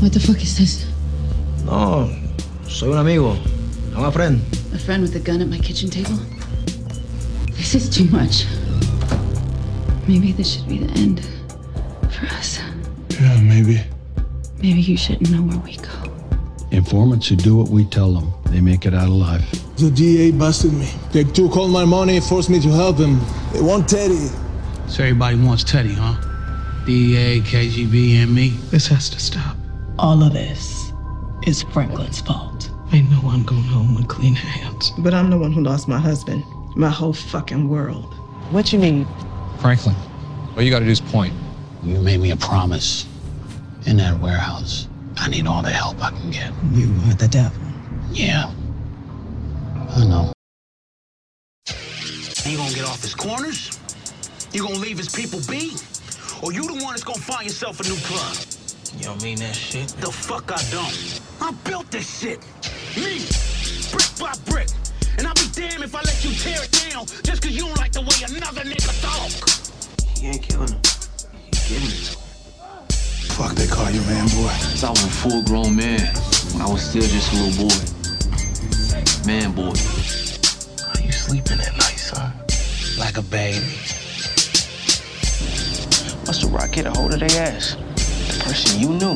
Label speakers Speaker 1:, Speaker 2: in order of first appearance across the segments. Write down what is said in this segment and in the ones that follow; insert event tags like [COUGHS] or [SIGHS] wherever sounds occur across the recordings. Speaker 1: What the fuck is this?
Speaker 2: No, soy un amigo. I'm a friend.
Speaker 1: A friend with a gun at my kitchen table? This is too much. Maybe this should be the end for us.
Speaker 3: Yeah, maybe.
Speaker 1: Maybe you shouldn't know where we go.
Speaker 4: Informants who do what we tell them, they make it out alive.
Speaker 3: The DA busted me. They took all my money and forced me to help them. They want Teddy.
Speaker 5: So everybody wants Teddy, huh? DEA, KGB, and me. This has to stop.
Speaker 6: All of this is Franklin's fault.
Speaker 5: I know I'm going home with clean hands.
Speaker 7: But I'm the one who lost my husband, my whole fucking world.
Speaker 6: What you need?
Speaker 8: Franklin, all you gotta do is point.
Speaker 9: You made me a promise in that warehouse. I need all the help I can get.
Speaker 6: You are the devil.
Speaker 9: Yeah. I know.
Speaker 10: You gonna get off his corners? You gonna leave his people be? Or you the one that's gonna find yourself a new club?
Speaker 5: You don't mean that shit?
Speaker 10: The fuck I don't. I built this shit. Me, brick by brick. And I'll be damned if I let you tear it down just cause you don't like the way another nigga talk.
Speaker 11: He ain't killing him. He's getting it.
Speaker 3: Fuck, they call you man boy.
Speaker 11: Cause I was a full grown man when I was still just a little boy. Man boy.
Speaker 5: How you sleeping at night, son?
Speaker 11: Like a baby. Once the rock get a hold of their ass, the person you knew,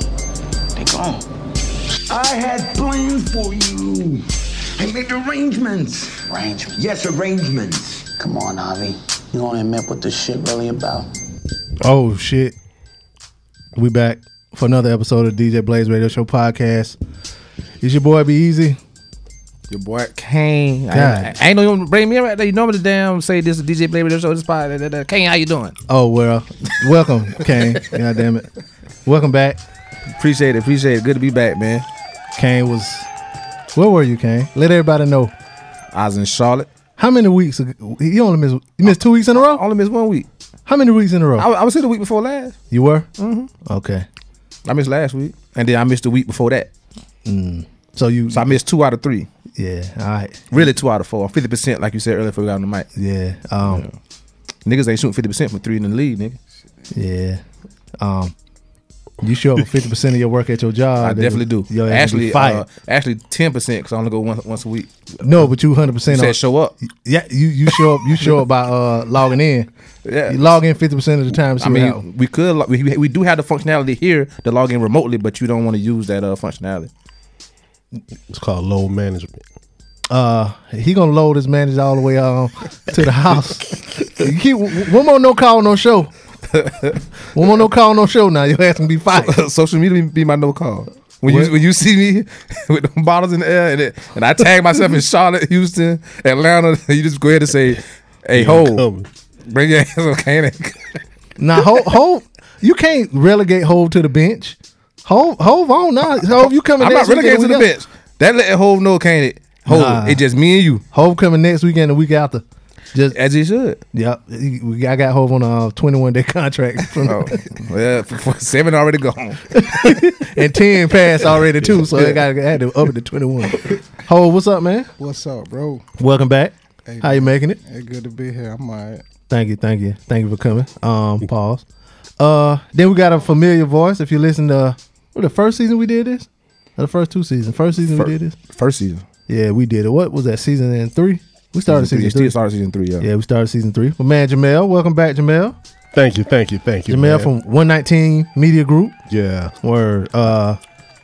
Speaker 11: they gone.
Speaker 10: I had plans for you. I made arrangements.
Speaker 9: Arrangements?
Speaker 10: Yes, arrangements.
Speaker 9: Come on, Avi. You gonna admit what this shit really about?
Speaker 12: Oh shit. We back for another episode of DJ Blaze Radio Show podcast. Is your boy Be Easy?
Speaker 13: Your boy Kane. I,
Speaker 12: God.
Speaker 13: ain't- I ain't no bring me in right there. You normally damn say this is DJ Blaze Radio Show. This pod. da, da, da. Kane, how you doing?
Speaker 12: Oh well, [LAUGHS] welcome, Kane. God damn it, welcome back.
Speaker 13: Appreciate it. Appreciate it. Good to be back, man.
Speaker 12: Kane was, where were you, Kane? Let everybody know
Speaker 13: I was in Charlotte.
Speaker 12: how many weeks. Ago, you only missed you missed two weeks in a
Speaker 13: I
Speaker 12: row.
Speaker 13: only missed one week.
Speaker 12: How many weeks in a row?
Speaker 13: I, I was here the week before last.
Speaker 12: You were. Mm-hmm. Okay,
Speaker 13: I missed last week, and then I missed the week before that.
Speaker 12: so you.
Speaker 13: So I missed two out of three.
Speaker 12: yeah. All right.
Speaker 13: Really, two out of four. Fifty percent, like you said earlier, before we got on the mic.
Speaker 12: Yeah. Um.
Speaker 13: Niggas ain't shooting fifty percent from three in the league, nigga.
Speaker 12: Yeah. Um, you show up fifty percent of your work at your job.
Speaker 13: I
Speaker 12: then
Speaker 13: definitely do.
Speaker 12: your ass will be
Speaker 13: actually,
Speaker 12: fired.
Speaker 13: uh, actually ten percent because I only go once once a week.
Speaker 12: no, but you hundred percent.
Speaker 13: Said show up.
Speaker 12: Yeah, you, you show up. You show up by uh, logging in.
Speaker 13: Yeah.
Speaker 12: You log in fifty percent of the time.
Speaker 13: I mean, we could lo- we, we do have the functionality here to log in remotely, but you don't want to use that uh, functionality.
Speaker 14: It's called load management.
Speaker 12: uh, he gonna load his manager all the way on to the
Speaker 13: [LAUGHS]
Speaker 12: house. you keep one more no call, no show. one more no call, no show. Now your ass gonna be fired.
Speaker 13: [LAUGHS] Social media be my no call. When
Speaker 12: What?
Speaker 13: you when you see me [LAUGHS] with them bottles in the air and, it, and I tag myself in Charlotte, Houston, Atlanta, [LAUGHS] you just go ahead and say, "Hey, ho,
Speaker 14: Coming.
Speaker 13: bring your [LAUGHS] ass on Canaan."
Speaker 12: now Hove, Hove, you can't relegate Hove to the bench. Hove, Hove on now. Hove, you coming?
Speaker 13: I'm
Speaker 12: next
Speaker 13: not
Speaker 12: weekend,
Speaker 13: relegated
Speaker 12: we
Speaker 13: to the
Speaker 12: got-
Speaker 13: bench. That let Hove know, can't it? Hove,
Speaker 12: Nah.
Speaker 13: it just me and you,
Speaker 12: Hove coming next weekend, the week after. Just
Speaker 13: as it should.
Speaker 12: Yep, he- we- I got Hove on a twenty-one day [LAUGHS] contract, from,
Speaker 13: [LAUGHS] Oh, well, for, for seven already gone.
Speaker 12: and ten passed already too. So I got I had to up it to twenty-one. Hove, what's up, man?
Speaker 15: What's up, bro?
Speaker 12: Welcome back.
Speaker 15: Hey,
Speaker 12: How you making it?
Speaker 15: Hey, good to be here. I'm alright.
Speaker 12: Thank you, thank you, thank you for coming. Um, pause. Uh, then we got a familiar voice. If you listen to what, the first season we did this, or the first two seasons, first season we did this.
Speaker 13: First season,
Speaker 12: Yeah, we did it. What was that season in three? We started
Speaker 13: Season three.
Speaker 12: season,
Speaker 13: It still
Speaker 12: three.
Speaker 13: started season three. Yeah,
Speaker 12: Yeah, we started season three. But man, Jamel, welcome back, Jamel.
Speaker 14: Thank you, thank you, thank you.
Speaker 12: Jamel
Speaker 14: man.
Speaker 12: from One Nineteen Media Group.
Speaker 14: yeah,
Speaker 12: Word. Uh,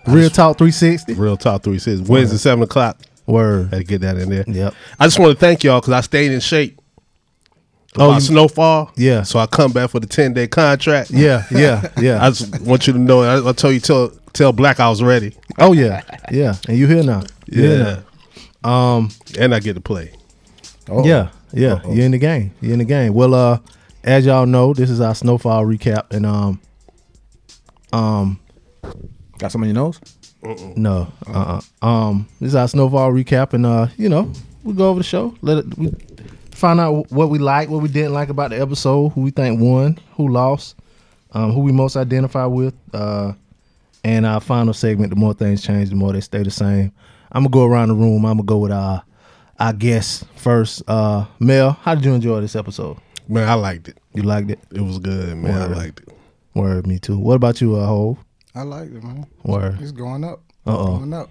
Speaker 12: Real Talk 360.
Speaker 14: real top three says Wednesday seven o'clock.
Speaker 12: Word.
Speaker 14: Had to get that in there.
Speaker 12: Yep.
Speaker 14: I just want to thank y'all because I stayed in shape.
Speaker 12: Oh,
Speaker 14: Oh,
Speaker 12: you-
Speaker 14: snowfall.
Speaker 12: Yeah.
Speaker 14: so I come back for the ten day contract.
Speaker 12: Yeah, yeah,
Speaker 13: [LAUGHS]
Speaker 12: yeah.
Speaker 14: I just want you to know. I, I tell you, tell tell Black I was ready.
Speaker 12: oh yeah, yeah. And you here now? You here now. Um,
Speaker 14: and I get to play.
Speaker 12: Yeah, Oh. yeah. You're in the game. You're in the game. Well, uh, as y'all know, this is our snowfall recap, and um,
Speaker 13: got something in your nose.
Speaker 12: no, uh, uh um, this is our snowfall recap, and uh, you know, we go over the show. Let it we find out what we like, what we didn't like about the episode, who we think won, who lost, um, who we most identify with, uh, and our final segment. The more things change, the more they stay the same. I'm gonna go around the room. I'm gonna go with uh, I guess first, uh, Mel. How did you enjoy this episode?
Speaker 14: Man, I liked it.
Speaker 12: You liked it?
Speaker 14: It was good, man. I liked it.
Speaker 12: Word, me too. What about you, uh, Hove?
Speaker 15: I liked it, man.
Speaker 12: Word.
Speaker 15: It's going up.
Speaker 13: Uh-oh.
Speaker 15: Going up.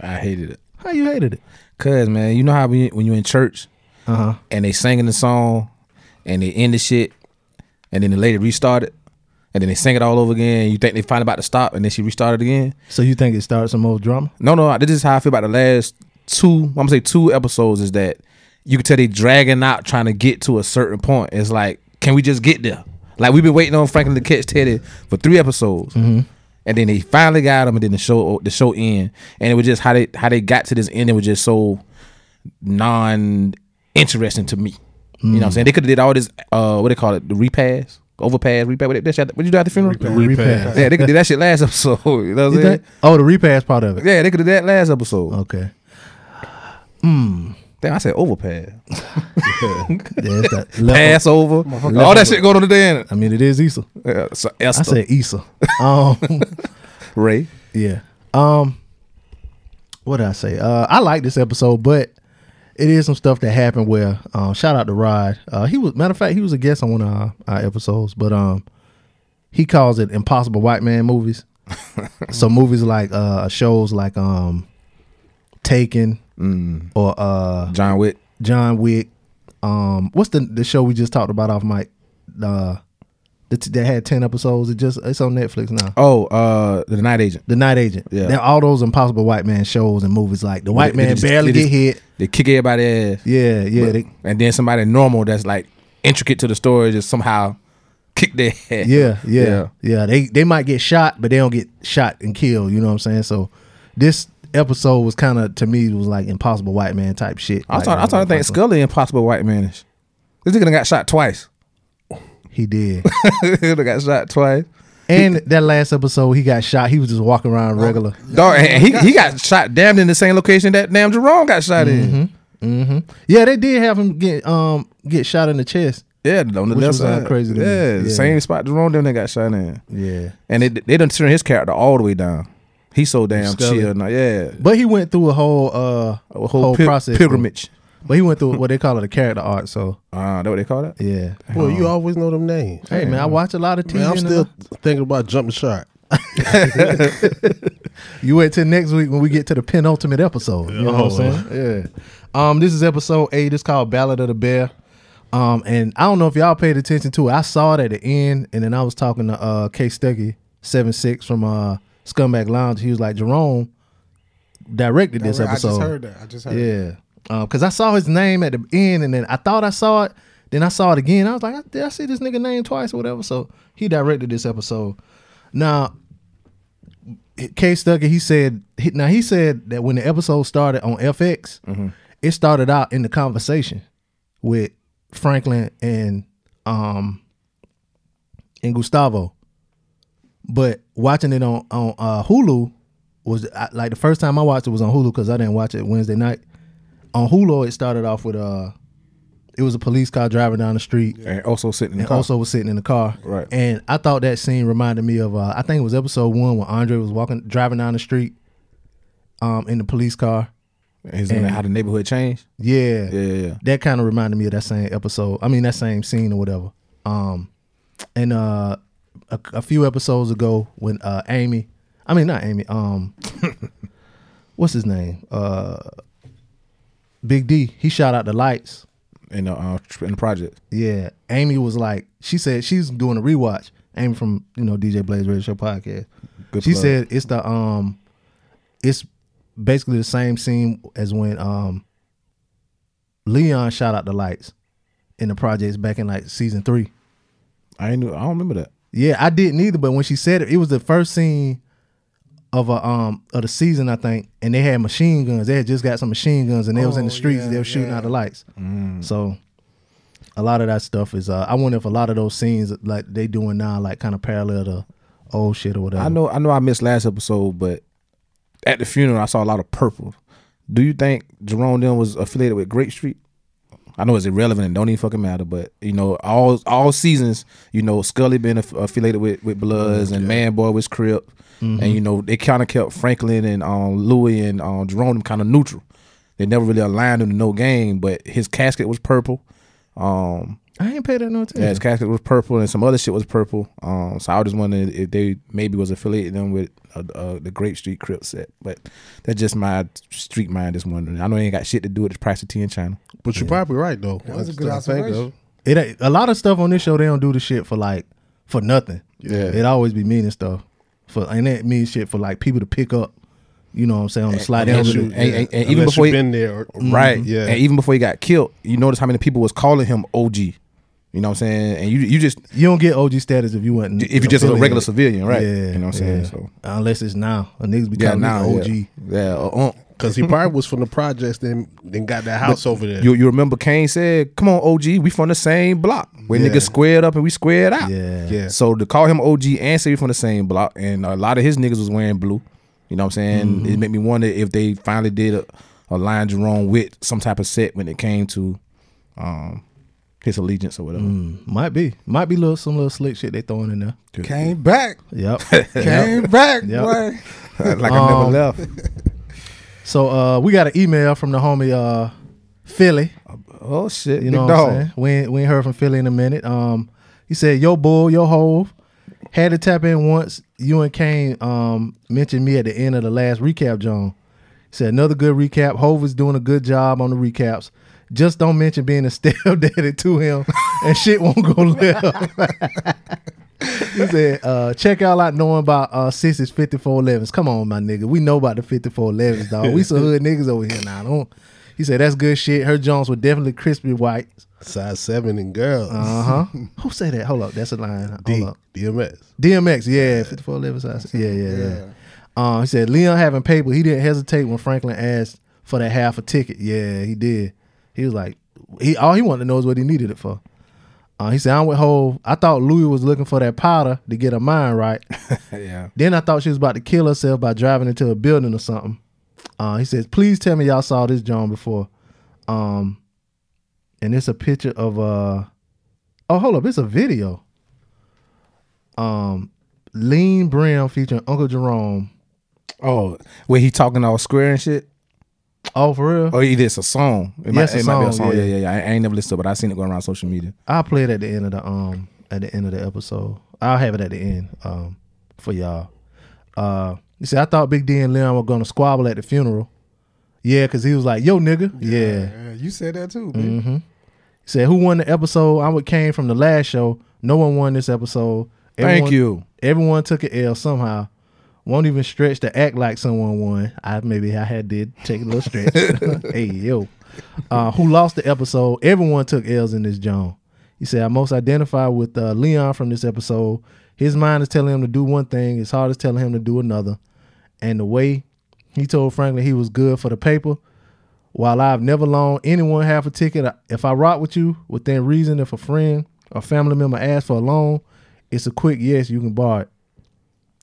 Speaker 13: I hated it.
Speaker 12: How you hated it?
Speaker 13: Cause man, you know how we, when you in church,
Speaker 12: uh-huh.
Speaker 13: and they singing the song, and they end the shit, and then the lady restarted, and then they sing it all over again. You think they finally about to stop, and then she restarted again.
Speaker 12: So you think it started some old drama?
Speaker 13: No, no, this is how I feel about the last two. I'm gonna say two episodes is that you can tell they dragging out trying to get to a certain point. It's like, can we just get there? Like we've been waiting on Franklin to catch Teddy for three episodes,
Speaker 12: Mhm.
Speaker 13: and then they finally got him, and then the show the show end, and it was just how they how they got to this end. It was just so non interesting to me. You know what I'm
Speaker 12: Mm.
Speaker 13: saying? They could have did all this uh what they call it, the repass, overpass, repass. What, they- that shit, what you do at the funeral?
Speaker 12: Repass.
Speaker 13: Yeah, they could do that shit last episode. [LAUGHS] You know what
Speaker 12: You
Speaker 13: I'm saying?
Speaker 12: think- Oh, the repass part of it.
Speaker 13: Yeah, they could do that last episode.
Speaker 12: Okay. [LAUGHS] Mm.
Speaker 13: Damn, I said overpass.
Speaker 12: Yeah, it's that leftover-
Speaker 13: Passover. All that shit going on today. ain't it?
Speaker 12: I mean, it is Issa.
Speaker 13: Yeah, so
Speaker 12: I [LAUGHS]
Speaker 13: Esther.
Speaker 12: said Issa. [LAUGHS] Um,
Speaker 13: Ray.
Speaker 12: Yeah. Um, what did I say? Uh, I like this episode, but it is some stuff that happened where um, shout out to Rod. Uh, he was matter of fact, he was a guest on one of our, our episodes, but um, he calls it impossible white man [LAUGHS] movies. so movies like uh, shows like um, Taken or uh,
Speaker 13: John Wick.
Speaker 12: John Wick. Um, what's the the show we just talked about off mic? Uh, that, that had ten episodes. It just it's on Netflix now.
Speaker 13: Oh, uh, the Night Agent.
Speaker 12: The Night Agent.
Speaker 13: Yeah.
Speaker 12: Then all those impossible white man shows and movies like the white
Speaker 13: They- they
Speaker 12: man
Speaker 13: just-
Speaker 12: barely
Speaker 13: they
Speaker 12: get
Speaker 13: just-
Speaker 12: hit.
Speaker 13: They kick everybody ass.
Speaker 12: Yeah, yeah,
Speaker 13: But-
Speaker 12: they-
Speaker 13: and then somebody normal that's like intricate to the story just somehow kick their [LAUGHS] ass.
Speaker 12: Yeah, yeah, yeah, They they might get shot, but they don't get shot and killed. You know what I'm saying? So this episode was kind of to me was like impossible white man type shit.
Speaker 13: I
Speaker 12: Like,
Speaker 13: thought I thought I think Scully impossible white manish. This nigga done got shot twice. [LAUGHS]
Speaker 12: He did.
Speaker 13: he done got shot twice.
Speaker 12: And that last episode, he got shot. He was just walking around regular.
Speaker 13: Dog, and he he got shot damn in the same location that damn Jerome got shot in.
Speaker 12: hmm Yeah, they did have him get um get shot in the chest.
Speaker 13: Yeah, on the
Speaker 12: Which
Speaker 13: left
Speaker 12: was, uh,
Speaker 13: side.
Speaker 12: crazy to me.
Speaker 13: Yeah, the
Speaker 12: Yeah.
Speaker 13: same spot Jerome them they got shot in.
Speaker 12: Yeah,
Speaker 13: and they they done turned his character all the way down. He so damn
Speaker 12: Scully.
Speaker 13: chill now. Yeah,
Speaker 12: But he went through a whole uh whole,
Speaker 13: pil-
Speaker 12: process
Speaker 13: pilgrimage.
Speaker 12: But he went through what they call it a character art. So
Speaker 13: uh, that what they call that?
Speaker 12: Yeah.
Speaker 14: Well, you always know them names.
Speaker 12: Hey, man, I watch a lot of
Speaker 14: Man,
Speaker 12: TV
Speaker 14: I'm
Speaker 12: and
Speaker 14: still thinking about jumping shot.
Speaker 12: you wait till next week when we get to the penultimate episode. You know what I'm saying? Yeah. Um, this is episode eight. It's called Ballad of the Bear. Um, and I don't know if y'all paid attention to it. I saw it at the end, and then I was talking to uh K Stucky seven six from uh Scumbag Lounge. He was like, Jerome directed this
Speaker 15: Direct- I
Speaker 12: episode.
Speaker 15: just heard that. I just heard
Speaker 12: Yeah. Because Uh, I saw his name at the end, and then I thought I saw it. Then I saw it again. I was like, I, did I see this nigga name twice or whatever? So he directed this episode. Now, K Stucker, he said, he- now he said that when the episode started on FX, it started out in the conversation with Franklin and um and Gustavo. But watching it on on uh, Hulu was I, like the first time I watched it was on Hulu because I didn't watch it Wednesday night. On Hulu, it started off with uh, it was a police car driving down the street
Speaker 13: and also sitting in the
Speaker 12: and
Speaker 13: car.
Speaker 12: also was sitting in the car.
Speaker 13: Right.
Speaker 12: And I thought that scene reminded me of uh, I think it was episode one when Andre was walking driving down the street, um, in the police car.
Speaker 13: He's in how the neighborhood changed.
Speaker 12: Yeah.
Speaker 13: Yeah, yeah, yeah.
Speaker 12: That kind of reminded me of that same episode. I mean that same scene or whatever. Um and uh a, a few episodes ago when uh Amy I mean not Amy, um [LAUGHS] what's his name? Uh Big D, he shot out the lights.
Speaker 13: in the uh, tr- in the project.
Speaker 12: Yeah. Amy was like, she said she's doing a rewatch. Amy from, you know, DJ Blaze Radio Show podcast.
Speaker 13: Good
Speaker 12: she
Speaker 13: plug.
Speaker 12: said it's the um it's basically the same scene as when um Leon shot out the lights in the projects back in like season three.
Speaker 13: I ain't knew I don't remember that.
Speaker 12: Yeah, I didn't either, but when she said it, it was the first scene of a um of the season, I think, and they had machine guns. They had just got some machine guns and they was in the streets, they were shooting out the lights. So a lot of that stuff is uh I wonder if a lot of those scenes like they doing now like kind of parallel to old shit or whatever.
Speaker 13: I know I know I missed last episode, but at the funeral I saw a lot of purple. Do you think Jerome then was affiliated with Great Street? I know it's irrelevant and don't even fucking matter, but you know all all seasons, you know Scully been aff- affiliated with with Bloods and Man Boy was Crip,
Speaker 12: Mhm.
Speaker 13: and you know they kind of kept Franklin and um, Louis and um, Jerome kind of neutral. They never really aligned him to no game, but his casket was purple. Um,
Speaker 12: I ain't paid that no attention.
Speaker 13: Yeah, his casket was purple and some other shit was purple. Um, so I was just wondering if they maybe was affiliating them with uh, uh, the Great Street Crip set, but that's just my street mind is wondering. I know it ain't got shit to do with the price of tea in China.
Speaker 14: But you're probably right though.
Speaker 13: That
Speaker 15: was a good observation.
Speaker 12: It ain't- a lot of stuff on this show they don't do the shit for like for nothing.
Speaker 14: Yeah.
Speaker 12: it always be meaning stuff for and that means shit for like people to pick up. You know what I'm saying on the slide down.
Speaker 13: Eh, Unless
Speaker 12: to
Speaker 13: you-
Speaker 12: the-
Speaker 13: and- and- and even
Speaker 14: Unless
Speaker 13: before
Speaker 14: you
Speaker 13: he-
Speaker 14: been there or-
Speaker 15: Mm-hmm.
Speaker 13: right?
Speaker 14: Mhm. Yeah.
Speaker 13: and even before he got killed, you notice how many people was calling him OG. You know what I'm saying? And you you just
Speaker 12: you don't get OG status if you wasn't
Speaker 13: if you just a regular
Speaker 12: affiliated.
Speaker 13: civilian, right?
Speaker 12: Yeah,
Speaker 13: you know what I'm saying?
Speaker 12: yeah.
Speaker 13: So
Speaker 12: unless it's now a niggas be
Speaker 13: yeah,
Speaker 12: calling
Speaker 13: now
Speaker 12: me OG. [LAUGHS]
Speaker 13: yeah, uh, yeah
Speaker 14: because he probably was from the projects, then then got that house over there.
Speaker 13: You, you remember Kane said, "Come on, OG, we from the same block. We
Speaker 14: Yeah.
Speaker 13: niggas squared up and we squared out."
Speaker 12: Yeah.
Speaker 14: Yeah.
Speaker 13: So to call him OG and say we from the same block, and a lot of his niggas was wearing blue. You know what I'm saying?
Speaker 12: Mm-hmm.
Speaker 13: It made me wonder if they finally did a, a line Jerome with some type of set when it came to um, his allegiance or whatever.
Speaker 12: mm, Might be, might be little some little slick shit they throwing in there.
Speaker 15: Came back.
Speaker 12: Yep,
Speaker 13: [LAUGHS]
Speaker 15: Came
Speaker 12: Yep.
Speaker 15: back,
Speaker 12: Yep.
Speaker 15: boy.
Speaker 13: like I never
Speaker 12: Um,
Speaker 13: left.
Speaker 12: So uh, we got an email from the homie uh, Philly.
Speaker 13: Oh shit!
Speaker 12: You know
Speaker 13: big
Speaker 12: what
Speaker 13: dog.
Speaker 12: I'm saying? We ain't, we ain't heard from Philly in a minute. Um, he said, "Yo, bull, yo, hove." Had to tap in once. You and Kane um, mentioned me at the end of the last recap, John. He said another good recap. Hove is doing a good job on the recaps. Just don't mention being a [LAUGHS] stepdaddy to him, and shit won't go left. he said, uh, check out like knowing about uh sixes fifty four elevens. Come on, my nigga. We know about the fifty four elevens, dog. We some hood niggas over here now. Don't he said that's good shit. Her Jones were definitely crispy white.
Speaker 14: Size seven and girls.
Speaker 12: Uh huh. [LAUGHS] Who say that? Hold up, that's a line. Hold
Speaker 14: D,
Speaker 12: up.
Speaker 14: DMX.
Speaker 12: DMX, yeah, fifty four elevens. I said. Yeah, yeah, yeah. Um, he said Leon having paper. He didn't hesitate when Franklin asked for that half a ticket. Yeah, he did. He was like, he all he wanted to know is what he needed it for. Uh, he said, "I'm with Hove. I thought Louis was looking for that powder to get her mind right.
Speaker 13: yeah.
Speaker 12: Then I thought she was about to kill herself by driving into a building or something. Uh, he says, "Please tell me y'all saw this John before." Um, and it's a picture of uh, oh hold up, it's a video. Um, Lean Brim featuring Uncle Jerome.
Speaker 13: Oh, where he talking all square and shit.
Speaker 12: Oh, for real?
Speaker 13: Oh, he did. It's a song. It,
Speaker 12: Yes,
Speaker 13: might,
Speaker 12: a
Speaker 13: it might be a
Speaker 12: song,
Speaker 13: song. Yeah,
Speaker 12: yeah.
Speaker 13: yeah, yeah. I, I ain't never listened, to it, but I seen it going around social media.
Speaker 12: I'll play it at the end of the um at the end of the episode. I'll have it at the end um for y'all. Uh you see, I thought Big D and Leon were gonna squabble at the funeral. Yeah, cause he was like, "Yo, nigga." Yeah.
Speaker 15: Yeah, you said that too, man.
Speaker 12: hmm Said who won the episode? I would came from the last show. No one won this episode.
Speaker 13: Thank you.
Speaker 12: Everyone took an L somehow. Won't even stretch to act like someone won. I maybe I had did take a little
Speaker 13: [LAUGHS]
Speaker 12: stretch. hey yo, uh, who lost the episode? Everyone took L's in this John. He said I most identify with uh, Leon from this episode. His mind is telling him to do one thing. His heart is telling him to do another. And the way he told Franklin he was good for the paper, while I've never loaned anyone half a ticket, I- if I rock with you within reason, if a friend or family member asks for a loan, it's a quick yes, you can borrow it.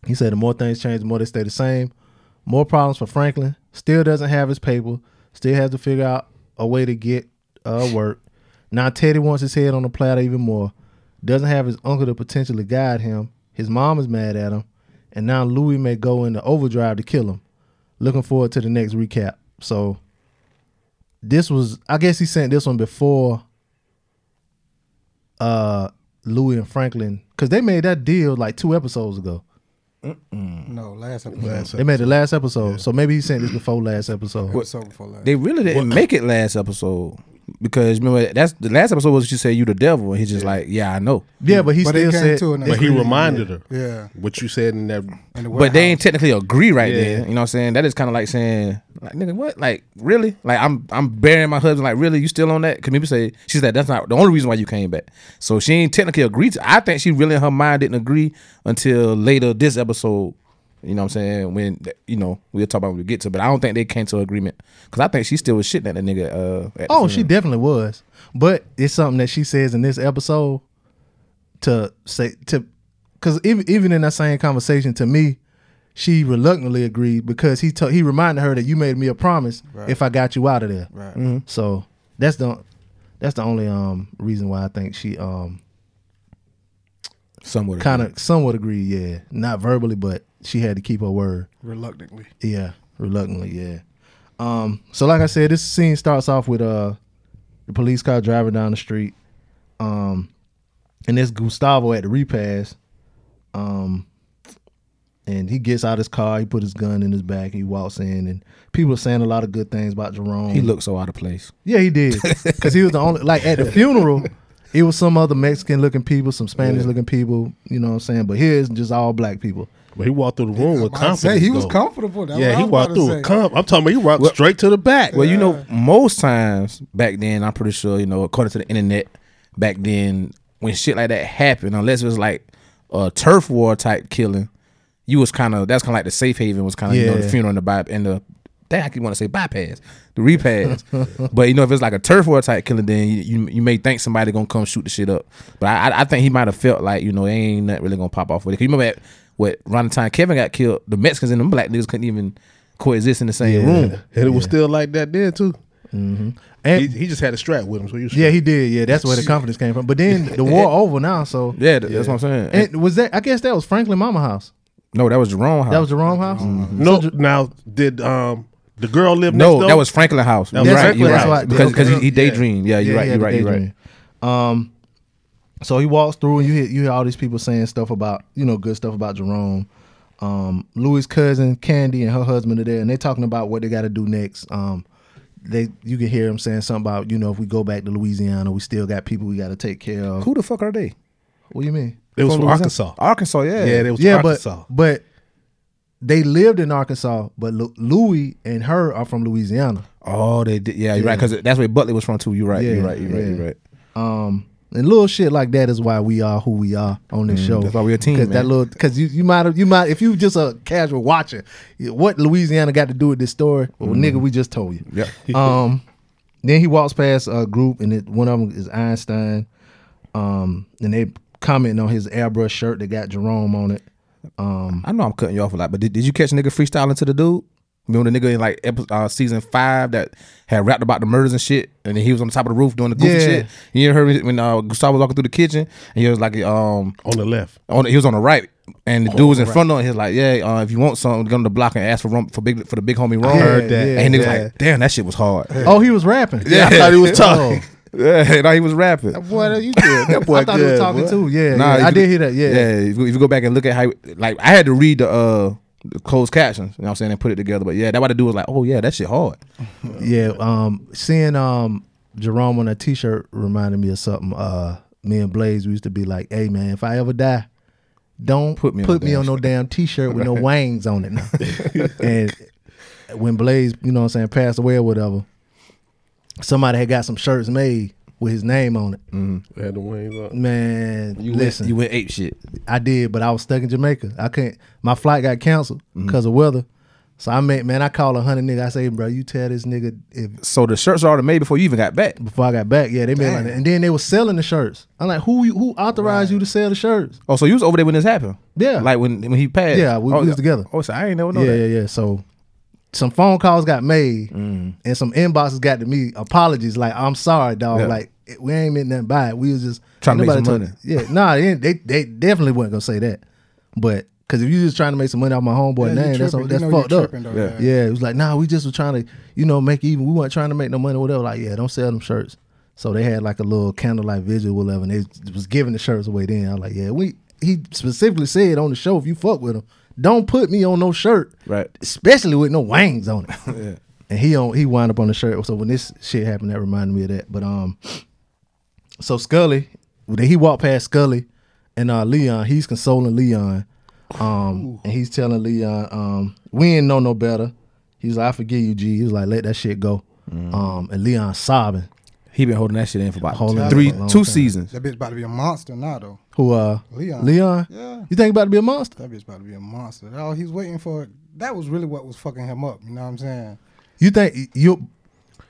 Speaker 12: He said the more things change, the more they stay the same. More problems for Franklin. Still doesn't have his paper. Still has to figure out a way to get uh, work. Now Teddy wants his head on the platter even more. Doesn't have his uncle to potentially guide him. His mom is mad at him. And now Louis may go into overdrive to kill him. Looking forward to the next recap. So this was I guess he sent this one before uh Louis and Franklin because they made that deal like two episodes ago.
Speaker 14: Mm-hmm.
Speaker 15: No, last episode.
Speaker 12: They made the last episode, so maybe he sent this before last episode.
Speaker 15: Episode before last.
Speaker 13: They really didn't make it last episode because remember that's the last episode was she said you the devil and he's just like yeah I know
Speaker 12: Yeah, but he
Speaker 15: But they
Speaker 12: still
Speaker 15: came
Speaker 12: said
Speaker 15: to an
Speaker 14: But he
Speaker 15: agreement.
Speaker 14: reminded her.
Speaker 15: Yeah.
Speaker 14: What you said in that.
Speaker 15: In the
Speaker 13: but they ain't technically agree right
Speaker 14: Yeah.
Speaker 13: there you know what I'm saying that is kind of like saying like nigga what like really like I'm I'm burying my husband like really you still on that because people say she's like that's not the only reason why you came back so she ain't technically agreed to I think she really in her mind didn't agree until later this episode you know what I'm saying when th- you know we'll talk about when we get to but I don't think they came to agreement because I think she still was shitting at the nigga uh at the
Speaker 12: Oh,
Speaker 13: funeral.
Speaker 12: she definitely was. But it's something that she says in this episode to say to because even even in that same conversation to me, she reluctantly agreed because he told he reminded her that you made me a promise if I got you out of there.
Speaker 15: Right.
Speaker 14: Mm.
Speaker 12: So that's the that's the only um reason why I think she um
Speaker 13: somewhat
Speaker 12: kind
Speaker 13: agreed.
Speaker 12: of somewhat agreed. Yeah, not verbally, but she had to keep her word.
Speaker 15: Reluctantly.
Speaker 12: Yeah, reluctantly, yeah. Um, so like I said, this scene starts off with uh the police car driving down the street. Um, and there's Gustavo at the repass. Um, and he gets out his car. He put his gun in his back. He walks in, and people are saying a lot of good things about Jerome.
Speaker 13: He looked so out of place.
Speaker 12: Yeah, he did. Because he was the only, like, at the funeral, it was some other Mexican looking people, some Spanish looking people, you know what I'm saying? But here's just all black people.
Speaker 14: But he walked through the room with
Speaker 12: about to
Speaker 14: confidence.
Speaker 12: say, he was
Speaker 14: though.
Speaker 12: comfortable. That's what
Speaker 14: Yeah,
Speaker 12: I
Speaker 14: he
Speaker 12: was
Speaker 14: walked
Speaker 12: about to
Speaker 14: through
Speaker 12: say.
Speaker 14: with com. I'm talking about he walked straight to the back.
Speaker 13: Well, you know, most times back then, I'm pretty sure, you know, according to the internet, back then when shit like that happened, unless it was like a turf war type killing, you was kind of that's kind of like the safe haven was kind of you know the
Speaker 12: Yeah.
Speaker 13: funeral and the by and the dang I keep want to say bypass the repass, [LAUGHS] but you know if it's like a turf war type killing, then you you, you may think somebody gonna come shoot the shit up. But I I- I think he might have felt like you know it ain't nothing really gonna pop off with it. 'Cause you remember at, what around the time Kevin got killed, the Mexicans and them black niggas couldn't even coexist in the same
Speaker 14: Yeah.
Speaker 13: room,
Speaker 14: And it was still like that then too.
Speaker 12: Mm-hmm.
Speaker 14: he, he just had a strap with him, so you
Speaker 12: Yeah, he did. Yeah, that's where the confidence came from. But then
Speaker 13: [LAUGHS]
Speaker 12: the war over now, so
Speaker 13: Yeah, th- that's what I'm saying.
Speaker 12: And was that? I guess that was Franklin Mama house.
Speaker 13: no, that was Jerome house.
Speaker 12: That was Jerome house.
Speaker 13: Mm-hmm.
Speaker 14: No, now did um the girl live? next
Speaker 13: No,
Speaker 14: door?
Speaker 13: that was Franklin House.
Speaker 14: That
Speaker 13: You're
Speaker 14: was
Speaker 13: right. You're
Speaker 14: Franklin
Speaker 13: right.
Speaker 14: House.
Speaker 13: Because
Speaker 14: Okay.
Speaker 13: because he, he daydreamed. Yeah, you're right.
Speaker 12: he
Speaker 13: You're
Speaker 12: had
Speaker 13: right.
Speaker 12: the
Speaker 13: You're right.
Speaker 12: daydream. Um, so he walks through, and you hear you hear all these people saying stuff about you know good stuff about Jerome. Um, Louis' cousin Candy and her husband are there, and they're talking about what they got to do next. Um, they you can hear them saying something about you know if we go back to Louisiana, we still got people we got to take care of.
Speaker 13: Who the fuck are they?
Speaker 12: What do you mean?
Speaker 14: They was from
Speaker 12: Louisiana?
Speaker 14: Arkansas.
Speaker 13: Arkansas, yeah.
Speaker 14: Yeah, they was from Arkansas.
Speaker 12: But, but they lived in Arkansas, but Lu- Louis and her are from Louisiana.
Speaker 13: Oh, they did. Yeah, you're right. Because that's where Butler was from too. You're right.
Speaker 12: Yeah,
Speaker 13: You're right. You're right.
Speaker 12: yeah.
Speaker 13: You're right.
Speaker 12: Um, and little shit like that is why we are who we are on this
Speaker 13: Mhm.
Speaker 12: show.
Speaker 13: That's why we a team,
Speaker 12: Cause that
Speaker 13: man.
Speaker 12: little, because you you might have you might if you just a casual watcher, what Louisiana got to do with this story? Well,
Speaker 13: Mhm.
Speaker 12: nigga, we just told you.
Speaker 13: Yeah. Uh,
Speaker 12: um, then he walks past a group, and it, one of them is Einstein. Um, and they comment on his airbrush shirt that got Jerome on it. Um,
Speaker 13: I know I'm cutting you off a lot, but did, did you catch a nigga freestyling to the dude? Remember the nigga in like episode, uh, season five that had rapped about the murders and shit, and then he was on the top of the roof doing the goofy
Speaker 12: Yeah.
Speaker 13: shit. You heard me when uh, Gustavo was walking through the kitchen, and he was like, um,
Speaker 14: on the left,
Speaker 13: on the, he was on the right, and the
Speaker 14: Oh,
Speaker 13: dude was in
Speaker 14: right.
Speaker 13: front of him. He was like, yeah, uh, if you want something, go to the block and ask for rum, for big for the big homie Ron.
Speaker 12: I heard that.
Speaker 13: and he was
Speaker 12: Yeah,
Speaker 13: like, damn, that shit was hard. [LAUGHS]
Speaker 12: Oh, he was rapping.
Speaker 13: Oh. yeah, no, he was rapping.
Speaker 12: Oh, boy, you good. [LAUGHS] I thought he was talking too. Yeah,
Speaker 13: Nah,
Speaker 12: yeah,
Speaker 13: you
Speaker 12: I
Speaker 13: could-
Speaker 12: did hear that.
Speaker 13: yeah. If you, if you go back and look at how, like, I had to read the uh the closed captions. You know what I'm saying? And put it together. But yeah, that what the dude was like, oh yeah, that shit hard. Oh,
Speaker 12: Yeah, um, seeing um Jerome on a T-shirt reminded me of something. Uh, me and Blaze we used to be like, "Hey man, if I ever die, don't put me
Speaker 13: on
Speaker 12: put
Speaker 13: a
Speaker 12: me
Speaker 13: damn
Speaker 12: on no damn T-shirt with no
Speaker 13: Right.
Speaker 12: wangs on it."
Speaker 13: [LAUGHS]
Speaker 12: Now. and when Blaze, you know, what I'm saying, passed away or whatever, somebody had got some shirts made with his name on it.
Speaker 14: had the wings up.
Speaker 12: Man,
Speaker 13: Mm. You went-
Speaker 12: listen,
Speaker 13: you went ape shit.
Speaker 12: I did, but I was stuck in Jamaica. I couldn't. My flight got canceled
Speaker 13: Mm.
Speaker 12: because of weather. So I made man, I called a hundred nigga. I say, bro, you tell this nigga if
Speaker 13: So the shirts are already made before you even got back.
Speaker 12: before I got back. Yeah, they made
Speaker 13: Damn.
Speaker 12: like that. And then they were selling the shirts. I'm like, who you, who authorized you to sell the shirts?
Speaker 13: Oh, so you was over there when this happened?
Speaker 12: Yeah.
Speaker 13: Like when when he passed.
Speaker 12: Yeah, we,
Speaker 13: oh,
Speaker 12: we was together.
Speaker 13: Oh, so I ain't never know
Speaker 12: yeah,
Speaker 13: that.
Speaker 12: yeah, yeah. So some phone calls got made and some inboxes got to me. Apologies, like I'm sorry, dog.
Speaker 13: Yeah.
Speaker 12: Like it- we ain't meant nothing by it. We was just
Speaker 13: Trying to make
Speaker 12: nobody
Speaker 13: some
Speaker 12: told-
Speaker 13: money.
Speaker 12: Yeah, nah, they, they they definitely weren't gonna say that, but. Cause if you just trying to make some money off my homeboy
Speaker 15: Yeah, you
Speaker 12: name, that's
Speaker 15: tripping. You
Speaker 12: that's
Speaker 15: know you
Speaker 12: fucked up.
Speaker 15: tripping, though,
Speaker 12: yeah. yeah, it was like, nah, we just were trying to, you know, make even. We weren't trying to make no money, or whatever. Like, yeah, don't sell them shirts. So they had like a little candlelight vigil, or whatever, and they was giving the shirts away. Then I was like, yeah, we. He specifically said on the show, if you fuck with him, don't put me on no shirt,
Speaker 13: right?
Speaker 12: Especially with no wangs on it.
Speaker 13: [LAUGHS] Yeah.
Speaker 12: And he on he wound up on the shirt. So when this shit happened, that reminded me of that. But um, so Scully, then he walked past Scully, and uh Leon, he's consoling Leon, um, and he's telling Leon, um, we ain't know no better. He's like, I forgive you, G. He was like, let that shit go.
Speaker 14: Mm-hmm.
Speaker 12: Um, and Leon sobbing.
Speaker 13: He been holding that shit in for about
Speaker 12: Holding it
Speaker 13: three
Speaker 12: for a long
Speaker 13: two
Speaker 12: time.
Speaker 13: seasons.
Speaker 15: That bitch about to be a monster now, though.
Speaker 12: Who uh
Speaker 15: Leon.
Speaker 12: Leon?
Speaker 15: Yeah.
Speaker 12: You think about to be a monster?
Speaker 15: That bitch about to be a monster. Oh, he's waiting for. That was really what was fucking him up. You know what I'm saying?
Speaker 12: You think you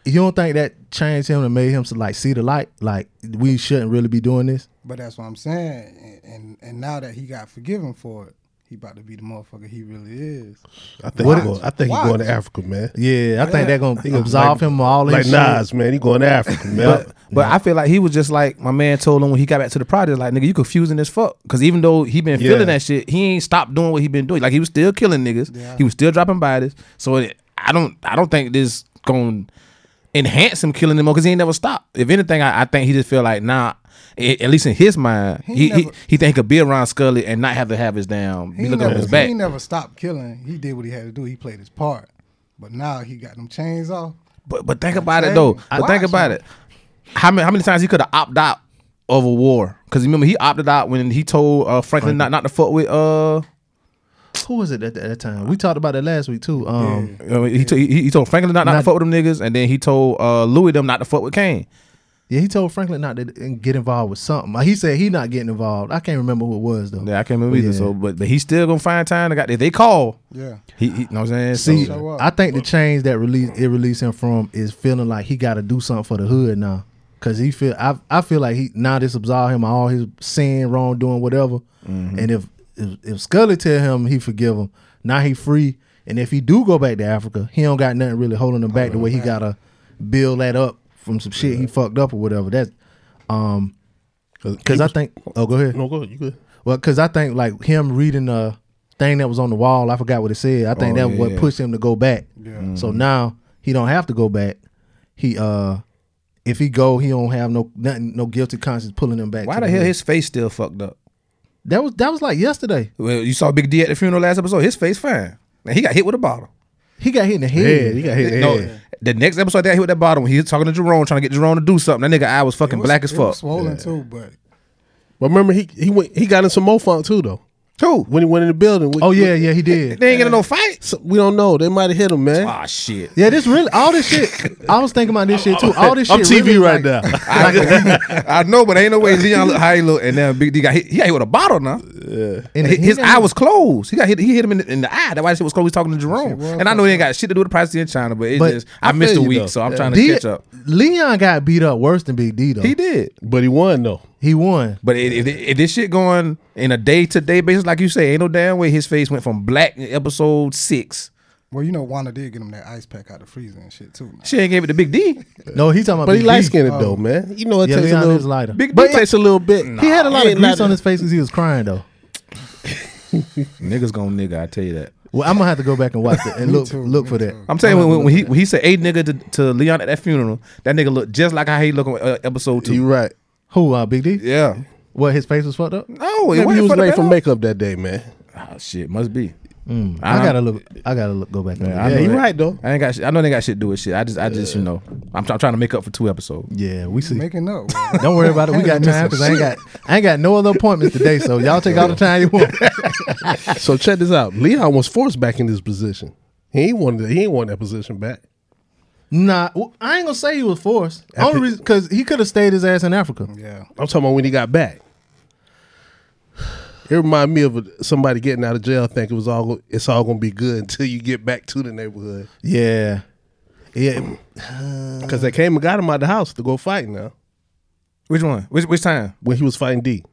Speaker 12: you don't think that changed him and made him to like see the light? Like we shouldn't really be doing this.
Speaker 15: But that's what I'm saying. And and, and now that he got forgiven for it, he about to be the motherfucker he really is.
Speaker 14: I think he going, I think he going to Africa, man.
Speaker 12: Yeah, I think they're gonna
Speaker 14: He gonna
Speaker 12: absolve
Speaker 14: like-
Speaker 12: him of all
Speaker 14: like
Speaker 12: his shit.
Speaker 14: Nas, man. He going to Africa, man.
Speaker 13: But, but I feel like he was just like my man told him when he got back to the project, like nigga, you confusing as fuck. Cause even though he been
Speaker 14: Yeah.
Speaker 13: feeling that shit, he ain't stopped doing what he been doing. Like he was still killing niggas. He was still dropping bodies. So it, I don't I don't think this going enhance him killing him more because he ain't never stopped. If anything, I, I think he just feel like nah. a- at least in his mind,
Speaker 15: He
Speaker 13: he he,
Speaker 15: never-
Speaker 13: he, think he could be around Scully and not have to have his damn
Speaker 15: He
Speaker 13: be looking
Speaker 15: never,
Speaker 13: over his back.
Speaker 15: he never stopped killing. He did what he had to do. He played his part. But now he got them chains off.
Speaker 13: But but think about it
Speaker 15: Hey,
Speaker 13: though. But
Speaker 15: watch
Speaker 13: think about it. How many how many times he could have opted out of a war? Because remember he opted out when he told uh, Franklin not not to fuck with uh
Speaker 12: Who was it at that time? We talked about that last week too. Um,
Speaker 13: uh, he, to- he he told Franklin not, not, to
Speaker 12: Not-
Speaker 13: fuck with them niggas, and then he told uh Louis them not to fuck with Kane.
Speaker 12: Yeah, he told Franklin not to get involved with something. He said he not getting involved. I can't remember who it was though.
Speaker 13: Yeah, I can't remember either.
Speaker 12: Yeah.
Speaker 13: So but, but he's still gonna find time. To got if they call.
Speaker 15: Yeah.
Speaker 13: He, he know what I'm saying.
Speaker 12: See,
Speaker 13: So-
Speaker 12: I think the change that release it released him from is feeling like he got to do something for the hood now, cause he feel I I feel like he now this absolve him of all his sin, wrongdoing, whatever. And if, if if Scully tell him he forgive him, now he free. And if he do go back to Africa, he don't got nothing really holding him back the way he gotta build that up from some shit he fucked up or whatever. That's um, cause I think. Oh, go ahead.
Speaker 14: No, go ahead. You good?
Speaker 12: Well, because I think like him reading the thing that was on the wall, I forgot what it said. I think
Speaker 13: Oh,
Speaker 12: that what
Speaker 13: yeah.
Speaker 12: pushed him to go back.
Speaker 14: Mm-hmm.
Speaker 12: So now he don't have to go back. He uh, if he go, he don't have no nothing, no guilty conscience pulling him back.
Speaker 13: Why
Speaker 12: to
Speaker 13: the hell
Speaker 12: hood.
Speaker 13: his face still fucked up?
Speaker 12: That was that was like yesterday.
Speaker 13: Well, you saw Big D at the funeral last episode. His face fine. Man, he got hit with a bottle.
Speaker 12: He got hit in the head.
Speaker 13: No, the next episode that hit with that bottle, when he was talking to Jerome, trying to get Jerome to do something. That nigga eye was
Speaker 15: It
Speaker 13: fucking
Speaker 15: was-
Speaker 13: black as
Speaker 15: it
Speaker 13: fuck.
Speaker 15: was swollen too, but
Speaker 14: But remember, he he went he got in some mofunk too though.
Speaker 13: Who?
Speaker 14: When he went in the building.
Speaker 12: Oh yeah, yeah, he did.
Speaker 13: They ain't getting no fight.
Speaker 14: So we don't know. They might have hit him, man.
Speaker 13: Ah shit.
Speaker 12: Yeah, this really all this shit. I was thinking about this shit too. All this shit.
Speaker 14: I'm TV
Speaker 12: really,
Speaker 14: right
Speaker 12: like-
Speaker 14: now.
Speaker 12: [LAUGHS]
Speaker 13: [LAUGHS] I, I know, but ain't no way Leon look how he look. And then Big D got hit. He got hit with a bottle now. Yeah.
Speaker 12: And
Speaker 13: his
Speaker 12: he
Speaker 13: his
Speaker 12: got
Speaker 13: eye
Speaker 12: hit-
Speaker 13: was closed. He got hit. He hit him in the, in the eye. That's why this shit was closed. He was talking to Jerome. And I know it ain't got shit to do with the privacy in China, but it
Speaker 12: But
Speaker 13: just I,
Speaker 14: I
Speaker 13: missed a
Speaker 14: feel you,
Speaker 13: week,
Speaker 14: though.
Speaker 13: so I'm
Speaker 14: Yeah.
Speaker 13: trying to
Speaker 12: Did-
Speaker 13: catch up.
Speaker 12: Leon got beat up worse than Big D though.
Speaker 13: He did.
Speaker 14: But he won though.
Speaker 12: He won.
Speaker 13: But if, if, if this shit going in a day to day basis, like you say, ain't no damn way his face went from black in episode six.
Speaker 15: well, you know, Wanda did get him that ice pack out of the freezer and shit too.
Speaker 13: She ain't gave it to Big D.
Speaker 12: No, he talking about.
Speaker 14: But he
Speaker 12: Big
Speaker 14: light
Speaker 12: D. Oh.
Speaker 14: skinned though, man. You know it
Speaker 12: Yeah,
Speaker 14: takes
Speaker 12: Leon
Speaker 14: a
Speaker 12: is
Speaker 14: little
Speaker 12: lighter.
Speaker 14: Big
Speaker 12: But
Speaker 14: but it takes a little bit.
Speaker 12: He had a lot
Speaker 14: Nah,
Speaker 12: of grease
Speaker 14: not-
Speaker 12: on his face because he was crying though.
Speaker 13: Niggas gonna nigga, I tell you that.
Speaker 12: Well, I'm gonna have to go back and watch
Speaker 14: [LAUGHS]
Speaker 12: it and look look for that.
Speaker 13: I'm telling you, when, when he when he said a nigga to, to Leon at that funeral, that nigga looked just like how he looked on uh, episode two.
Speaker 14: You right.
Speaker 12: Who uh, Big D?
Speaker 13: Yeah.
Speaker 12: What his face was fucked up?
Speaker 13: No, it
Speaker 14: Maybe
Speaker 13: wasn't
Speaker 14: he was
Speaker 13: for the
Speaker 14: late for
Speaker 13: better.
Speaker 14: makeup that day, man.
Speaker 13: Oh, shit, must be.
Speaker 12: Mm, I,
Speaker 13: I-
Speaker 12: gotta look. I gotta look. Go back. and look.
Speaker 13: I
Speaker 12: Yeah,
Speaker 13: know
Speaker 12: you
Speaker 13: that.
Speaker 12: right.
Speaker 14: though.
Speaker 13: I ain't got. Shit, I know they got shit to do with shit. I just, I just, you know, I'm, try- trying to make up for two episodes.
Speaker 12: Yeah, we see.
Speaker 15: Making up.
Speaker 12: Don't worry about it.
Speaker 13: [LAUGHS]
Speaker 12: We got time because I ain't got. I ain't got no other appointments today. So y'all take all the time you want.
Speaker 14: So check this out. Leon was forced back in this position. He ain't wanted. He ain't want that position back.
Speaker 12: Nah, well, I ain't gonna say he was forced. Only reason because he could have stayed his ass in Africa.
Speaker 15: Yeah.
Speaker 14: I'm talking about when he got back. It reminded me of somebody getting out of jail, think it was all go- it's all gonna be good until you get back to the neighborhood.
Speaker 12: Yeah, [SIGHS] yeah.
Speaker 14: Because they came and got him out of the house to go fight now.
Speaker 13: Which one? Which which time?
Speaker 14: When he was fighting D.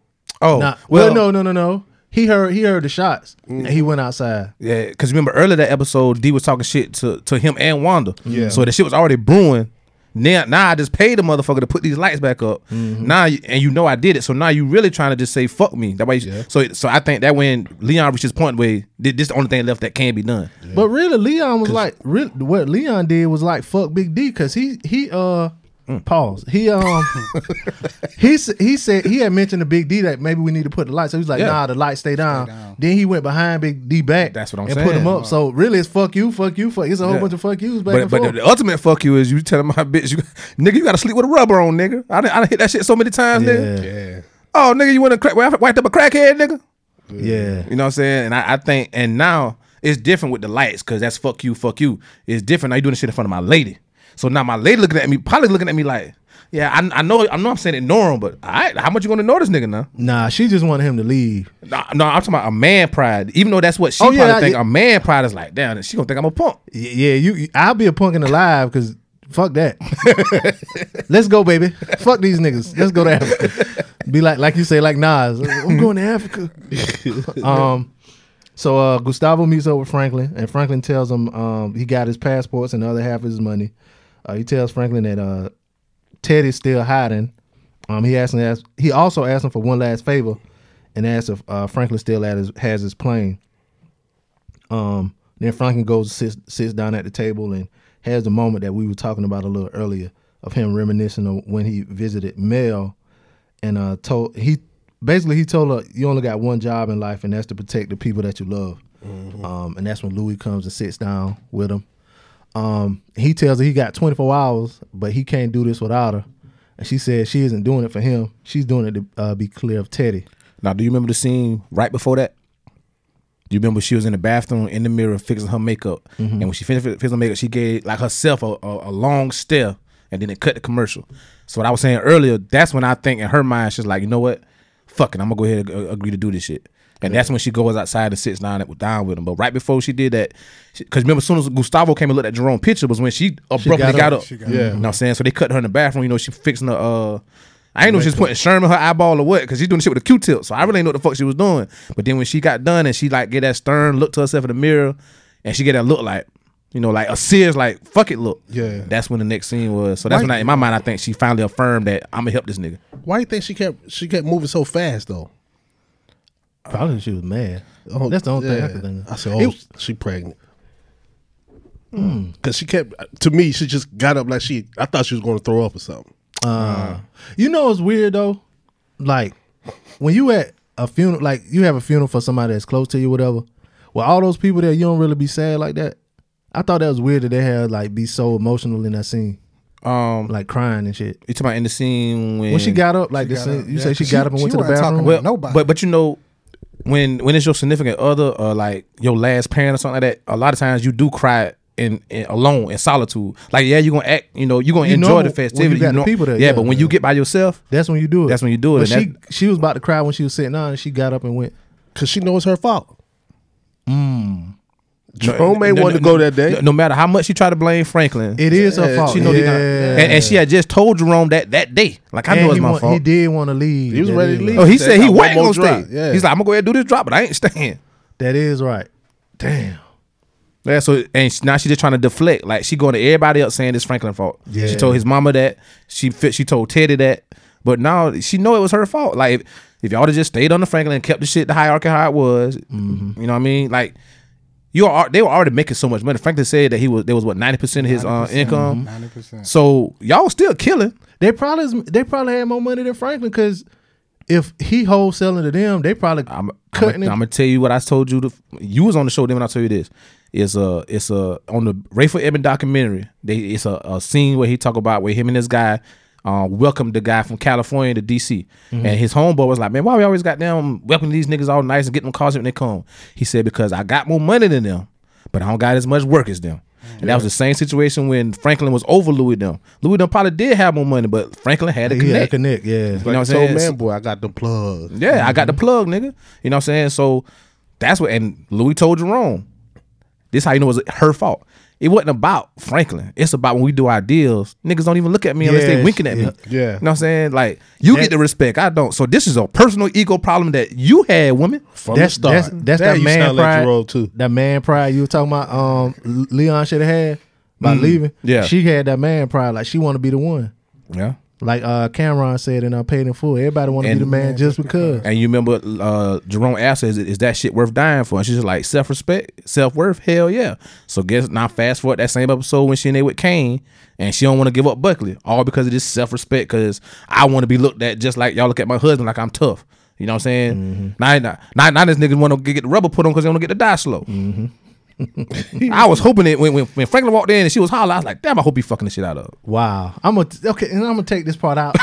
Speaker 13: Oh,
Speaker 12: Nah,
Speaker 13: well,
Speaker 12: well, no, no, no, no. He heard. He heard the shots. And
Speaker 14: Mm-hmm.
Speaker 12: he went outside.
Speaker 13: Yeah, because remember earlier that episode, D was talking shit to, to him and Wanda.
Speaker 12: Yeah.
Speaker 13: So the shit was already brewing. Now, now I just paid the motherfucker to put these lights back up. Now you- and you know I did it. So now you really trying to just say fuck me. That way. you- So so I think that when Leon reached his point where th- this the only thing left that can be done.
Speaker 12: But really, Leon was like, real what Leon did was like fuck Big D because he he uh
Speaker 13: Mm.
Speaker 12: pause he
Speaker 13: [LAUGHS]
Speaker 12: um he s- he said he had mentioned to Big D that maybe we need to put the light. So he was like,
Speaker 13: Yeah.
Speaker 12: nah, the light stay down. Then he went behind Big D back. That's
Speaker 13: what I'm
Speaker 12: and put
Speaker 13: saying.
Speaker 12: him up. So really, it's fuck you, fuck you, fuck. It's a whole
Speaker 13: Yeah.
Speaker 12: bunch of fuck yous back
Speaker 13: But
Speaker 12: and
Speaker 13: but the,
Speaker 12: forth.
Speaker 13: the ultimate fuck you is you telling my [LAUGHS] bitch you nigga you gotta sleep with a rubber on nigga. I done, I done hit that shit so many times nigga.
Speaker 14: Yeah.
Speaker 13: Oh nigga you wanna crack wiped up a crackhead nigga.
Speaker 12: yeah.
Speaker 13: You know what I'm saying? And I, I think, and now it's different with the lights because that's fuck you, fuck you. It's different. Now you doing this shit in front of my lady. So now my lady looking at me, probably looking at me like, yeah, I, I know, I know, I'm saying ignore him, but all right, how much you gonna ignore this nigga now?
Speaker 12: Nah, she just wanted him to leave.
Speaker 13: No, no, I'm talking about a man pride. Even though that's what she
Speaker 12: Oh,
Speaker 13: probably
Speaker 12: yeah, I-
Speaker 13: think a man pride is like. Damn, she gonna think I'm a punk.
Speaker 12: Y- Yeah, you. you- I'll be a punkin alive because fuck that. [LAUGHS] Let's go, baby. Fuck these niggas. Let's go to Africa. Be like, like you say, like Nas. I'm going to Africa. um, so uh, Gustavo meets up with Franklin, and Franklin tells him um, he got his passports and the other half of his money. Uh, he tells Franklin that uh, Teddy's still hiding. Um, he asked him, asked, he also asked him for one last favor, and asked if uh, Franklin still had his, has his plane. Um, then Franklin goes sits sits down at the table and has the moment that we were talking about a little earlier of him reminiscing of when he visited Mel and uh told he basically he told her you only got one job in life and that's to protect the people that you love. Um, and that's when Louis comes and sits down with him. Um, he tells her he got 24 hours, but he can't do this without her. And she said she isn't doing it for him. She's doing it to uh, be clear of Teddy.
Speaker 13: Now, do you remember the scene right before that? Do you remember she was in the bathroom in the mirror fixing her makeup,
Speaker 12: Mhm.
Speaker 13: and when she finished fixing her makeup, she gave like herself a, a, a long stare, and then it cut the commercial. So what I was saying earlier, that's when I think in her mind she's like, you know what, fuck it, I'm gonna go ahead and uh, agree to do this shit. And that's when she goes outside and sits down at- down with him. But right before she did that, because remember, as soon as Gustavo came and looked at Jerome's picture, was when she abruptly
Speaker 12: got
Speaker 13: got,
Speaker 12: up.
Speaker 13: up.
Speaker 12: She got
Speaker 13: yeah,
Speaker 12: up.
Speaker 13: you know what I'm saying. So they cut her in the bathroom. You know, she fixing her. Uh, I ain't know if she was
Speaker 12: Makeup.
Speaker 13: putting Sherm in her eyeball or what, because she's doing shit with a Q-tip. So I really ain't know what the fuck she was doing. But then when she got done and she like get that stern look to herself in the mirror, and she get that look like, you know, like a serious like fuck it look.
Speaker 14: Yeah.
Speaker 13: That's when the next scene was. So that's
Speaker 14: Right.
Speaker 13: when I, in my mind I think she finally affirmed that I'm gonna help this nigga.
Speaker 14: Why do you think she kept she kept moving so fast though?
Speaker 12: Probably she was mad.
Speaker 14: Oh,
Speaker 12: That's the only thing I
Speaker 14: yeah.
Speaker 12: could think of.
Speaker 14: I said, oh,
Speaker 12: It-
Speaker 14: she pregnant.
Speaker 12: Mm.
Speaker 14: Cause she kept to me, she just got up like she. I thought she was going to throw up or something.
Speaker 12: Uh, you know it's weird though. Like when you at a funeral, like you have a funeral for somebody that's close to you, whatever. Well, all those people there, you don't really be sad like that. I thought that was weird that they had like be so emotional in that scene,
Speaker 13: um,
Speaker 12: like crying and shit.
Speaker 13: You talking about in the scene when
Speaker 12: When she got up, like the scene, you say she got up and went to the bathroom.
Speaker 13: Well, But but you know, when when it's your significant other or like your last parent or something like that, a lot of times you do cry in, in alone in solitude. Like yeah, you gonna act, you know, you gonna
Speaker 12: You know
Speaker 13: enjoy
Speaker 12: when
Speaker 13: the
Speaker 12: you
Speaker 13: festivity.
Speaker 12: got the
Speaker 13: know-
Speaker 12: people there,
Speaker 13: yeah,
Speaker 12: yeah,
Speaker 13: but when you get by yourself,
Speaker 12: that's when you do it.
Speaker 13: That's when you do it.
Speaker 12: But
Speaker 13: and
Speaker 12: she she was about to cry when she was sitting down, and she got up and went
Speaker 14: because she knows her fault.
Speaker 13: Mm.
Speaker 14: Jerome ain't wanted to go that day.
Speaker 13: No, no matter how much you try to blame Franklin,
Speaker 12: It is her fault.
Speaker 13: She know he not-
Speaker 12: Yeah.
Speaker 13: and, and she had just told Jerome that that day. Like I
Speaker 12: And
Speaker 13: know it's
Speaker 12: he
Speaker 13: my
Speaker 12: want-
Speaker 13: fault.
Speaker 12: He did want to leave.
Speaker 13: He was
Speaker 12: That
Speaker 13: ready
Speaker 12: is
Speaker 13: to leave.
Speaker 12: right.
Speaker 13: Oh, he Said, said he "I got wasn't one gonna more drop." stay. Yeah. He's like, "I'm gonna go ahead and do this drop, but I ain't staying."
Speaker 12: That is right. Damn.
Speaker 13: Yeah, so and she- now she just trying to deflect. Like she going to everybody else saying it's Franklin's fault.
Speaker 12: Yeah.
Speaker 13: She told his mama that. She fit, she told Teddy that. But now she know it was her fault. Like if, if y'all have just stayed under Franklin and kept the shit the hierarchy how it was,
Speaker 12: Mm-hmm.
Speaker 13: you know what I mean? Like you are they were already making so much money. Franklin said that he was there was what ninety percent of his uh,
Speaker 12: 90%,
Speaker 13: income.
Speaker 12: 90%.
Speaker 13: So y'all still killing.
Speaker 12: Mm-hmm. They probably is- they probably had more money than Franklin because if he wholesaling to them, they probably
Speaker 13: I'm
Speaker 12: cutting it.
Speaker 13: gonna tell you what I told you. To, you was on the show then when I told you this. It's a it's a on the Rayford Eben documentary. They it's a, a scene where he talk about where him and this guy uh, welcomed the guy from California to DC,
Speaker 12: Mhm.
Speaker 13: and his homeboy was like, "Man, why we always got them welcoming these niggas all nice and getting them cars when they come?" He said, "Because I got more money than them, but I don't got as much work as them." And that was the same situation when Franklin was over Louis them. Louis them probably did have more money, but Franklin had to
Speaker 12: Yeah, he had
Speaker 13: connect.
Speaker 12: to connect, yeah.
Speaker 13: you know
Speaker 12: Like
Speaker 13: what I'm
Speaker 12: the told
Speaker 13: saying?
Speaker 12: man,
Speaker 14: boy, I got the plug.
Speaker 13: Yeah, I got the
Speaker 12: Mm-hmm.
Speaker 13: plug, nigga. You know what I'm saying? So that's what and Louis told Jerome. This how you know it was her fault. It wasn't about Franklin. It's about when we do our deals, niggas don't even look at me unless they
Speaker 12: Yes,
Speaker 13: winking at me.
Speaker 12: yeah.
Speaker 14: Yeah.
Speaker 13: You know what I'm saying? Like you get the respect, I don't. So this is a personal ego problem that you had, woman.
Speaker 12: that's, that's that's that man pride.
Speaker 14: too.
Speaker 12: That man pride you were talking about. Um, L- Leon should have had by
Speaker 13: Mhm.
Speaker 12: leaving.
Speaker 13: Yeah.
Speaker 12: she had that man pride. Like she want to be the one.
Speaker 13: Yeah.
Speaker 12: Like uh, Cameron said, and I paid in full. Everybody want to be
Speaker 13: And-
Speaker 12: the man just because.
Speaker 13: And you remember uh, Jerome asked her, is, is that shit worth dying for? And she's just like, self respect, self worth, hell yeah. So guess now fast forward that same episode when she in there with Kane and she don't want to give up Buckley. All because of this self respect, because I want to be looked at just like y'all look at my husband like I'm tough. You know what I'm saying?
Speaker 12: Mm-hmm.
Speaker 13: Now, now, now, now this niggas want to get the rubber put on because they want to get the die slow.
Speaker 12: Mm-hmm.
Speaker 13: [LAUGHS] I was hoping it when, when when Franklin walked in and she was hollering, I was like, damn, I hope he fucking the shit out of. her.
Speaker 12: Wow, I'm gonna okay, and I'm gonna take this part
Speaker 13: [LAUGHS]
Speaker 12: out.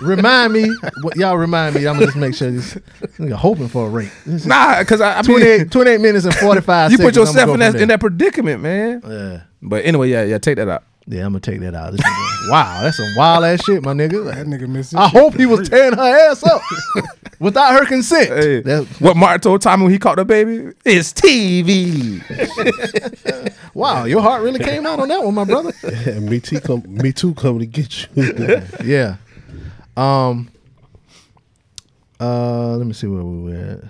Speaker 12: remind me, what y'all remind me. I'm gonna just make sure this nigga hoping for a rate. This [LAUGHS] is-
Speaker 13: Nah, because I, I mean-
Speaker 12: 28, 28 minutes and 45
Speaker 13: You put
Speaker 12: seconds, I'ma
Speaker 13: yourself
Speaker 12: go
Speaker 13: in
Speaker 12: from
Speaker 13: that
Speaker 12: there.
Speaker 13: in that predicament, man.
Speaker 12: Yeah.
Speaker 13: But anyway, yeah, yeah, take that out.
Speaker 12: Yeah, I'm gonna take that out. This nigga- wow, that's some wild ass shit, my nigga.
Speaker 13: [LAUGHS]
Speaker 12: That
Speaker 15: nigga missed.
Speaker 13: Ah,
Speaker 12: I hope he was tearing her ass up without her consent.
Speaker 13: what Martin told Tommy when he caught the baby is TV.
Speaker 12: wow, your heart really came out on that
Speaker 14: [LAUGHS]
Speaker 12: one, my brother.
Speaker 14: Yeah, me too. Come, me too. Coming to get you.
Speaker 12: [LAUGHS] yeah. Um. Uh, let me see where we were at.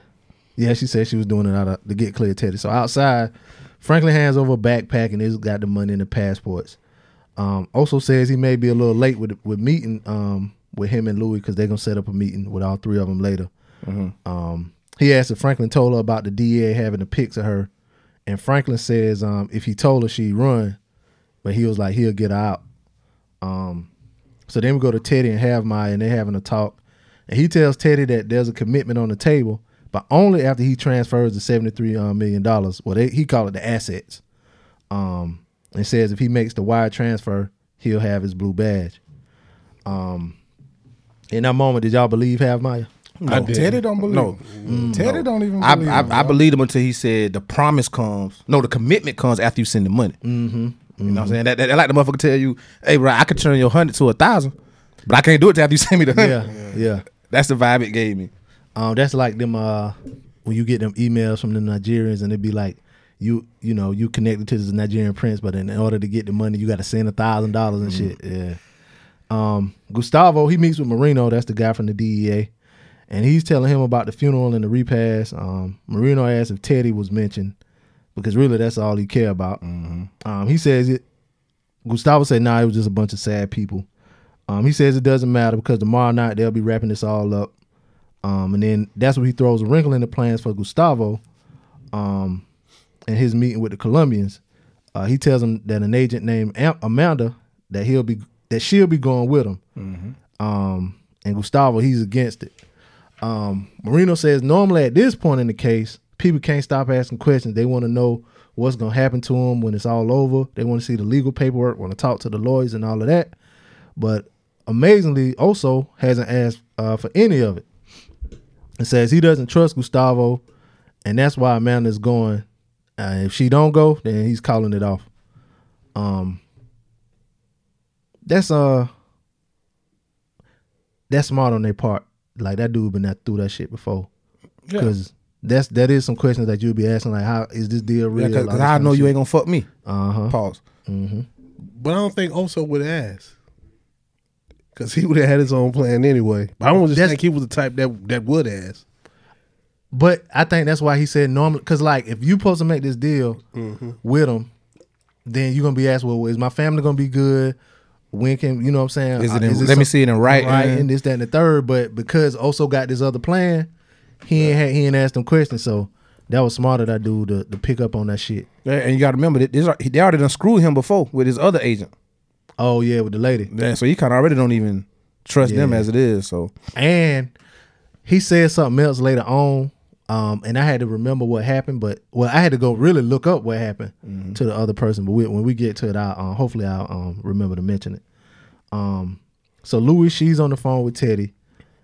Speaker 12: Yeah, she said she was doing it out of, to get clear Teddy. So outside, Franklin hands over a backpack and he's got the money and the passports. Um, also says he may be a little late with with meeting um with him and Louis because they're gonna set up a meeting with all three of them later. Um, he asked if Franklin told her about the DA having the pics of her, and Franklin says um if he told her she'd run, but he was like he'll get out. Um, so then we go to Teddy and have my and they're having a talk, and he tells Teddy that there's a commitment on the table, but only after he transfers the seventy three million dollars. Well, they, he called it the assets. Um, and says if he makes the wire transfer, he'll have his blue badge. Um, in that moment, did y'all believe Have Maya?
Speaker 15: No, Teddy don't believe.
Speaker 12: No.
Speaker 15: him. Teddy don't even
Speaker 13: Mm. I,
Speaker 15: believe.
Speaker 13: I,
Speaker 15: him,
Speaker 13: I
Speaker 15: dog.
Speaker 13: believed him until he said the promise comes. No, the commitment comes after you send the money.
Speaker 12: Mm-hmm.
Speaker 13: You know what I'm saying? That, that, that like the motherfucker tell you, hey, bro, I could turn your hundred to a thousand, but I can't do it till after you send me the
Speaker 12: Yeah,
Speaker 13: hundred.
Speaker 12: yeah.
Speaker 13: [LAUGHS] That's the vibe it gave me.
Speaker 12: Um, that's like them uh, when you get them emails from the Nigerians and it be like, you you know you connected to this Nigerian prince, but in order to get the money, you got to send a thousand dollars and shit. Yeah. Um, Gustavo he meets with Marino. That's the guy from the DEA, and he's telling him about the funeral and the repast. Um, Marino asks if Teddy was mentioned because really that's all he care about. Um, he says it. Gustavo said, "Nah, it was just a bunch of sad people." Um, he says it doesn't matter because tomorrow night they'll be wrapping this all up. Um, and then that's when he throws a wrinkle in the plans for Gustavo um, and his meeting with the Colombians. Uh, he tells him that an agent named Am- Amanda that he'll be that she'll be going with him. Um, and Gustavo he's against it. Um, Marino says normally at this point in the case, people can't stop asking questions. They want to know what's going to happen to them when it's all over. They want to see the legal paperwork, want to talk to the lawyers and all of that. But amazingly, also hasn't asked uh, for any of it. It says he doesn't trust Gustavo, and that's why Amanda's going. Uh, if she don't go, then he's calling it off. Um, that's uh, that's smart on their part. Like that dude been that through that shit before,
Speaker 13: Yeah.
Speaker 12: because that's that is some questions that you'll be asking, like, how is this deal real?
Speaker 13: because I know you ain't gonna fuck me.
Speaker 12: Uh
Speaker 15: Uh-huh.
Speaker 12: huh.
Speaker 13: Pause.
Speaker 12: Mm-hmm.
Speaker 14: But I don't think Oso would ask. Because he would have had his own plan anyway. But I don't just think he was the type that, that would ask.
Speaker 12: But I think that's why he said normally, because like if you supposed to make this deal with him, then you're gonna be asked, well, is my family gonna be good? When can you know what I'm saying?
Speaker 13: Is it
Speaker 12: Uh,
Speaker 13: in- let me see it in writing.
Speaker 12: right, and this, that, and the third. But because also got this other plan, he ain't had, he ain't asked them questions, so that was smart of that dude to, to pick up on that shit.
Speaker 13: Yeah, And you got to remember that this, they already done screwed him before with his other agent.
Speaker 12: Oh yeah, with the lady.
Speaker 13: Yeah, so he kind of already don't even trust them
Speaker 12: Yeah.
Speaker 13: as it is. So
Speaker 12: And he said something else later on, um, and I had to remember what happened. But well, I had to go really look up what happened to the other person. But we, when we get to it, I uh, hopefully I'll um, remember to mention it. Um, so Louis, she's on the phone with Teddy,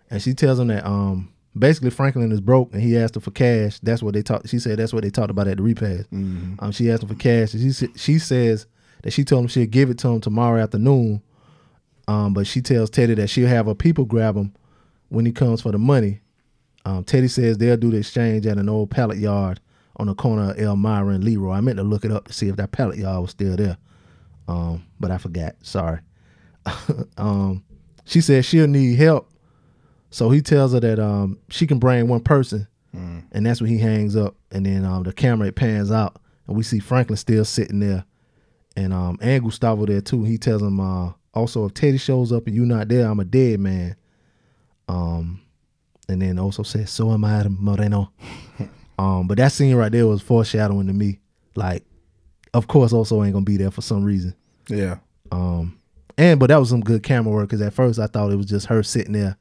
Speaker 12: and she tells him that um, basically Franklin is broke, and he asked her for cash. That's what they talked. She said that's what they talked about at the repast. Um, she asked him for cash. And she sa- she says that she told him she'll give it to him tomorrow afternoon. Um, but she tells Teddy that she'll have her people grab him when he comes for the money. Um, Teddy says they'll do the exchange at an old pallet yard on the corner of Elmira and Leroy. I meant to look it up to see if that pallet yard was still there, um, but I forgot. Sorry. [LAUGHS] um, she says she'll need help, so he tells her that um, she can bring one person, and that's when he hangs up. And then um, the camera it pans out, and we see Franklin still sitting there, and um, and Gustavo there too. He tells him uh, also if Teddy shows up and you not there, I'm a dead man. Um, and then also said, "So am I, Moreno."
Speaker 13: [LAUGHS]
Speaker 12: um, but that scene right there was foreshadowing to me. Like, of course, also ain't gonna be there for some reason.
Speaker 13: Yeah.
Speaker 12: Um, and but that was some good camera work because at first I thought it was just her sitting there,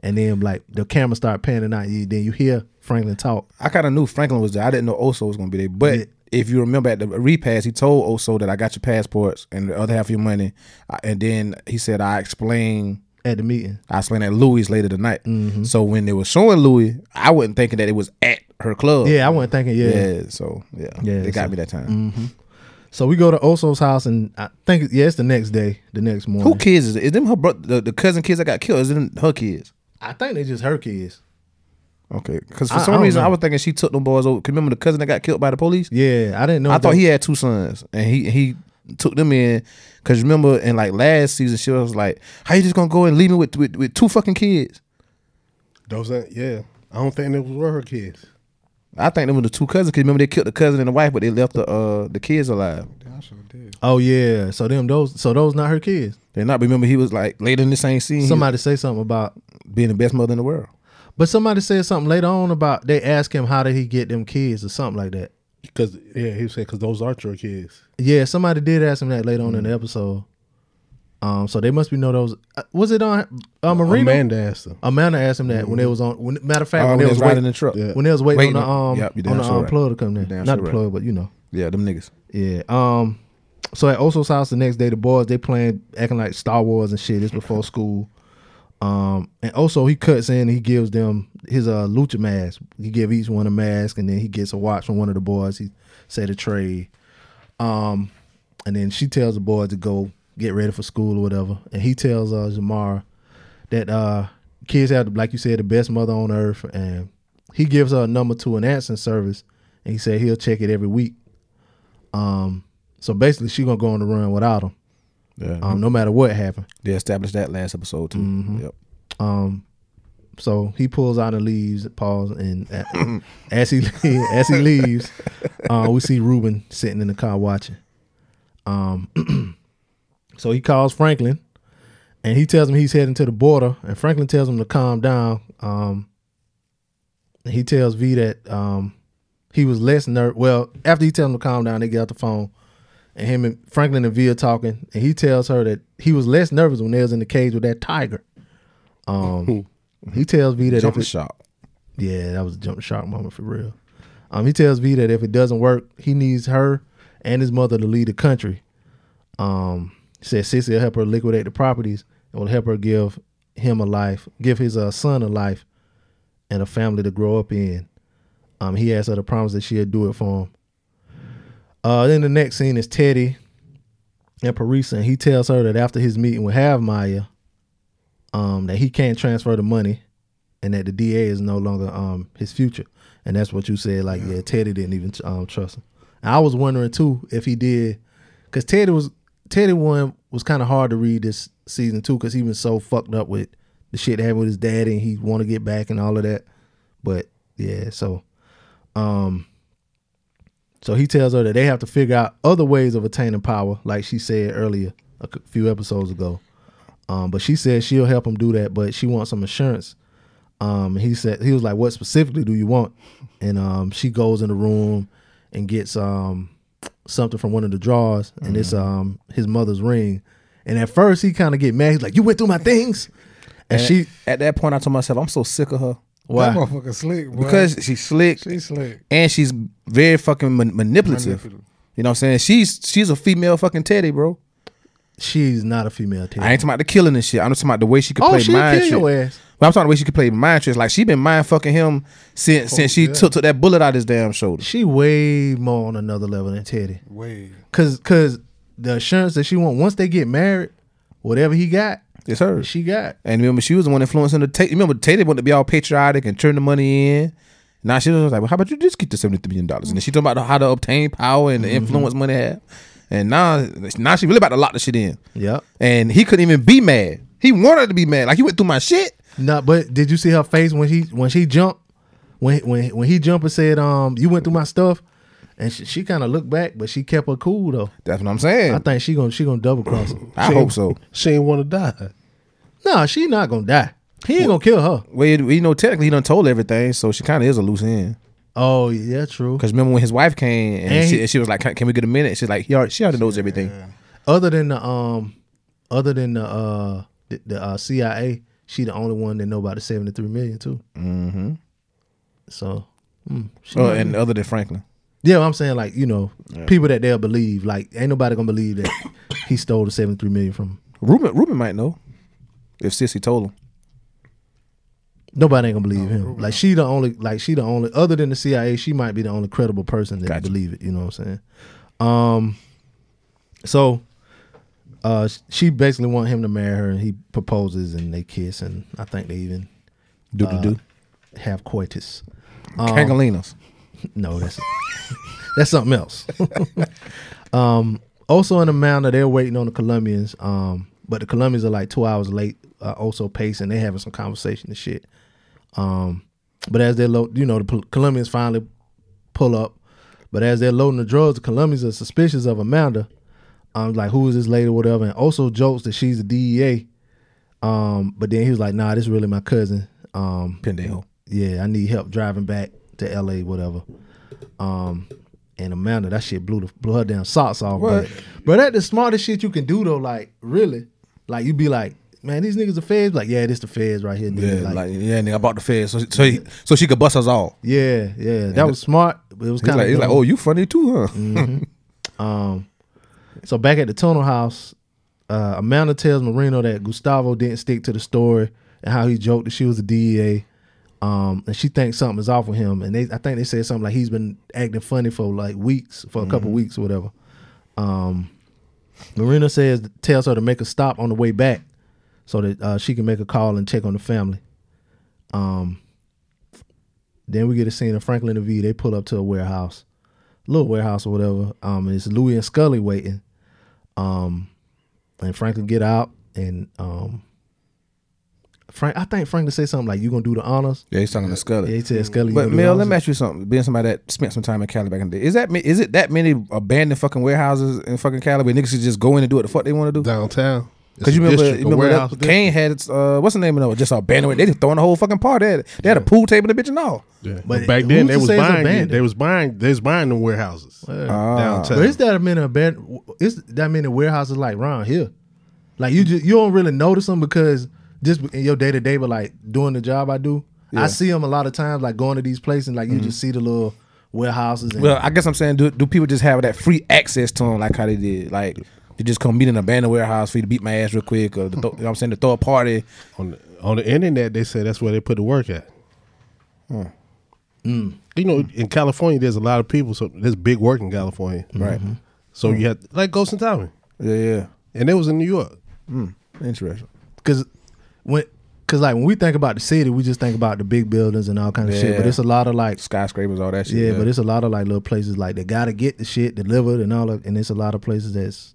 Speaker 12: and then like the camera started panning out. You then you hear Franklin talk.
Speaker 13: I kind of knew Franklin was there. I didn't know Oso was going to be there. But if you remember at the repass, he told Oso that I got your passports and the other half of your money. I- And then he said, I explained.
Speaker 12: At the meeting.
Speaker 13: I explained at Louis later tonight. So when they were showing Louis, I wasn't thinking that it was at her club.
Speaker 12: Yeah, I wasn't thinking. Yeah,
Speaker 13: so, mm-hmm. yeah.
Speaker 12: Yeah,
Speaker 13: It got
Speaker 12: so-
Speaker 13: me that time.
Speaker 12: Mhm. So we go to Oso's house, and I think yeah, it's the next day, the next morning.
Speaker 13: Who kids is it? Is them her bro- the, the cousin kids that got killed? Is it her kids?
Speaker 12: I think they just her kids.
Speaker 13: Okay, because for
Speaker 12: I- I
Speaker 13: some
Speaker 12: don't
Speaker 13: reason
Speaker 12: know.
Speaker 13: I was thinking she took them boys over. 'Cause Remember the cousin that got killed by the police?
Speaker 12: Yeah, I didn't know
Speaker 13: I thought
Speaker 12: that-
Speaker 13: he had two sons, and he he took them in. Cause remember in like last season she was like, "How you just gonna go and leave me with with, with two fucking kids?"
Speaker 14: Those ain't, yeah. I don't think those were her kids.
Speaker 13: I think them were the two cousins. Cause remember they killed the cousin and the wife, but they left the uh the kids alive.
Speaker 12: Oh yeah, so them those so those not her kids.
Speaker 13: They not. but Remember he was like later in the same scene. he
Speaker 12: Somebody say something about
Speaker 13: being the best mother in the world.
Speaker 12: But somebody said something later on about they asked him how did he get them kids or something like that.
Speaker 14: Because yeah, he said because those aren't your kids.
Speaker 12: Yeah, somebody did ask him that later on in
Speaker 13: Mm-hmm.
Speaker 12: the episode. Um, so they must be know those. uh, Was it on uh, Marina?
Speaker 14: Amanda asked him.
Speaker 12: Amanda asked him that when they was on. When, matter of fact,
Speaker 13: Oh,
Speaker 12: when,
Speaker 13: when
Speaker 12: they
Speaker 13: they
Speaker 12: was
Speaker 13: was riding
Speaker 12: waiting-
Speaker 13: the truck. Yeah.
Speaker 12: When they was waiting,
Speaker 13: Waiting
Speaker 12: on the
Speaker 13: on-
Speaker 12: um
Speaker 13: Yep, you damn
Speaker 12: on the
Speaker 13: sure
Speaker 12: um,
Speaker 13: right.
Speaker 12: plug to come there.
Speaker 13: Damn
Speaker 12: Not
Speaker 13: sure
Speaker 12: the
Speaker 13: right.
Speaker 12: plug, but you know.
Speaker 13: Yeah, them niggas.
Speaker 12: Yeah. Um. So at Oso's house the next day, the boys they playing acting like Star Wars and shit. It's before school. Um. And also he cuts in. and He gives them his uh lucha mask. He give each one a mask, and then he gets a watch from one of the boys. He say to trade. Um. And then she tells the boys to go get ready for school or whatever. And he tells uh Jamar that uh kids have like you said the best mother on earth, and he gives her a number to an answering service, and he said he'll check it every week. Um, so basically, she gonna go on the run without him.
Speaker 13: Yeah.
Speaker 12: Um, no matter what happened.
Speaker 13: They established that last episode too.
Speaker 14: Mm-hmm.
Speaker 13: Yep.
Speaker 12: Um, so he pulls out and leaves. Pause and a- as he as he leaves, uh, we see Ruben sitting in the car watching. Um, [CLEARS THROAT] so he calls Franklin, and he tells him he's heading to the border, and Franklin tells him to calm down. Um, and he tells V that um, he was less nerve. Well, after he tells him to calm down, they get out the phone, and him and Franklin and V are talking, and he tells her that he was less nervous when they was in the cage with that tiger. Um, he tells V that
Speaker 13: Jumping
Speaker 12: if it, Yeah, that was a jump shock moment for real. Um, he tells V that if it doesn't work, he needs her and his mother to lead the country. Um, he said Sissy will help her liquidate the properties and will help her give him a life, give his uh, son a life and a family to grow up in. Um, he asked her to promise that she'll do it for him. Uh, then the next scene is Teddy and Parisa, and he tells her that after his meeting with Have Maya, um, that he can't transfer the money and that the DA is no longer um his future. And that's what you said, like, yeah, Teddy didn't even um, trust him. And I was wondering too if he did, because Teddy was Teddy one was kind of hard to read this season too, because he was so fucked up with the shit that happened with his dad, and he want to get back and all of that. But yeah, so um, so he tells her that they have to figure out other ways of attaining power, like she said earlier a c- few episodes ago. Um, but she said she'll help him do that, but she wants some insurance. Um, he said he was like, "What specifically do you want?" And um, she goes in the room and gets um something from one of the drawers, and
Speaker 13: Mm.
Speaker 12: it's um his mother's ring. And at first, he kind of get mad. He's like, "You went through my things," and,
Speaker 13: And
Speaker 12: she
Speaker 13: At that point, I told myself, I'm so sick of her.
Speaker 12: Why?
Speaker 15: That motherfucker slick, boy.
Speaker 13: Because she's slick.
Speaker 15: She's slick.
Speaker 13: And she's very fucking man- manipulative.
Speaker 15: Manipulative.
Speaker 13: You know what I'm saying? She's she's a female fucking teddy, bro.
Speaker 12: She's not a female teddy.
Speaker 13: I ain't talking about the killing and shit. I'm just talking about the way she could
Speaker 12: Oh,
Speaker 13: play
Speaker 12: she'll
Speaker 13: mind
Speaker 12: kill
Speaker 13: trick.
Speaker 12: your ass.
Speaker 13: But I'm talking about the way she could play mind tricks. Like she been mind fucking him since
Speaker 12: Oh,
Speaker 13: since she
Speaker 12: yeah.
Speaker 13: took, took that bullet out of his damn shoulder.
Speaker 12: She way more on another level than Teddy.
Speaker 15: Way.
Speaker 12: Cause cause the assurance that she want once they get married, whatever he got,
Speaker 13: it's her.
Speaker 12: She got.
Speaker 13: And remember, she was the one influencing the Tate. Remember, Tate wanted to be all patriotic and turn the money in. Now she was like, well, how about you just keep the $73 million? And then she talking about how to obtain power
Speaker 12: Mm-hmm.
Speaker 13: and the influence money had. And now, now she really about to lock the shit in.
Speaker 12: Yep.
Speaker 13: And he couldn't even be mad. He wanted to be mad. Like, he went through my shit.
Speaker 12: No, but did you see her face when she when she jumped? When when when he jumped and said, "Um, you went through my stuff," and she, she kind of looked back, but she kept her cool though.
Speaker 13: That's what I'm saying.
Speaker 12: I think she gonna she gonna double cross him.
Speaker 13: I hope so.
Speaker 14: She ain't want to die.
Speaker 12: Nah, she not gonna die. He ain't gonna kill her.
Speaker 13: Well, you you know, technically, he done told everything, so she kind of is a loose end.
Speaker 12: Oh yeah, true.
Speaker 13: Because remember when his wife came and,
Speaker 12: And
Speaker 13: she,
Speaker 12: he-
Speaker 13: and she was like, can can we get a minute? She's like, he already, she already knows everything.
Speaker 12: Other than the um, other than the uh the, the uh, CIA, she the only one that know about the seventy three million too.
Speaker 13: Mm-hmm.
Speaker 12: So, mm, she
Speaker 13: Oh,
Speaker 12: might
Speaker 13: and
Speaker 12: be.
Speaker 13: other than Franklin.
Speaker 12: Yeah, I'm saying like you know
Speaker 13: Yeah.
Speaker 12: people that they'll believe. Like ain't nobody gonna believe that [COUGHS] he stole the seventy three million from. 'em.
Speaker 13: Ruben, Ruben might know if Sissy told him.
Speaker 12: Nobody ain't gonna believe him. Like she the only like she the only other than the CIA, she might be the only credible person that believe it. You know what I'm saying? Um, so uh, she basically want him to marry her, and he proposes, and they kiss, and I think they even
Speaker 13: Do, do,
Speaker 12: uh,
Speaker 13: do.
Speaker 12: have coitus. Um,
Speaker 13: Cangolinos.
Speaker 12: No, that's [LAUGHS] that's something else. [LAUGHS] um, also in the mountain, they're waiting on the Colombians. Um, but the Colombians are like two hours late. Uh, also pacing, they having some conversation and shit. Um, but as they're load, you know, the Pol- Colombians finally pull up. But as they're loading the drugs, the Colombians are suspicious of Amanda. Um, like who is this lady, or whatever, and also jokes that she's a DEA. Um, but then he was like, "Nah, this really my cousin." Um,
Speaker 13: Pendejo.
Speaker 12: Yeah, I need help driving back to LA, whatever. Um, And Amanda, that shit blew the, blew her damn socks off.
Speaker 13: What?
Speaker 12: But, but that the smartest shit you can do though. Like really, like you be like, man, these niggas are feds. Like yeah, this the feds right here. Nigga.
Speaker 13: Yeah,
Speaker 12: like,
Speaker 13: like, yeah, nigga, I bought the feds, so so, he, so she could bust us all.
Speaker 12: yeah, yeah, that
Speaker 13: And
Speaker 12: was smart. But it Mm. was
Speaker 13: he's
Speaker 12: kind of
Speaker 13: like- he's like, "Oh, you funny too, huh?"
Speaker 12: um, so back at the tunnel house, uh, Amanda tells Marino that Gustavo didn't stick to the story and how he joked that she was a DEA. Um, and she thinks something is off with him. And they, I think they said something like he's been acting funny for like weeks, for a couple weeks or whatever. Um, Marina says tells her to make a stop on the way back so that uh, she can make a call and check on the family. Um, then we get a scene of Franklin and V. They pull up to a warehouse, little warehouse or whatever. Um, and it's Louis and Scully waiting. Um, and Franklin get out and um, Frank. I think Franklin said something like, "You gonna do the honors?"
Speaker 13: Yeah, he's talking to Scully.
Speaker 12: Yeah, he said Scully. you
Speaker 13: Mm. But
Speaker 12: gonna do
Speaker 13: Mel,
Speaker 12: the
Speaker 13: let
Speaker 12: honors?
Speaker 13: me ask you something. Being somebody that spent some time in Cali back in the day, is that ma- is it that many abandoned fucking warehouses in fucking Cali where niggas could just go in and do what the fuck they want to do
Speaker 14: downtown?
Speaker 13: Because
Speaker 14: It's
Speaker 13: you
Speaker 14: a
Speaker 13: remember,
Speaker 14: district,
Speaker 13: you
Speaker 14: a
Speaker 13: remember
Speaker 14: warehouse
Speaker 13: that Kane had its, uh, what's the name of it? Just abandoned. They just throwing the whole fucking party. They had, they had a pool table and a bitch and all.
Speaker 14: But, back then they was buying it. They was buying they was buying the warehouses
Speaker 13: Ah.
Speaker 14: downtown.
Speaker 12: But it's that many bad. It's that many warehouses like around here. Like you, just, you don't really notice them because just in your day to day, but like doing the job I do,
Speaker 13: Yeah. Mm-hmm.
Speaker 12: I see them a lot of times. Like going to these places, and like you just see the little warehouses. And,
Speaker 13: Well, I guess I'm saying, do, do people just have that free access to them like how they did? Like, they just come meet in an abandoned warehouse for you to beat my ass real quick, or the th- you know what I'm saying, to throw a party.
Speaker 14: On the, on the internet, they said that's where they put the work at. You know, in California, there's a lot of people. So there's big work in California,
Speaker 13: Right. Mhm.
Speaker 14: So you had like Ghost and Tommy.
Speaker 13: Yeah, yeah.
Speaker 14: And it was in New York.
Speaker 13: Interesting.
Speaker 12: Because when, because like when we think about the city, we just think about the big buildings and all kind of shit. But
Speaker 13: Yeah.
Speaker 12: it's a lot of like
Speaker 13: skyscrapers, all that shit.
Speaker 12: Yeah,
Speaker 13: yeah.
Speaker 12: but it's a lot of like little places like they gotta get the shit delivered and all of, and it's a lot of places that's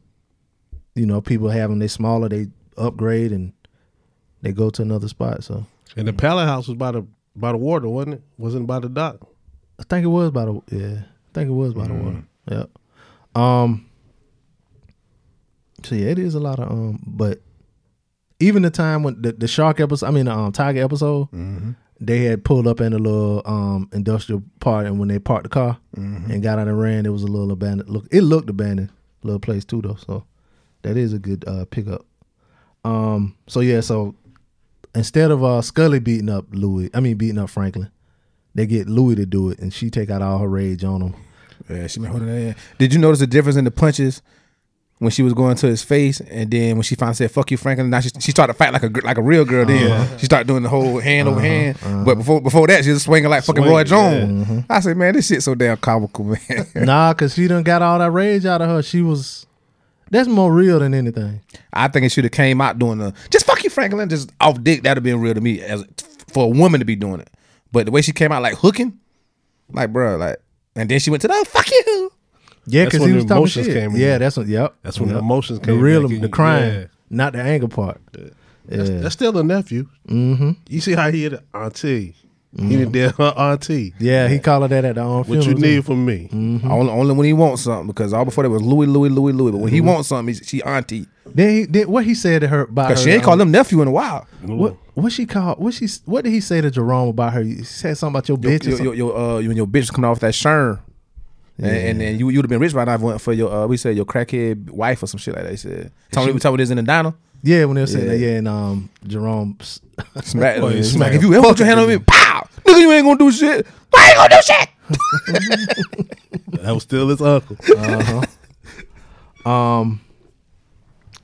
Speaker 12: you know, people have them, they smaller, they upgrade and they go to another spot. So
Speaker 14: And the pallet house was by the by the water, wasn't it? Wasn't by the dock. Mm.
Speaker 12: I think it was by the yeah. I think it was by the water. Yep. Um so yeah, it is a lot of um but even the time when the, the shark episode I mean the um tiger episode
Speaker 14: Mm-hmm.
Speaker 12: they had pulled up in a little um industrial park and when they parked the car
Speaker 13: Mm-hmm.
Speaker 12: and got out and ran it was a little abandoned look it looked abandoned little place too though so that is a good uh pickup um so yeah so instead of uh Scully beating up Louis I mean beating up Franklin they get Louis to do it and she take out all her rage on
Speaker 13: [LAUGHS]
Speaker 12: him
Speaker 13: yeah she been holding that in. Did you notice the difference in the punches when she was going to his face, and then when she finally said "fuck you, Franklin," now she, she started to fight like a gr- like a real girl. Then
Speaker 14: Uh-huh.
Speaker 13: she started doing the whole hand over
Speaker 14: Uh-huh,
Speaker 13: hand.
Speaker 14: uh-huh.
Speaker 13: But before before that, she was swinging like fucking Roy
Speaker 14: Swinging, Mm-hmm.
Speaker 13: Jones. I said, man, this shit so damn comical, [LAUGHS] man.
Speaker 12: nah cause she done got all that rage out of her she was that's more real than anything
Speaker 13: I think it should have came out doing the just "fuck you, Franklin," just off dick. That'd have been real to me as for a woman to be doing it. But the way she came out like hooking, like bruh, like, and then she went to the "Oh, "fuck you."
Speaker 12: Yeah,
Speaker 13: That's
Speaker 12: because
Speaker 13: when
Speaker 12: he
Speaker 13: the
Speaker 12: was talking
Speaker 13: emotions
Speaker 12: shit.
Speaker 13: came in.
Speaker 12: yeah, that's what. Yep.
Speaker 14: That's when the
Speaker 12: Yep.
Speaker 14: emotions
Speaker 12: The
Speaker 14: came
Speaker 12: real,
Speaker 14: back in
Speaker 12: the
Speaker 14: you.
Speaker 12: crying,
Speaker 14: Yeah.
Speaker 12: not the anger part.
Speaker 14: That's,
Speaker 12: Yeah.
Speaker 14: that's still the nephew.
Speaker 12: Mm-hmm.
Speaker 14: You see how he had an auntie. He
Speaker 13: Mm-hmm.
Speaker 14: didn't dare her auntie.
Speaker 12: Yeah, he called her that at the own
Speaker 14: What you
Speaker 12: funeral,
Speaker 14: need
Speaker 12: too.
Speaker 14: from me?
Speaker 13: Only, only when he wants something, because all before that was Louis, Louis, Louis, Louis. But when he wants something, he's, she auntie.
Speaker 12: Then, he, then what he said to her about her,
Speaker 13: Because she ain't
Speaker 12: um,
Speaker 13: called him nephew in a while.
Speaker 12: What what she called? What she? What did he say to Jerome about her? He said something about your
Speaker 13: Your,
Speaker 12: bitch. or
Speaker 13: your,
Speaker 12: something?
Speaker 13: your, your, uh, you and your bitch coming off that shern.
Speaker 12: Yeah.
Speaker 13: And, and then you you'd have been rich by now if it went for your uh, we said your crackhead wife or some shit like that. He said, "Tell me,
Speaker 12: she-
Speaker 13: we talking this in the diner."
Speaker 12: yeah, when they were saying that. Yeah, and um, Jerome s-
Speaker 13: Smack,
Speaker 12: Boy,
Speaker 13: smack,
Speaker 12: smack
Speaker 13: If
Speaker 12: a
Speaker 13: you ever put
Speaker 12: fucking
Speaker 13: your hand on me,
Speaker 12: nigga.
Speaker 13: pow! Nigga, you ain't gonna do shit. Why you gonna do shit?
Speaker 14: That was still his
Speaker 13: [LAUGHS]
Speaker 14: uncle.
Speaker 12: Uh-huh. um.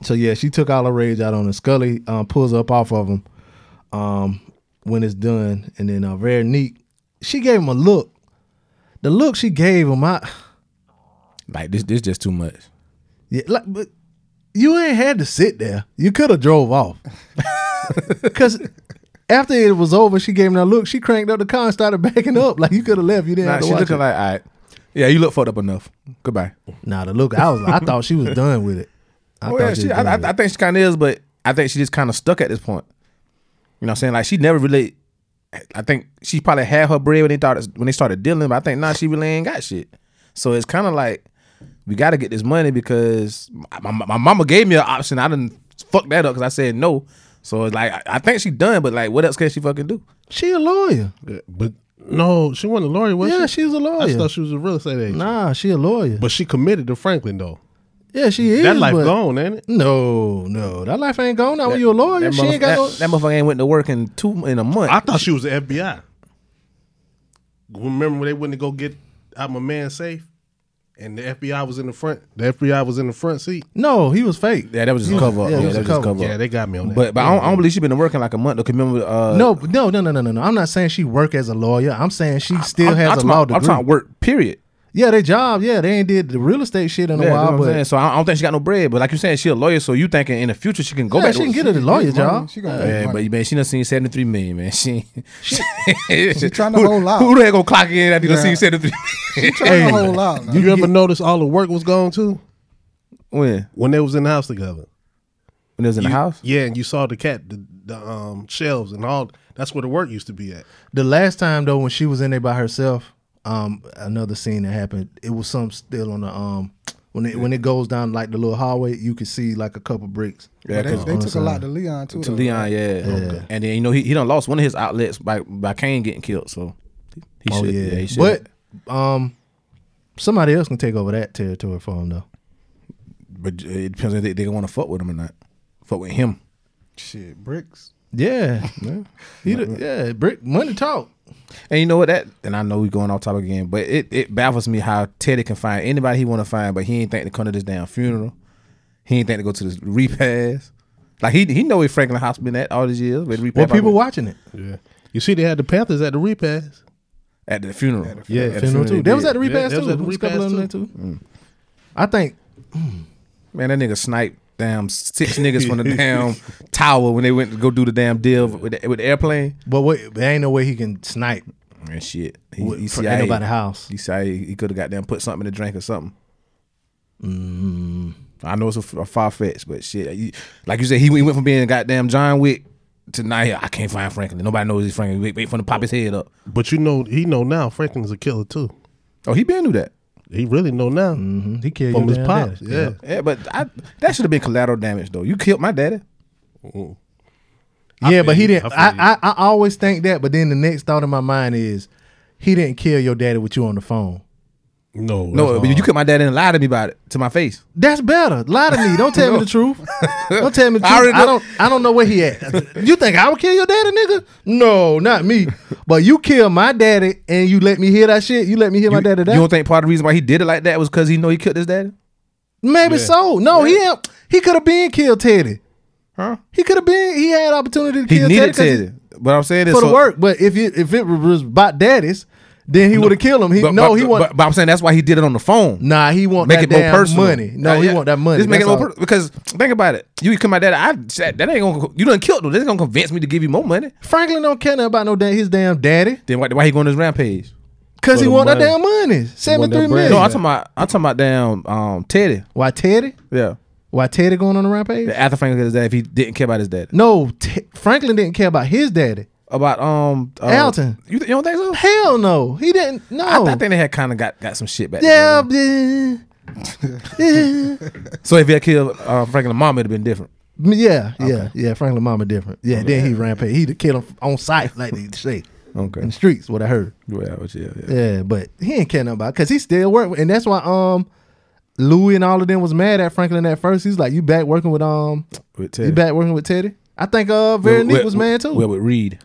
Speaker 12: So yeah, she took all her rage out on him. Scully um, pulls up off of him um, when it's done, and then uh, Veronique, she gave him a look. The look she gave him, I
Speaker 13: like this. This just too much.
Speaker 12: Yeah, like, but you ain't had to sit there. You could have drove off. [LAUGHS] Cause after it was over, she gave him that look. She cranked up the car and started [LAUGHS] backing up. Like you could have left. You didn't
Speaker 13: Nah,
Speaker 12: have to
Speaker 13: she
Speaker 12: watch
Speaker 13: looking
Speaker 12: it.
Speaker 13: like, all right, yeah, you look fucked up enough. Goodbye.
Speaker 12: Nah, the look. I was. I thought she was done with it. I
Speaker 13: oh,
Speaker 12: thought
Speaker 13: yeah,
Speaker 12: she
Speaker 13: she,
Speaker 12: was
Speaker 13: I,
Speaker 12: done
Speaker 13: I, I think she kind of is, but I think she just kind of stuck at this point. You know what I'm saying? Like she never really. I think she probably had her bread when they thought when they started dealing, but I think now she really ain't got shit. So it's kind of like we got to get this money because my, my, my mama gave me an option. I didn't fuck that up because I said no. So it's like I, I think she done, but like what else can she fucking do?
Speaker 12: She a lawyer,
Speaker 14: but No, she wasn't a lawyer, was she?
Speaker 12: Yeah, she was a
Speaker 14: I
Speaker 12: lawyer.
Speaker 14: just thought she was a real estate agent.
Speaker 12: Nah, she a lawyer.
Speaker 14: But she committed to Franklin though.
Speaker 12: Yeah, she is.
Speaker 14: That life
Speaker 12: but-
Speaker 14: gone, ain't it?
Speaker 12: No, no, that life ain't gone. Now when you a lawyer,
Speaker 13: That,
Speaker 12: she ain't got no.
Speaker 13: motherfucker- that, that motherfucker ain't went to work in two in a month.
Speaker 14: I thought she was the FBI. Remember when they went to go get out my man's safe, and the FBI was in the front. The FBI was in the front seat.
Speaker 12: No, he was fake.
Speaker 13: Yeah, that was just
Speaker 14: Yeah,
Speaker 13: a cover up.
Speaker 14: yeah,
Speaker 13: Yeah,
Speaker 14: it
Speaker 13: that
Speaker 14: was
Speaker 13: was
Speaker 14: a
Speaker 13: just a cover up.
Speaker 14: Yeah, they got me on that.
Speaker 13: But, but I, don't, I don't believe she been working like a month. Though, 'cause remember, uh,
Speaker 12: no, no, no, no, no, no, no. I'm not saying she work as a lawyer. I'm saying she still
Speaker 13: I'm-
Speaker 12: has
Speaker 13: I'm
Speaker 12: a
Speaker 13: talking
Speaker 12: law
Speaker 13: about-
Speaker 12: degree.
Speaker 13: I'm talking work. Period.
Speaker 12: Yeah, they job. Yeah, they ain't did the real estate shit in a
Speaker 13: Yeah, that's
Speaker 12: while,
Speaker 13: what I'm
Speaker 12: but
Speaker 13: saying. so I I don't think she got no bread. But like you saying, she a lawyer, so you thinking in the future she can go
Speaker 12: Yeah,
Speaker 13: back.
Speaker 12: she
Speaker 13: to-
Speaker 12: can get a lawyer She gonna job.
Speaker 13: Yeah,
Speaker 12: make money.
Speaker 13: but man, she done seen seventy three million. Man, she she,
Speaker 15: trying to
Speaker 13: [LAUGHS] who,
Speaker 15: hold out.
Speaker 13: Who the hell gonna clock in after you done
Speaker 14: Yeah.
Speaker 13: seen seventy three?
Speaker 14: Hey, You, ever notice all the work was gone too?
Speaker 13: [LAUGHS] When
Speaker 14: when they was in the house together.
Speaker 13: When they was in the
Speaker 14: You-
Speaker 13: house?
Speaker 14: Yeah, and you saw the cat, the, the um, shelves, and all. That's where the work used to be at.
Speaker 12: the last time though when she was in there by herself, um, another scene that happened, it was some still on the um when it when it goes down like the little hallway, you could see like a couple bricks.
Speaker 15: Yeah, they,
Speaker 12: on-
Speaker 15: they
Speaker 12: on the
Speaker 15: took a
Speaker 12: side.
Speaker 15: lot to Leon too.
Speaker 13: To
Speaker 15: though.
Speaker 13: Leon, yeah.
Speaker 12: Okay.
Speaker 13: And then you know he, he done lost one of his outlets by by Kane getting killed. So he
Speaker 12: oh
Speaker 13: should,
Speaker 12: yeah,
Speaker 13: he should.
Speaker 12: but um, somebody else can take over that territory for him though.
Speaker 13: but it depends if they, they want to fuck with him or not. Fuck with him.
Speaker 15: Shit, bricks.
Speaker 12: Yeah,
Speaker 14: [LAUGHS]
Speaker 12: He the- yeah, brick money talk.
Speaker 13: And you know what that? And I know we going off topic again, but it, it baffles me how Teddy can find anybody he want to find, but he ain't think to come to this damn funeral. He ain't think to go to this repast. Like he he know where Franklin House been at all these years, but the repast
Speaker 12: Well, people
Speaker 13: probably-
Speaker 12: watching it.
Speaker 14: Yeah, you see, they had the Panthers at the repass.
Speaker 13: at the funeral. At
Speaker 12: Yeah,
Speaker 13: the
Speaker 12: funeral too.
Speaker 13: they
Speaker 12: They was
Speaker 13: did.
Speaker 12: at the
Speaker 14: Yeah,
Speaker 12: repass
Speaker 14: they was
Speaker 12: too.
Speaker 14: at the
Speaker 12: There was a couple
Speaker 14: repass,
Speaker 12: of them there
Speaker 14: too. Mm.
Speaker 12: too. I think
Speaker 13: Man, that nigga sniped damn six niggas from the damn tower when they went to go do the damn deal with the, with the airplane.
Speaker 12: But wait, there ain't no way he can snipe.
Speaker 13: And shit, he,
Speaker 12: With-
Speaker 13: he
Speaker 12: for-
Speaker 13: see
Speaker 12: ain't
Speaker 13: how he-
Speaker 12: nobody house.
Speaker 13: He see how he, he could have goddamn put something in the drink or something. Mm-hmm.
Speaker 12: Mm.
Speaker 13: I know it's a, far fetched, but shit, you- like you said, he, he went from being goddamn John Wick to now here. I can't find Franklin. Nobody knows he's Franklin. Wait, wait for him to pop his head up.
Speaker 14: But you know, he know now. Franklin's a killer too.
Speaker 13: Oh, he been knew that.
Speaker 14: He really know now.
Speaker 12: Mm-hmm. He killed
Speaker 14: from
Speaker 12: your
Speaker 14: his
Speaker 12: damn
Speaker 14: pops.
Speaker 12: daddy.
Speaker 14: Yeah.
Speaker 13: yeah, but I, that should have been collateral damage though. You killed my daddy.
Speaker 12: Yeah, but he
Speaker 14: feel you.
Speaker 12: didn't. I, I, I always think that, but then the next thought in my mind is, he didn't kill your daddy with you on the phone.
Speaker 14: No,
Speaker 13: no, but you killed my daddy and lied to me about it to my face.
Speaker 12: That's better. Lie to me. Don't tell
Speaker 13: [LAUGHS]
Speaker 12: me the truth. Don't tell me the truth.
Speaker 13: I already
Speaker 12: I,
Speaker 13: know.
Speaker 12: don't. I don't know where he at. You think I would kill your daddy, nigga? No, not me. But you kill my daddy and you let me hear that shit. You let me hear my daddy. That
Speaker 13: You don't think part of the reason why he did it like that was because he know he killed his daddy?
Speaker 12: maybe
Speaker 13: Yeah.
Speaker 12: so. No, he ain't- he could have been killed, Teddy.
Speaker 13: Huh?
Speaker 12: He could have been. He had opportunity to
Speaker 13: He
Speaker 12: kill
Speaker 13: needed
Speaker 12: Teddy 'cause
Speaker 13: Teddy. But I'm saying
Speaker 12: he-
Speaker 13: this
Speaker 12: for the work. But if it if it was about daddy's, then he would have killed him. He
Speaker 13: But,
Speaker 12: no,
Speaker 13: but,
Speaker 12: he wasn't.
Speaker 13: But, but I'm saying that's why he did it on the phone.
Speaker 12: Nah, he want
Speaker 13: make
Speaker 12: that
Speaker 13: it more
Speaker 12: damn
Speaker 13: personal.
Speaker 12: money. No, he want that money.
Speaker 13: Just make it
Speaker 12: That's all.
Speaker 13: more personal because think about it. You come my daddy. I that, that ain't gonna. You done killed him. This gonna convince me to give you more money.
Speaker 12: Franklin don't care nothing about no damn his damn daddy
Speaker 13: Then why, why he going on his rampage?
Speaker 12: because
Speaker 13: For
Speaker 12: he
Speaker 13: the
Speaker 12: want that
Speaker 13: money.
Speaker 12: damn money. Seventy three million.
Speaker 13: No, I'm talking about. I'm talking about damn um, Teddy.
Speaker 12: Why Teddy?
Speaker 13: Yeah.
Speaker 12: Why Teddy going on the rampage?
Speaker 13: After Franklin killed his dad, if he didn't care about his dad.
Speaker 12: No, T- Franklin didn't care about his daddy.
Speaker 13: About um uh,
Speaker 12: Elton.
Speaker 13: You, th- you don't think so?
Speaker 12: Hell no, he didn't. No,
Speaker 13: I, th- I think they had kind of got, got some shit back.
Speaker 12: yeah, yeah, [LAUGHS] yeah,
Speaker 13: then. So if he had killed uh, Franklin, mom, it'd have been different.
Speaker 12: yeah, yeah, yeah. Franklin mama different. Yeah, then he rampage. He killed him on sight, like they say.
Speaker 13: Okay.
Speaker 12: in the streets, what I heard.
Speaker 13: Yeah, but yeah, yeah.
Speaker 12: Mm. Yeah, but he ain't care nothing about because he still work, and that's why um Louis and all of them was mad at Franklin at first. He's like, "You back working with um,
Speaker 13: With
Speaker 12: you back working with Teddy?" I think uh Veronique
Speaker 13: Well,
Speaker 12: was
Speaker 13: well,
Speaker 12: mad too.
Speaker 13: Well, with Reed.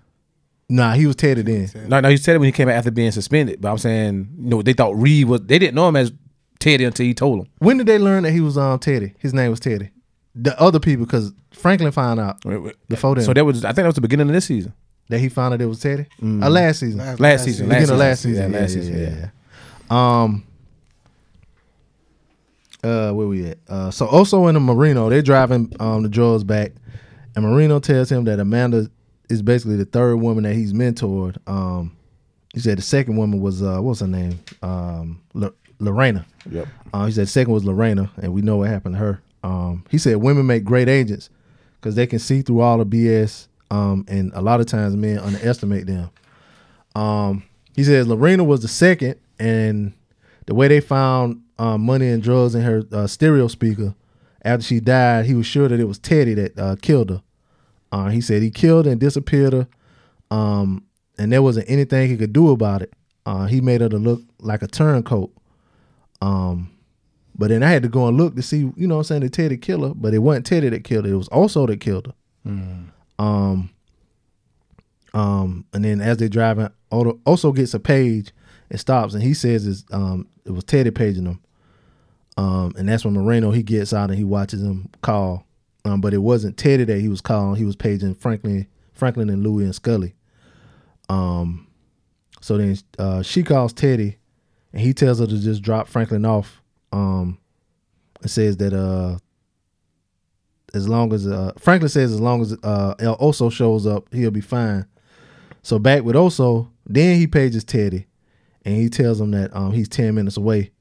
Speaker 12: nah, he was Teddy then.
Speaker 13: No, no, he said it when he came out after being suspended. But I'm saying, you know, they thought Reed was. They didn't know him as Teddy until he told them.
Speaker 12: When did they learn that he was um Teddy? His name was Teddy. The other people, because Franklin found out before then.
Speaker 13: So that was. I think that was the beginning of this season.
Speaker 12: that he found out it was Teddy.
Speaker 13: Mm.
Speaker 12: Uh, last season.
Speaker 13: Last- Last season, last
Speaker 12: Beginning of
Speaker 13: season.
Speaker 12: last season.
Speaker 13: Yeah,
Speaker 12: Yeah, yeah,
Speaker 13: last
Speaker 12: yeah,
Speaker 13: season, yeah.
Speaker 12: yeah. Um. Uh, where we at? Uh, so also in the Marino, they're driving um the drugs back, and Marino tells him that Amanda is basically the third woman that he's mentored. Um, he said the second woman was uh what's her name? Um, Lo- Lorena.
Speaker 13: Yep.
Speaker 12: Uh, he said the second was Lorena, and we know what happened to her. Um, he said women make great agents because they can see through all the BS, um, and a lot of times men underestimate them. Um, he says Lorena was the second, and the way they found uh, money and drugs in her uh, stereo speaker after she died, he was sure that it was Teddy that uh, killed her. Uh, he said he killed and disappeared her. Um, and there wasn't anything he could do about it. Uh, he made her to look like a turncoat. Um, but then I had to go and look to see, you know what I'm saying, that Teddy killed her, but it wasn't Teddy that killed her. It was also that killed her. Um, um, and then as they driving, Odo also gets a page and stops, and he says it's, um, it was Teddy paging him. Um, and that's when Moreno he gets out and he watches him call, um, but it wasn't Teddy that he was calling. He was paging Franklin, Franklin and Louis and Scully. Um, so then uh, she calls Teddy, and he tells her to just drop Franklin off. Um, and says that uh, as long as uh, Franklin says as long as uh, El Oso shows up, he'll be fine. So back with Oso, then he pages Teddy, and he tells him that um, he's ten minutes away.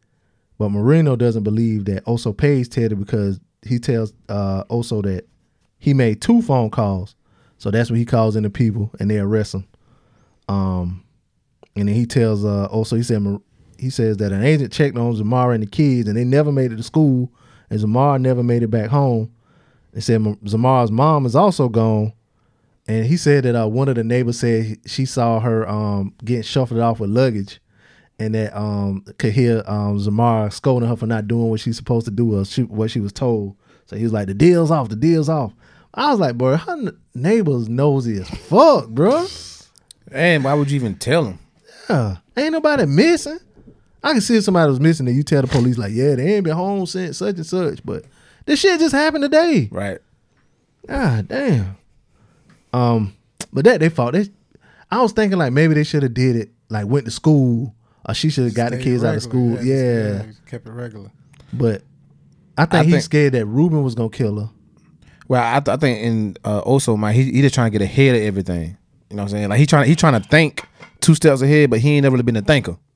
Speaker 12: But Marino doesn't believe that Oso pays Teddy because he tells uh, Oso that he made two phone calls. So that's when he calls in the people and they arrest him. Um, and then he tells uh, Oso he said Mar- he says that an agent checked on Zamara and the kids and they never made it to school and Zamara never made it back home. They said Ma- Zamara's mom is also gone. And he said that uh, one of the neighbors said she saw her um, getting shuffled off with luggage and that um, could hear um, Zamara scolding her for not doing what she's supposed to do or she, what she was told. So he was like, the deal's off, the deal's off. I was like, bro, her n- neighbor's nosy as fuck, bro.
Speaker 13: And why would you even tell him?
Speaker 12: Yeah, ain't nobody missing. I can see if somebody was missing and you tell the police, like, yeah, they ain't been home since such and such, but this shit just happened today.
Speaker 13: Right.
Speaker 12: Ah, damn. Um, but that they fought. They, I was thinking like maybe they should have did it like went to school or she should have got the
Speaker 15: Stayed
Speaker 12: kids out of school.
Speaker 15: regular,
Speaker 12: Yeah,
Speaker 15: kept it regular.
Speaker 12: but I think
Speaker 13: I
Speaker 12: he's
Speaker 13: think-
Speaker 12: scared that Ruben was gonna kill her.
Speaker 13: Well, I, th- I think in uh, also my he, he just trying to get ahead of everything. You know what I'm saying? Like he trying he trying to think two steps ahead, but he ain't never really been a thinker. [LAUGHS]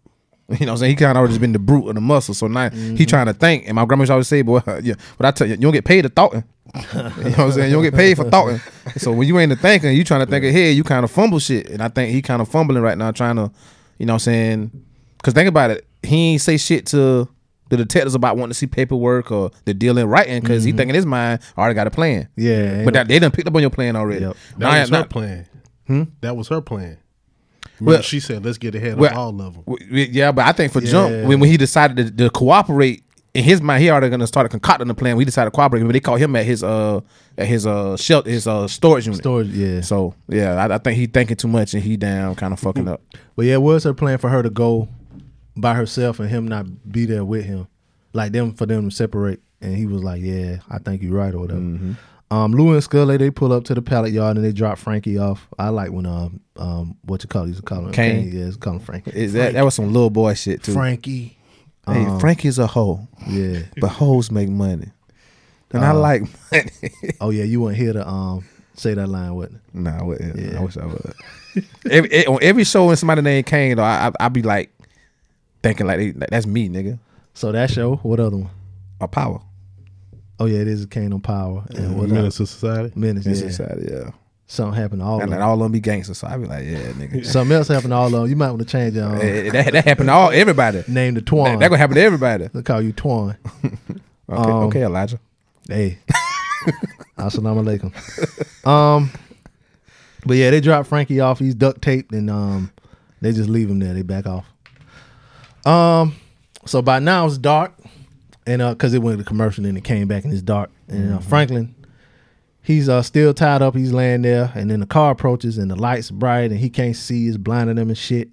Speaker 13: You know what I'm saying? He kind of already just been the brute or the muscle. So now
Speaker 14: Mm-hmm.
Speaker 13: he trying to think. And my grandma used to always say, "Boy, [LAUGHS] yeah, but I tell you, you don't get paid to thoughtin." [LAUGHS] you know what I'm saying? You don't get paid
Speaker 14: [LAUGHS]
Speaker 13: for thoughtin. So when you ain't a thinker, you trying to think ahead, you kind of fumble shit. And I think he kind of fumbling right now, trying to, you know what I'm saying? Because think about it, he ain't say shit to the detectives about wanting to see paperwork or the deal in writing because he
Speaker 14: Mm-hmm.
Speaker 12: Mhm.
Speaker 13: thinking his mind I already got a plan.
Speaker 12: Yeah, [LAUGHS]
Speaker 13: But that, they done picked up on your plan already.
Speaker 14: That
Speaker 13: Now I-
Speaker 14: was her
Speaker 13: now-
Speaker 14: plan.
Speaker 13: Hmm?
Speaker 14: That was her plan. Remember,
Speaker 13: Well-
Speaker 14: she said, "Let's get ahead
Speaker 13: well,
Speaker 14: of all of them."
Speaker 13: w- w- Yeah, but I think for
Speaker 14: Yeah.
Speaker 13: Jump, when, when he decided to, to cooperate, in his mind, he already gonna start concocting the plan. We decided to cooperate, but they caught him at his uh at his uh shelter, his uh storage unit.
Speaker 12: Storage, yeah.
Speaker 13: So yeah, I, I think he thinking too much and he down, kind of fucking up.
Speaker 12: But yeah, it was her plan for her to go by herself and him not be there with him, like them for them to separate. And he was like, "Yeah, I think you're right or whatever." Um, Lou and Scully they pull up to the pallet yard and they drop Frankie off. I like when um um what you call you call him
Speaker 13: Kane.
Speaker 12: Yeah, it's called Frankie.
Speaker 13: Is that that was some little boy shit too?
Speaker 12: Frankie?
Speaker 13: Hey,
Speaker 12: Um,
Speaker 13: Frankie's a hoe.
Speaker 12: Yeah,
Speaker 13: but hoes make money, and I
Speaker 12: Uh,
Speaker 13: like
Speaker 12: oh yeah, you weren't here to um say that line, wasn't? it?
Speaker 13: [LAUGHS] Nah, I wasn't. I wish I would. every, eh, on every show when somebody named Kane, though, I, I I be like thinking like, they, like that's me, nigga.
Speaker 12: So that show, what other one?
Speaker 13: A power.
Speaker 12: Oh yeah, it is a Kane on Power and what
Speaker 14: Menace
Speaker 12: else?
Speaker 14: to Society.
Speaker 12: Menace,
Speaker 13: In
Speaker 12: yeah.
Speaker 13: society, yeah.
Speaker 12: Something happened to all
Speaker 13: And
Speaker 12: of
Speaker 13: like,
Speaker 12: them.
Speaker 13: all of them be gangsters, so I be like,
Speaker 12: [LAUGHS]
Speaker 13: yeah, nigga.
Speaker 12: Something else happened to all of them. You might want to change your. Um,
Speaker 13: Eh, eh, that, that happened to all everybody.
Speaker 12: Name the Twan.
Speaker 13: That, that gonna happen to everybody.
Speaker 12: They call you Twan. okay, Um,
Speaker 13: okay, Elijah.
Speaker 12: [LAUGHS] Hey. [LAUGHS] Assalamu alaikum. Um, but yeah, they drop Frankie off. He's duct taped, and um, they just leave him there. They back off. Um, so by now it's dark, and uh, cause it went to commercial, and it came back, and it's dark. And uh,
Speaker 13: Mhm.
Speaker 12: Franklin, he's uh still tied up. He's laying there, and then the car approaches, and the lights bright, and he can't see. It's blinding him and shit.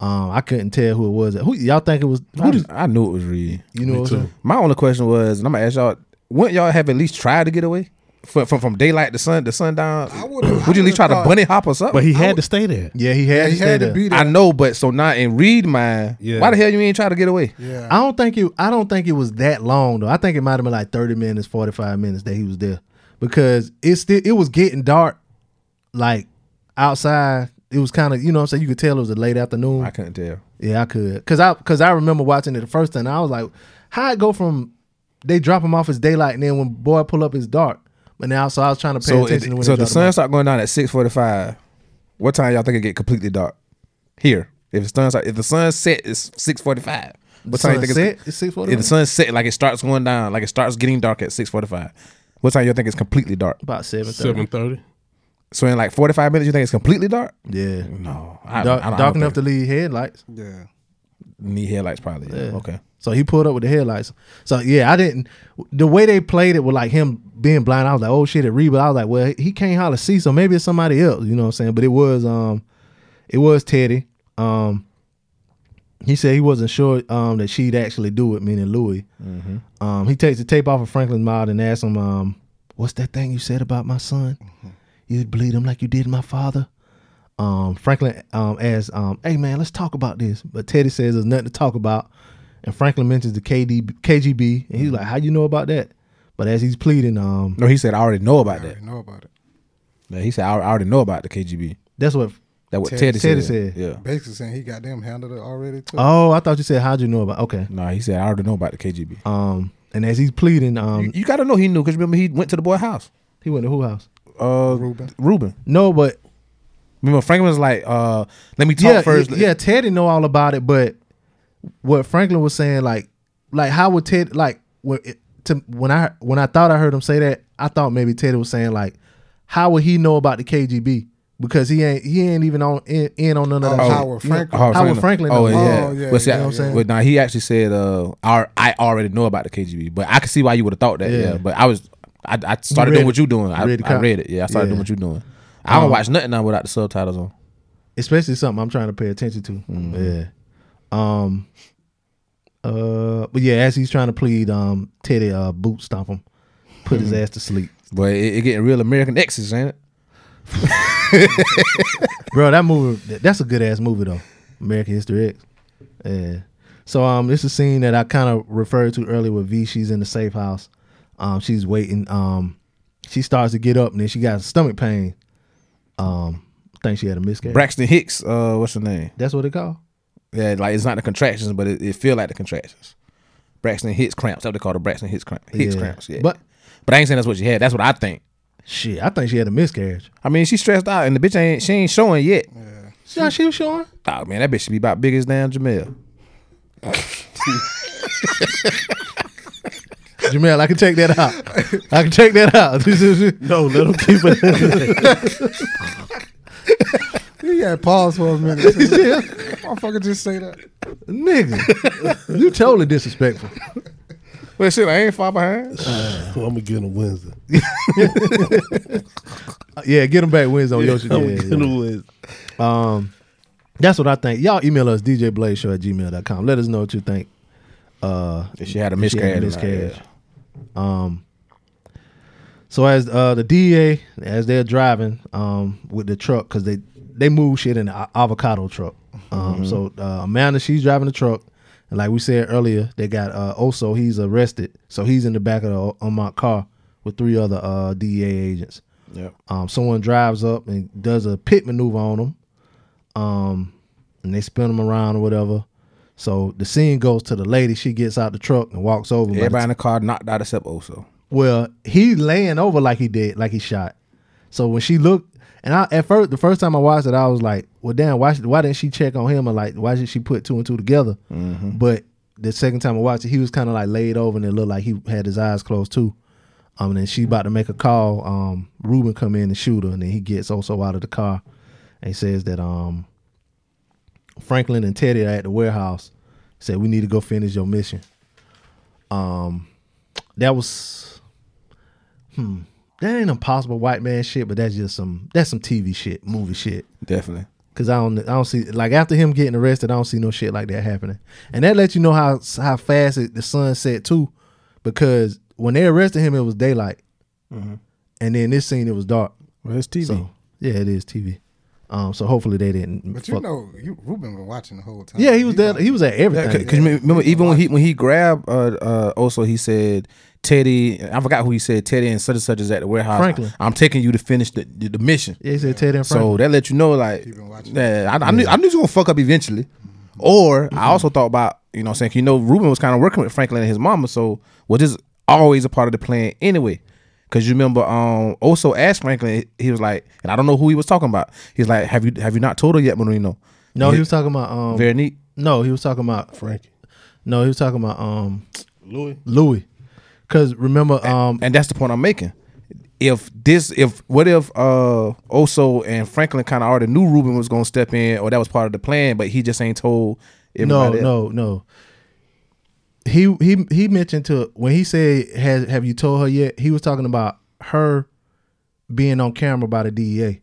Speaker 12: Um, I couldn't tell who it was. Who y'all think it was? Who did,
Speaker 13: I knew it was Reed.
Speaker 12: You know Me what I'm too. saying?
Speaker 13: My only question was, and I'm gonna ask y'all, wouldn't y'all have at least tried to get away? From, from from daylight to sun to sundown, would you at least try to
Speaker 14: thought-
Speaker 13: bunny hop or something?
Speaker 14: But he had
Speaker 13: to
Speaker 14: stay there.
Speaker 12: Yeah, he had to stay there.
Speaker 13: I know, but so now in Reed mine,
Speaker 12: Yeah.
Speaker 13: why the hell you ain't try to get away?
Speaker 12: Yeah. I don't think it. I don't think it was that long though. I think it might have been like thirty minutes, forty five minutes that he was there, because it still it was getting dark, like outside. It was kind of you know what I'm saying. You could tell it was a late afternoon. I
Speaker 13: couldn't tell.
Speaker 12: Yeah, I could, cause I cause I remember watching it the first time. I was like, how it go from they drop him off as daylight, and then when boy pull up, it's dark. But now, so I was trying to pay
Speaker 13: So,
Speaker 12: attention. to
Speaker 13: it,
Speaker 12: when
Speaker 13: so
Speaker 12: they
Speaker 13: the
Speaker 12: dropped him
Speaker 13: sun
Speaker 12: off.
Speaker 13: start going down at six forty five. What time y'all think it get completely dark? Here, if the sun start, if the sun set is six forty five. What time you think
Speaker 12: Sunset
Speaker 13: it's
Speaker 12: is 6:45?
Speaker 13: If the sun set, like it starts going down, like it starts getting dark at six forty five. What time you all think it's completely dark?
Speaker 12: About 7:30.
Speaker 14: 7:30.
Speaker 13: So in like forty five minutes, you think it's completely dark?
Speaker 12: Yeah.
Speaker 13: No.
Speaker 12: Dark- dark enough to leave headlights.
Speaker 15: Yeah.
Speaker 13: Need headlights probably. Yeah. Okay.
Speaker 12: So he pulled up with the headlights. So yeah, I didn't. The way they played it with like him being blind, I was like, oh shit, it re. But I was like, well, he can't hardly see, so maybe it's somebody else. You know what I'm saying? But it was um, it was Teddy. Um, he said he wasn't sure um that she'd actually do it, meaning Louis.
Speaker 9: Mhm.
Speaker 12: Um, he takes the tape off of Franklin's mouth and asks him, um, what's that thing you said about my son? You'd bleed him like you did my father. Um, Franklin um, asks, um, hey man, let's talk about this. But Teddy says there's nothing to talk about. And Franklin mentions the KD, KGB. And he's like, how you know about that? But as he's pleading, um,
Speaker 13: no, he said I already know about
Speaker 15: that. know about it.
Speaker 13: Yeah, he said I, I already know about the KGB.
Speaker 12: That's what
Speaker 13: that what
Speaker 12: Teddy-
Speaker 13: Teddy,
Speaker 12: Teddy
Speaker 13: said.
Speaker 12: said.
Speaker 13: Yeah.
Speaker 15: Basically saying he got them handled it already [LAUGHS] too.
Speaker 12: oh, I thought you said how'd you know about? Okay.
Speaker 13: No, he said I already know about the KGB.
Speaker 12: Um, and as he's pleading, um,
Speaker 13: you, got to know he knew because remember he went to the boy house.
Speaker 12: He went to who house?
Speaker 13: Uh,
Speaker 15: Ruben.
Speaker 13: Ruben.
Speaker 12: No, but
Speaker 13: remember Franklin was like, uh, let me talk
Speaker 12: yeah,
Speaker 13: first.
Speaker 12: y- Yeah, Ted didn't know all about it, but what Franklin was saying, like, like how would Ted like when it, to when I when I thought I heard him say that, I thought maybe Ted was saying like, how would he know about the KGB? Because he ain't he ain't even on in, in on none of that.
Speaker 15: Oh, Howard
Speaker 12: shit. You know,
Speaker 15: Franklin.
Speaker 12: Howard Franklin.
Speaker 13: Oh,
Speaker 12: knows.
Speaker 13: yeah. but see,
Speaker 12: you know what I'm saying?
Speaker 13: But now he actually said, uh, I, I already know about the KGB, but I could see why you would have thought that. Yeah.
Speaker 12: Yeah.
Speaker 13: But I was, I, I started
Speaker 12: read
Speaker 13: doing
Speaker 12: it.
Speaker 13: what you doing. I I
Speaker 12: You read
Speaker 13: read,
Speaker 12: the cop-
Speaker 13: it. Yeah. I started doing
Speaker 12: Yeah.
Speaker 13: what you doing. I don't
Speaker 12: Um,
Speaker 13: watch nothing now without the subtitles on.
Speaker 12: especially something I'm trying to pay attention to.
Speaker 13: Mm-hmm.
Speaker 12: Yeah. Um. Uh. But yeah, as he's trying to plead, um, Teddy uh boot stomp him, put
Speaker 13: Mm-hmm.
Speaker 12: his ass to sleep.
Speaker 13: But it, it getting real American X's, ain't it?
Speaker 12: bro. That movie, that- that's a good ass movie though. American History X. Yeah. So um, it's a scene that I kind of referred to earlier with V. She's in the safe house. Um, she's waiting. Um, she starts to get up and then she got stomach pain. Um, I think she had a miscarriage.
Speaker 13: Braxton Hicks, uh, what's her name?
Speaker 12: That's what it called.
Speaker 13: Yeah, like it's not the contractions, but it, it feel like the contractions. Braxton Hicks cramps. That's what they call the Braxton Hicks cramp. Hicks
Speaker 12: Yeah.
Speaker 13: cramps. Yeah.
Speaker 12: But-
Speaker 13: but I ain't saying that's what she had. That's what I think.
Speaker 12: Shit, I think she had a miscarriage.
Speaker 13: I mean, she stressed out, and the bitch ain't she ain't showing yet.
Speaker 12: Yeah, she was showing.
Speaker 13: Oh man, that bitch should be about big as damn Jamel.
Speaker 12: Jamel, I can take that out. I can take that out. [LAUGHS] no, let him keep it.
Speaker 15: You gotta pause for a minute. [LAUGHS]
Speaker 12: Yeah.
Speaker 15: Motherfucker just say that.
Speaker 12: Nigga, you totally disrespectful.
Speaker 13: Well, shit, I ain't far behind.
Speaker 14: I'm gonna get him Wednesday.
Speaker 12: Uh, yeah, get them back Wednesday on
Speaker 14: Yeah,
Speaker 12: your shit.
Speaker 14: I'm
Speaker 12: Yeah,
Speaker 14: getting
Speaker 12: yeah.
Speaker 14: them Wednesday.
Speaker 12: Um, that's what I think. Y'all email us djblazeshow at gmail.com. Let us know what you think. Uh,
Speaker 13: if she had a miscarriage or not,
Speaker 12: miscarriage. Um, so as uh, the DEA as they're driving um, with the truck because they they move shit in the a- avocado truck.
Speaker 13: Mm-hmm.
Speaker 12: Um,
Speaker 9: Mhm.
Speaker 12: So uh, Amanda she's driving the truck, and like we said earlier, they got uh, Oso he's arrested, so he's in the back of the O- Omont car with three other uh, DEA agents.
Speaker 13: Yep.
Speaker 12: Um, someone drives up and does a pit maneuver on them, um, and they spin them around or whatever. So the scene goes to the lady. She gets out the truck and walks over. By the
Speaker 13: Everybody in the car knocked out except Oso.
Speaker 12: well, he laying over like he did, like he shot. So when she looked, and I at first the first time I watched it, I was like, "Well, damn, why should, why didn't she check on him? Or like, why did she put two and two together?" But the second time I watched it, he was kind of like laid over, and it looked like he had his eyes closed too. Um, and then she about to make a call. Um, Ruben come in and shoot her, and then he gets also out of the car, and says that um, Franklin and Teddy are at the warehouse. Said we need to go finish your mission. Um, that was hmm. That ain't impossible white man shit, but that's just some that's some TV shit, movie shit.
Speaker 13: Definitely.
Speaker 12: Cause I don't I don't see like after him getting arrested, I don't see no shit like that happening. And that lets you know how how fast it, the sun set too, because when they arrested him, it was daylight,
Speaker 13: Mhm.
Speaker 12: and then this scene it was dark.
Speaker 13: Well, it's TV.
Speaker 12: So, yeah, it is TV. Um, so hopefully they didn't.
Speaker 15: But you
Speaker 12: fuck-
Speaker 15: know, you Ruben been watching the whole time.
Speaker 12: yeah, he was there. He was at everything.
Speaker 13: Because remember, even when he when he grabbed uh, uh, Oso, he said Teddy. I forgot who he said. Teddy and such and such is at the warehouse.
Speaker 12: Franklin.
Speaker 13: I'm taking you to finish the the, the mission.
Speaker 12: Yeah, he said Teddy and
Speaker 13: So
Speaker 12: Franklin.
Speaker 13: that let you know, like, yeah, I, I knew I knew you gonna fuck up eventually. Or I also thought about you know what I'm saying 'cause you know Ruben was kind of working with Franklin and his mama, so which is always a part of the plan anyway. Cause you remember, um, also asked Franklin, he was like, and I don't know who he was talking about. He's like, have you have you not told her yet, Marino?
Speaker 12: No, he was talking about um
Speaker 13: Very neat.
Speaker 12: No, he was talking about
Speaker 14: Frankie.
Speaker 12: No, he was talking about um
Speaker 14: Louis.
Speaker 12: Louis. Cause remember um
Speaker 13: and that's the point I'm making. if this if what if uh Oso and Franklin kind of already knew Ruben was gonna step in or that was part of the plan, but he just ain't told.
Speaker 12: no,
Speaker 13: everybody else?
Speaker 12: no, no. He he he mentioned to when he said has have you told her yet? He was talking about her being on camera by the E DEA.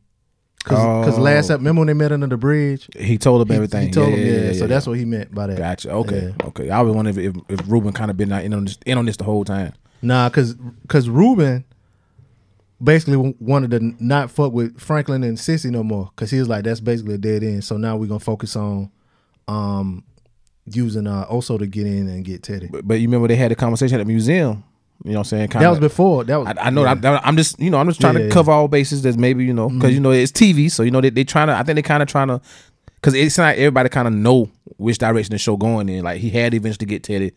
Speaker 12: Because
Speaker 13: Oh.
Speaker 12: last time, remember when they met under the bridge?
Speaker 13: He told him
Speaker 12: He-
Speaker 13: everything.
Speaker 12: He told
Speaker 13: yeah,
Speaker 12: him, yeah.
Speaker 13: yeah, yeah,
Speaker 12: so
Speaker 13: yeah.
Speaker 12: that's what he meant by that.
Speaker 13: Gotcha. Okay. Okay. I was wondering if if, if Ruben kind of been in on this in on this the whole time.
Speaker 12: Nah, cause cause Ruben basically w- wanted to n- not fuck with Franklin and Sissy no more, cause he was like, that's basically a dead end. So now we're gonna focus on um using uh also to get in and get Teddy.
Speaker 13: But, but you remember they had a conversation at the museum. You know what I'm saying?
Speaker 12: that was before. That was
Speaker 13: I, I know.
Speaker 12: yeah.
Speaker 13: I, I'm just you know I'm just trying
Speaker 12: Yeah, Mm-hmm. yeah,
Speaker 13: to cover all bases. That maybe you know because you know it's TV, so you know they they trying to. I think they kind of trying to because it's not everybody kind of know which direction the show going in. Like he had eventually get Teddy. You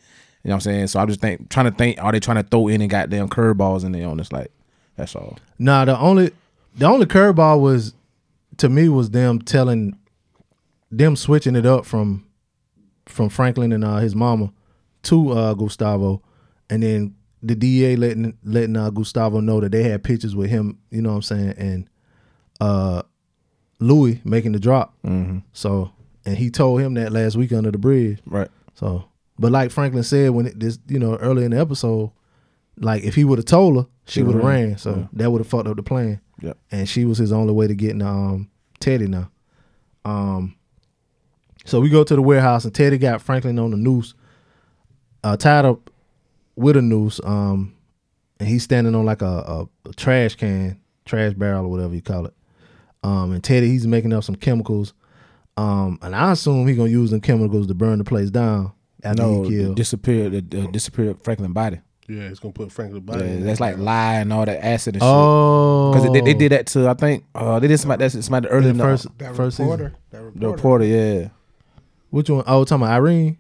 Speaker 13: know what I'm saying? So I'm just think trying to think. Are they trying to throw in and goddamn curveballs in there on this? Like that's all.
Speaker 12: Nah, the only the only curveball was to me was them telling them switching it up from from Franklin and uh, his mama to uh, Gustavo, and then the DA letting letting uh, Gustavo know that they had pictures with him. You know what I'm saying? And uh, Louis making the drop.
Speaker 13: Mhm.
Speaker 12: So and he told him that last week under the bridge.
Speaker 13: Right.
Speaker 12: So, but like Franklin said when it, this you know early in the episode, like if he would have told her, she
Speaker 13: She
Speaker 12: would have
Speaker 13: would've
Speaker 12: ran.
Speaker 13: ran.
Speaker 12: So
Speaker 13: Yeah.
Speaker 12: that would have fucked up the plan.
Speaker 13: Yep.
Speaker 12: And she was his only way to getting um Teddy now. Um so we go to the warehouse and Teddy got Franklin on the noose, uh tied up with a noose, um, and he's standing on like a, a, a trash can, trash barrel or whatever you call it. Um and Teddy he's making up some chemicals. Um and I assume he gonna use them chemicals to burn the place down after
Speaker 13: No,
Speaker 12: he killed.
Speaker 13: disappeared. The, the disappeared Franklin body.
Speaker 14: Yeah, it's gonna put Franklin
Speaker 13: Yeah,
Speaker 14: body. in
Speaker 13: that's
Speaker 14: there.
Speaker 13: like lie and all that acid and shit.
Speaker 12: Oh.
Speaker 13: because they, they did that to I think uh, they did somebody that's somebody early
Speaker 12: the
Speaker 13: in the
Speaker 12: first-
Speaker 15: That
Speaker 12: first
Speaker 15: reporter.
Speaker 13: the
Speaker 15: That
Speaker 13: reporter.
Speaker 15: reporter.
Speaker 13: yeah.
Speaker 12: Which one? Oh, talking about Irene?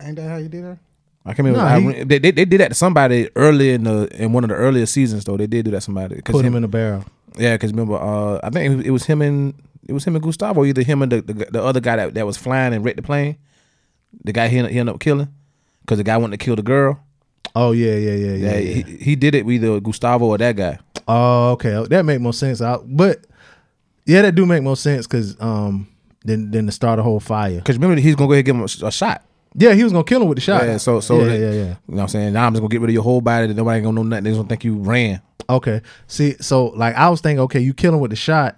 Speaker 15: Ain't that how you did her?
Speaker 13: I can't remember.
Speaker 15: Nah,
Speaker 13: I
Speaker 15: he-
Speaker 13: re- they, they they did that to somebody early in the in one of the earlier seasons though. They did do that to somebody. 'Cause
Speaker 12: Put him in a barrel.
Speaker 13: Yeah, because remember, uh, I think it was, it was him and it was him and Gustavo, either him and the the, the other guy that, that was flying and wrecked the plane. The guy he ended, he ended up killing because the guy wanted to kill the girl.
Speaker 12: Oh yeah, yeah, yeah, yeah. yeah.
Speaker 13: He, he did it with either Gustavo or that guy.
Speaker 12: Oh, okay. Oh, That make more sense. I, but yeah, that do make more sense because um, then then to start a whole fire.
Speaker 13: Because remember, he's gonna go ahead and give him a, sh- a shot.
Speaker 12: Yeah, he was gonna kill him with the shot.
Speaker 13: Yeah, so so
Speaker 12: yeah,
Speaker 13: that-
Speaker 12: yeah, yeah.
Speaker 13: You know what I'm saying? Now I'm just gonna get rid of your whole body. That nobody ain't gonna know nothing. They just gonna think you ran.
Speaker 12: Okay. See, so like I was thinking, okay, you kill him with the shot,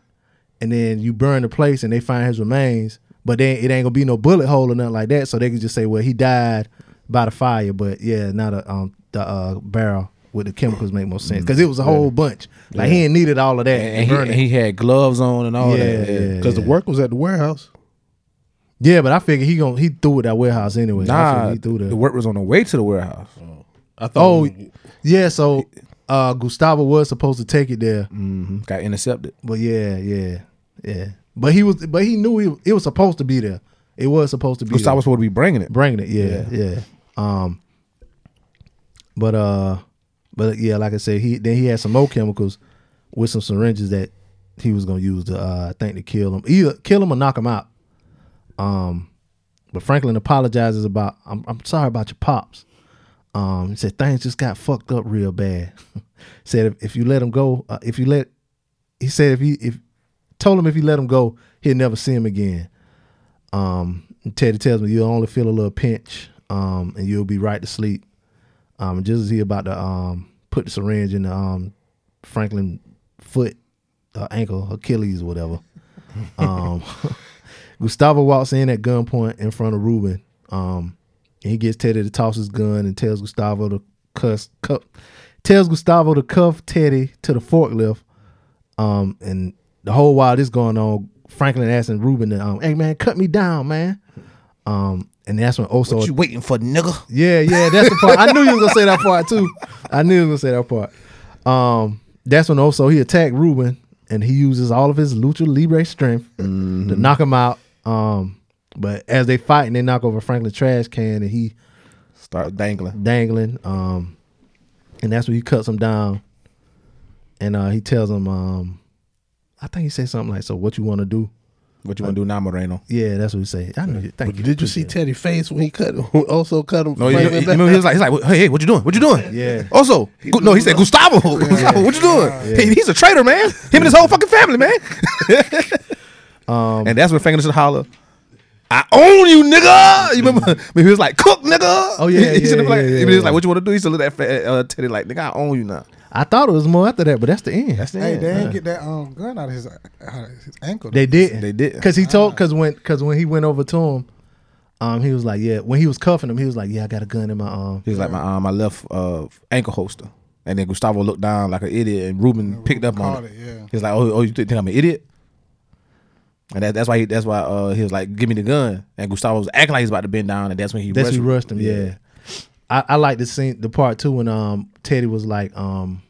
Speaker 12: and then you burn the place, and they find his remains. But then it ain't gonna be no bullet hole or nothing like that. So they could just say, well, he died by the fire. But yeah, not a um the uh, barrel with the chemicals make more sense because it was a whole bunch. Like he
Speaker 13: Yeah.
Speaker 12: ain't needed all of that.
Speaker 13: And, and he,
Speaker 12: burn it.
Speaker 13: and he had gloves on and all
Speaker 12: Yeah,
Speaker 13: that.
Speaker 12: yeah, 'Cause the yeah.
Speaker 13: work was at the warehouse.
Speaker 12: Yeah, but I figured he gon' he threw it at warehouse anyway. I
Speaker 13: Nah,
Speaker 12: figured he threw that.
Speaker 13: the work was on the way to the warehouse.
Speaker 14: I
Speaker 12: Oh, yeah. So uh, Gustavo was supposed to take it there.
Speaker 13: Mm-hmm. Got intercepted.
Speaker 12: But yeah, yeah, yeah. But he was, but he knew he, it was supposed to be there. It was supposed to be.
Speaker 13: Gustavo
Speaker 12: there.
Speaker 13: was supposed to be bringing it.
Speaker 12: Bringing it. Yeah, yeah, Um, but uh, but yeah, like I said, he then he had some more chemicals with some syringes that he was gonna use to uh, I think to kill him, either kill him or knock him out. Um, but Franklin apologizes about I'm I'm sorry about your pops. Um, he said things just got fucked up real bad. [LAUGHS] said if, if you let him go, uh, if you let, he said if he if told him if he let him go, he'd never see him again. Um, and Teddy tells me you'll only feel a little pinch, um, and you'll be right to sleep. Um, and just as he about to um put the syringe in the um Franklin foot, uh, ankle, Achilles, whatever. Um, [LAUGHS] Gustavo walks in at gunpoint in front of Ruben. Um, and he gets Teddy to toss his gun and tells Gustavo to cuss cuff, tells Gustavo to cuff Teddy to the forklift. Um, and the whole while this going on, Franklin asking Ruben to, um, "Hey man, cut me down, man." Um, and that's when also
Speaker 13: What you waiting for, nigga?
Speaker 12: yeah, yeah, that's the part. I knew you was gonna say that part too. I knew you was gonna say that part. Um, that's when also he attacked Ruben and he uses all of his lucha libre strength to
Speaker 13: Mm-hmm.
Speaker 12: knock him out. Um, but as they fight and they knock over Franklin trash can and he
Speaker 13: start dangling,
Speaker 12: dangling. Um, and that's when he cuts him down. And uh, he tells him, um, I think he said something like, "So what you want to do?"
Speaker 13: What you want to do now, Moreno?
Speaker 12: Yeah, that's what we say. I know. Thank you.
Speaker 14: Did you see Teddy face when he cut? Also cut him. [LAUGHS]
Speaker 13: No, you, you remember he was like, he's like, hey, hey, what you doing? What you doing?
Speaker 14: Yeah.
Speaker 13: Also, Gu- no, he said Gustavo. [LAUGHS] Gustavo, what you doing? Hey, he's a traitor, man. Him and his whole fucking family, [LAUGHS] man. and that's when Fingerton holler. I own you, nigga. [LAUGHS] You remember? But he was like, "Cook, nigga."
Speaker 12: Oh, yeah,
Speaker 13: [LAUGHS] He, he
Speaker 12: yeah,
Speaker 13: said,
Speaker 12: yeah,
Speaker 13: like,
Speaker 12: yeah,
Speaker 13: he was
Speaker 12: yeah.
Speaker 13: like, "What you want to do?" He said, "Look at that uh, Teddy, like, nigga, I own you now."
Speaker 12: I thought it was more after that, but that's the end. That's the
Speaker 15: Hey,
Speaker 12: end.
Speaker 15: they
Speaker 12: Uh,
Speaker 15: didn't get that um, gun out of his, out of his ankle.
Speaker 12: They did.
Speaker 13: They did.
Speaker 14: Ah.
Speaker 12: Because he told. Because when. Because when he went over to him, um, he was like, yeah. When he was cuffing him, he was like, yeah, I got a gun in my arm.
Speaker 13: He was like, "My arm, I left uh, ankle holster." And then Gustavo looked down like an idiot, and Ruben picked up on
Speaker 15: caught
Speaker 13: it.
Speaker 15: it, yeah.
Speaker 13: He's like, "Oh, oh, you think I'm an idiot?" And that, that's why he, that's why uh, he was like, "Give me the gun." And Gustavo was acting like he's about to bend down, and that's when he
Speaker 12: That's
Speaker 13: rushed,
Speaker 12: who rushed him. Yeah. I, I like the scene, the part too, when um Teddy was like, um,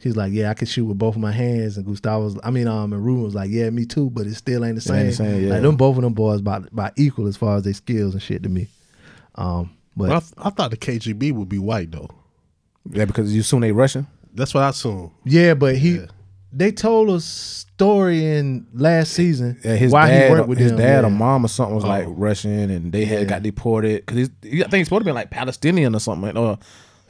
Speaker 12: he's like, yeah, I can shoot with both of my hands, and Gustavo was, I mean, um, and Ruben was like, yeah, me too, but it still ain't the
Speaker 13: It
Speaker 12: same.
Speaker 13: ain't the same, yeah.
Speaker 12: Like them both of them boys by by equal as far as their skills and shit to me. Um, but
Speaker 14: I, th- I thought the KGB would be white though.
Speaker 13: Yeah, because you assume they Russian.
Speaker 14: That's what I assume.
Speaker 12: yeah, but he, they told a story in last season
Speaker 13: Yeah, his
Speaker 12: why
Speaker 13: dad,
Speaker 12: he worked with
Speaker 13: his
Speaker 12: them,
Speaker 13: dad
Speaker 12: yeah.
Speaker 13: or mom or something was
Speaker 12: Oh.
Speaker 13: like Russian, and they had
Speaker 12: Yeah.
Speaker 13: got deported because I think he's supposed to be like Palestinian or something, or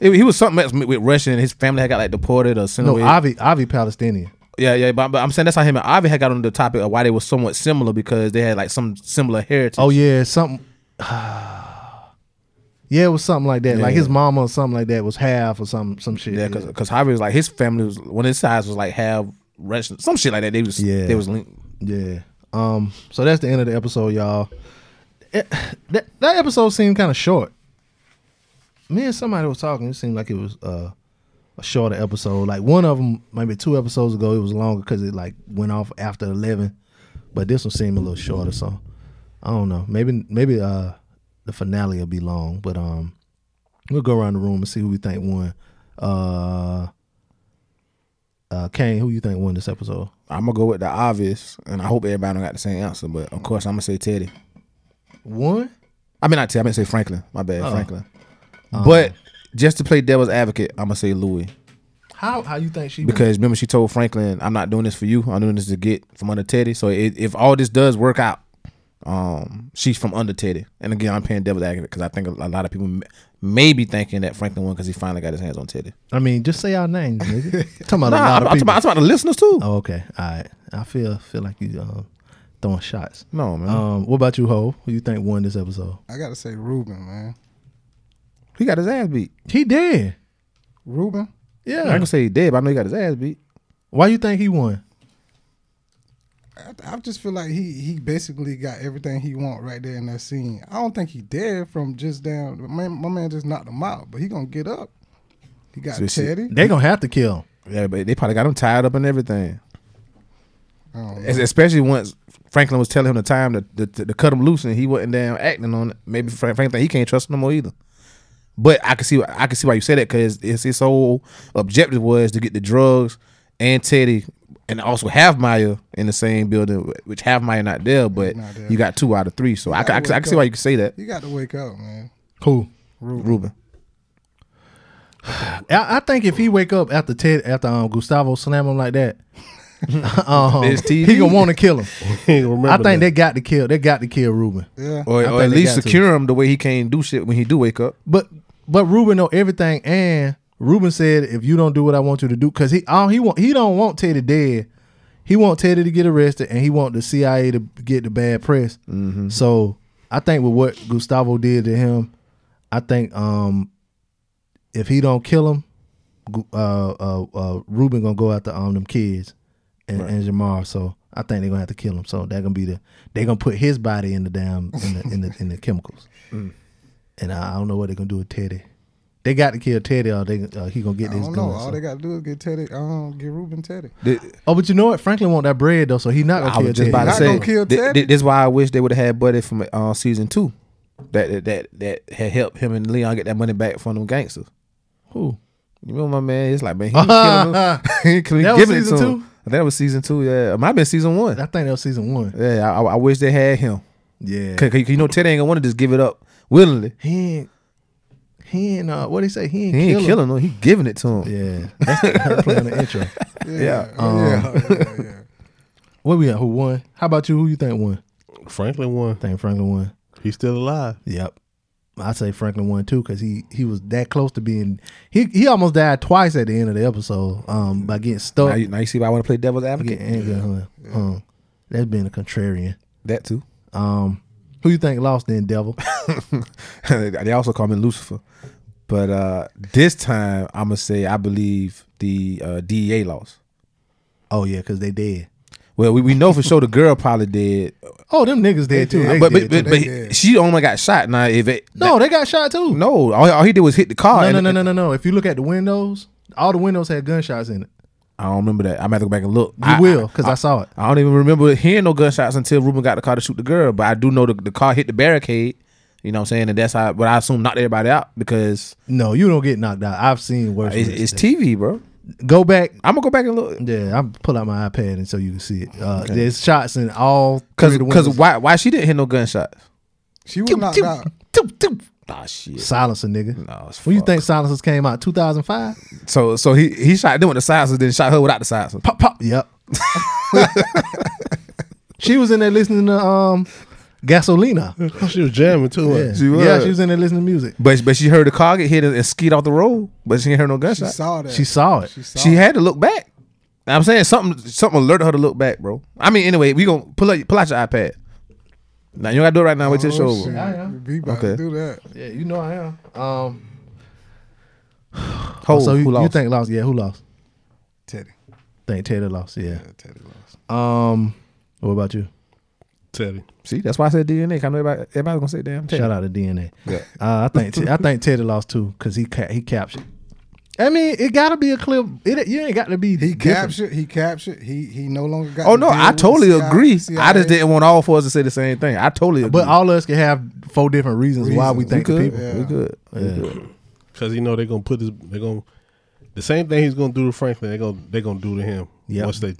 Speaker 13: it, he was something else with Russian. and His family had got like deported or sent
Speaker 12: No,
Speaker 13: away.
Speaker 12: Avi, Avi Palestinian.
Speaker 13: Yeah, yeah, but, but I'm saying that's how him and Ivy had got on the topic of why they were somewhat similar because they had like some similar heritage.
Speaker 12: Oh yeah, something. [SIGHS] yeah, it was something like that. Like
Speaker 13: Yeah.
Speaker 12: his mama or something like that was half or some some shit.
Speaker 13: yeah, because because Ivy was like his family was one of his sides was like half Russian, some shit like that. They was
Speaker 12: Yeah.
Speaker 13: they was linked.
Speaker 12: Yeah. Um. So that's the end of the episode, y'all. It- that that episode seemed kind of short. Me and somebody was talking. It seemed like it was uh, a shorter episode. Like one of them, maybe two episodes ago, it was longer because it like went off after eleven. But this one seemed a little shorter, so I don't know. Maybe maybe uh, the finale will be long, but um, we'll go around the room and see who we think won. Uh, uh, Kane, who you think won this episode?
Speaker 13: I'm gonna go with the obvious, and I hope everybody don't got the same answer. But of course, I'm gonna say Teddy.
Speaker 12: One.
Speaker 13: I mean, not Teddy. I meant to say Franklin. My bad,
Speaker 12: Oh.
Speaker 13: Franklin.
Speaker 12: Um.
Speaker 13: But just to play devil's advocate, I'm gonna say Louis
Speaker 12: How how you think she won?
Speaker 13: because remember she told Franklin, "I'm not doing this for you. I'm doing this to get from under Teddy." So it, if all this does work out, um, she's from under Teddy. And again, I'm paying devil's advocate because I think a a lot of people m- may be thinking that Franklin won because he finally got his hands on Teddy.
Speaker 12: I mean, just say our names, nigga. [LAUGHS] talking about
Speaker 13: Nah,
Speaker 12: a lot of
Speaker 13: I'm- I'm talking
Speaker 12: people.
Speaker 13: about- I'm talking about the listeners, too.
Speaker 12: Oh, okay. All right. I feel feel like you um, throwing shots.
Speaker 13: No, man.
Speaker 15: Oh.
Speaker 12: Um, what about you, Ho? Who you think won this episode?
Speaker 15: I gotta say, Ruben, man.
Speaker 13: He got his ass beat.
Speaker 12: He did.
Speaker 15: Ruben,
Speaker 12: Yeah.
Speaker 13: I can say he did, but I know he got his ass beat.
Speaker 12: Why you think he won?
Speaker 15: I, I just feel like he he basically got everything he want right there in that scene. I don't think he dead from just down. My, my man just knocked him out, but he gonna get up. He got
Speaker 13: So she-
Speaker 15: Teddy.
Speaker 12: They gonna have to kill
Speaker 13: him. Yeah, but they probably got him tied up and everything.
Speaker 15: I don't know.
Speaker 13: Es- Especially once Franklin was telling him the time to, to, to, to cut him loose, and he wasn't damn acting on it. Maybe Frank, Franklin he can't trust him no more either. But I can see I can see why you said that because his his whole objective was to get the drugs and Teddy and also have Maya in the same building, which have Maya not there, but
Speaker 15: Not there.
Speaker 13: you got two out of three. So I,
Speaker 15: He
Speaker 13: can- I,
Speaker 15: gotta
Speaker 13: can- I
Speaker 15: wake
Speaker 13: can see why
Speaker 15: up.
Speaker 13: you can say that.
Speaker 15: He got to wake up, man.
Speaker 12: Who?
Speaker 15: Ruben.
Speaker 13: Ruben.
Speaker 12: I, I think if he wake up after Ted after um, Gustavo slam him like
Speaker 13: [LAUGHS]
Speaker 12: that, um,
Speaker 13: It's
Speaker 12: he
Speaker 13: TV.
Speaker 12: gonna want to kill him.
Speaker 13: [LAUGHS]
Speaker 12: I think
Speaker 13: that.
Speaker 12: they got to kill. They got to kill Ruben.
Speaker 15: Yeah.
Speaker 13: Or,
Speaker 12: I
Speaker 13: or
Speaker 12: think
Speaker 13: at
Speaker 12: they
Speaker 13: least
Speaker 12: got to.
Speaker 13: secure him the way he can't do shit when he do wake up.
Speaker 12: But but Ruben know everything, and Ruben said, "If you don't do what I want you to do, because he all he want he don't want Teddy dead. He want Teddy to get arrested, and he want the CIA to get the bad press. So I think with what Gustavo did to him, I think um if he don't kill him, Gu- uh uh, uh Ruben gonna go after um them kids and, and Jamar. So I think they're gonna have to kill him. So they're gonna be the they're gonna put his body in the damn in the in the, in the chemicals. And I, I don't know what they're gonna do with Teddy. They got to kill Teddy, or they uh, he gonna get
Speaker 15: I
Speaker 12: his
Speaker 15: don't know.
Speaker 12: gun.
Speaker 15: All
Speaker 12: so.
Speaker 15: they got to do is get Teddy. Um, get Ruben Teddy.
Speaker 12: Oh, but you know what? Franklin want that bread though, so he not gonna
Speaker 13: I
Speaker 12: kill
Speaker 13: was
Speaker 12: Teddy.
Speaker 13: just about to
Speaker 15: Not
Speaker 13: say
Speaker 15: gonna kill
Speaker 13: th-
Speaker 15: Teddy.
Speaker 13: th- this is why I wish they would have had Buddy from uh, season two, that that that that had helped him and Leon get that money back from them gangsters.
Speaker 12: Who?
Speaker 13: You remember my man? It's like man, he was
Speaker 12: [LAUGHS]
Speaker 13: killing him. [LAUGHS] he killing,
Speaker 12: That was
Speaker 13: giving
Speaker 12: season
Speaker 13: it to him.
Speaker 12: two?
Speaker 13: I think that was season two. Yeah, it might have been season one.
Speaker 12: I think that was season one.
Speaker 13: Yeah, I, I- I wish they had him.
Speaker 12: Yeah.
Speaker 13: Cause, 'cause you know Teddy ain't gonna want to just give it up willingly.
Speaker 12: He ain't, he ain't uh, what he say? He
Speaker 13: He
Speaker 12: ain't,
Speaker 13: ain't
Speaker 12: kill
Speaker 13: killing him. He giving it to him. Um,
Speaker 12: Yeah, that's the, her playing the intro.
Speaker 13: Yeah.
Speaker 12: Um,
Speaker 13: Yeah.
Speaker 12: Where we at? Who won? How about you? Who you think won?
Speaker 14: Franklin won.
Speaker 12: think Franklin won.
Speaker 14: He's still alive.
Speaker 12: Yep. I say Franklin won too because he he was that close to being he he almost died twice at the end of the episode um by getting stuck.
Speaker 13: Now you, now you see why I want to play devil's advocate.
Speaker 12: Getting angry, huh? Um, that's being a contrarian.
Speaker 13: That too.
Speaker 12: Um, who you think lost then, Devil?
Speaker 13: [LAUGHS] they also call me Lucifer, but uh, this time I'm gonna say I believe the uh, DEA lost.
Speaker 12: Oh yeah, because they dead.
Speaker 13: Well, we, we know for sure the girl
Speaker 12: [LAUGHS]
Speaker 13: probably dead.
Speaker 12: Oh, them niggas dead too.
Speaker 13: but but, but, but she only got shot. Now if it
Speaker 12: no, they got shot too.
Speaker 13: no, all, all he did was hit the car.
Speaker 12: No, no,
Speaker 13: and-
Speaker 12: no, no, no, no. If you look at the windows, all the windows had gunshots in it.
Speaker 13: I don't remember that. I'm gonna have to go back and look.
Speaker 12: You will, 'cause I saw it.
Speaker 13: I don't even remember hearing no gunshots until Ruben got the car to shoot the girl. But I do know the, the car hit the barricade. You know what I'm saying? And that's how. But I assume knocked everybody out because
Speaker 12: No, you don't get knocked out. I've seen worse.
Speaker 13: it's,
Speaker 12: ones.
Speaker 13: it's TV, bro.
Speaker 12: go back.
Speaker 13: I'm gonna go back and look.
Speaker 12: Yeah, I'm pull out my iPad and so you can see it. Uh, There's shots in all
Speaker 13: Cause,
Speaker 12: three of the
Speaker 13: cause
Speaker 12: windows.
Speaker 13: why why she didn't hit no gunshots?
Speaker 15: She was knocked out.
Speaker 13: Ah shit.
Speaker 12: silencer, nigga.
Speaker 13: No, it's
Speaker 12: When you think silencers came out, 2005.
Speaker 13: So so he he shot them with the silencer, then shot her without the silencer.
Speaker 12: Pop pop. [LAUGHS] Yep. she was in there listening to um, Gasolina.
Speaker 14: [LAUGHS] She was jamming too.
Speaker 12: Yeah.
Speaker 14: wasn't
Speaker 13: She was.
Speaker 12: yeah, she was in there listening to music.
Speaker 13: But but she heard the car get hit and, and skied off the road, but she didn't hear no
Speaker 15: She
Speaker 13: gunshot.
Speaker 15: saw that.
Speaker 12: She saw it.
Speaker 15: saw
Speaker 13: She
Speaker 15: it.
Speaker 13: had to look back. I'm saying something something alerted her to look back, bro. I mean, anyway, we gonna pull out pull out your iPad. Now you don't gotta do it right now. Wait till the show
Speaker 15: shit.
Speaker 13: over.
Speaker 15: We about
Speaker 13: Okay.
Speaker 15: to do that.
Speaker 12: Yeah, you know I am. Um,
Speaker 13: Hold,
Speaker 12: so
Speaker 13: who
Speaker 12: you, you
Speaker 13: lost?
Speaker 12: think Oh, lost? Yeah, who lost?
Speaker 15: Teddy.
Speaker 12: Think Taylor lost. Yeah.
Speaker 15: Teddy lost.
Speaker 12: Um, what about you?
Speaker 14: Teddy.
Speaker 13: See, that's why I said DNA. 'cause I know everybody, everybody gonna say damn. Teddy.
Speaker 12: Shout out to DNA.
Speaker 13: Yeah.
Speaker 12: Uh, I think I think Teddy lost too because he ca- he captured. I mean, it gotta be a clip. It you ain't got to be.
Speaker 15: He
Speaker 12: different.
Speaker 15: captured. He captured. He he no longer got.
Speaker 13: Oh
Speaker 15: to
Speaker 13: no,
Speaker 15: deal
Speaker 13: I
Speaker 15: with the
Speaker 13: totally
Speaker 15: CIA
Speaker 13: agree. I just
Speaker 15: CIA.
Speaker 13: didn't want all four of us to say the same thing. I totally agree.
Speaker 12: But all of us can have four different reasons, why we
Speaker 13: Reasons.
Speaker 12: think
Speaker 13: We
Speaker 12: the
Speaker 13: could.
Speaker 12: people.
Speaker 13: We good.
Speaker 12: Yeah.
Speaker 14: Because you know they're gonna put his they're gonna the same thing he's gonna do to Franklin. They're gonna they're gonna do to him.
Speaker 12: Yep.
Speaker 14: Once they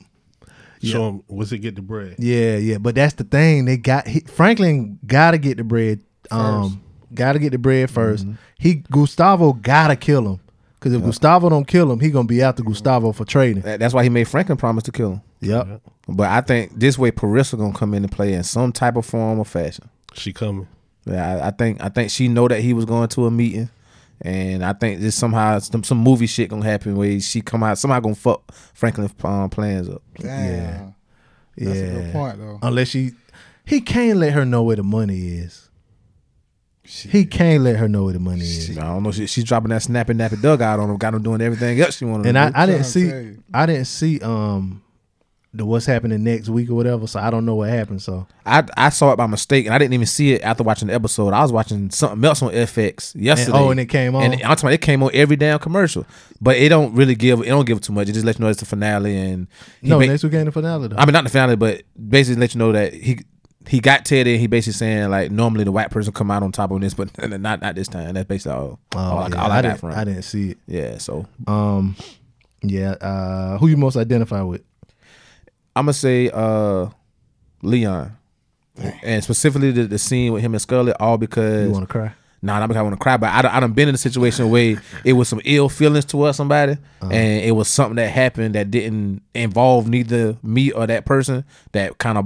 Speaker 14: show him, once they get the bread.
Speaker 12: Yeah, yeah, but that's the thing. They got he, Franklin. Got to get the bread. Um, got to get the bread 1st He Gustavo got to kill him because if Gustavo don't kill him, he gonna be after Gustavo for trading.
Speaker 13: That- That's why he made Franklin promise to kill him.
Speaker 12: Yep.
Speaker 13: But I think this way, Parissa gonna come in and play in some type of form or fashion.
Speaker 14: She coming.
Speaker 13: Yeah, I, I think I think she know that he was going to a meeting, and I think this somehow some, some movie shit gonna happen where she come out somehow gonna fuck Franklin um, plans up.
Speaker 15: Damn.
Speaker 12: Yeah.
Speaker 15: That's a good point though.
Speaker 12: Unless she, he can't let her know where the money is. He can't let her know where the money is.
Speaker 13: I don't know. She, she's dropping that snappy nappy dugout on him, got him doing everything else she
Speaker 12: And
Speaker 13: wanted. to
Speaker 12: I,
Speaker 13: do.
Speaker 12: I didn't
Speaker 15: Trying to
Speaker 12: see,
Speaker 15: tell you.
Speaker 12: I didn't see um, the what's happening next week or whatever. So I don't know what happened. So
Speaker 13: I I saw it by mistake, and I didn't even see it after watching the episode. I was watching something else on FX yesterday.
Speaker 12: oh, and it came on?
Speaker 13: And I'm talking about it came on every damn commercial, but it don't really give it don't give too much. It just lets you know it's the finale, and he
Speaker 12: no,
Speaker 13: ba-
Speaker 12: next week ain't the finale. Though.
Speaker 13: I mean not the finale, but basically let you know that he he got Teddy. And he basically saying like normally the white person come out on top of this, but [LAUGHS] not not this time. That's basically all.
Speaker 12: Oh,
Speaker 13: all,
Speaker 12: yeah,
Speaker 13: I, all I,
Speaker 12: I
Speaker 13: got
Speaker 12: didn't,
Speaker 13: from.
Speaker 12: I didn't see it.
Speaker 13: Yeah, so
Speaker 12: Um, yeah. Uh, who you most identify with?
Speaker 13: I'm gonna say uh Leon, and specifically the, the scene with him and Scarlett, all because
Speaker 12: You want to cry?
Speaker 13: Nah, not because I want to cry, but I, done- I done been in a situation where it was some ill feelings towards somebody, and it was something that happened that didn't involve neither me or that person that kind of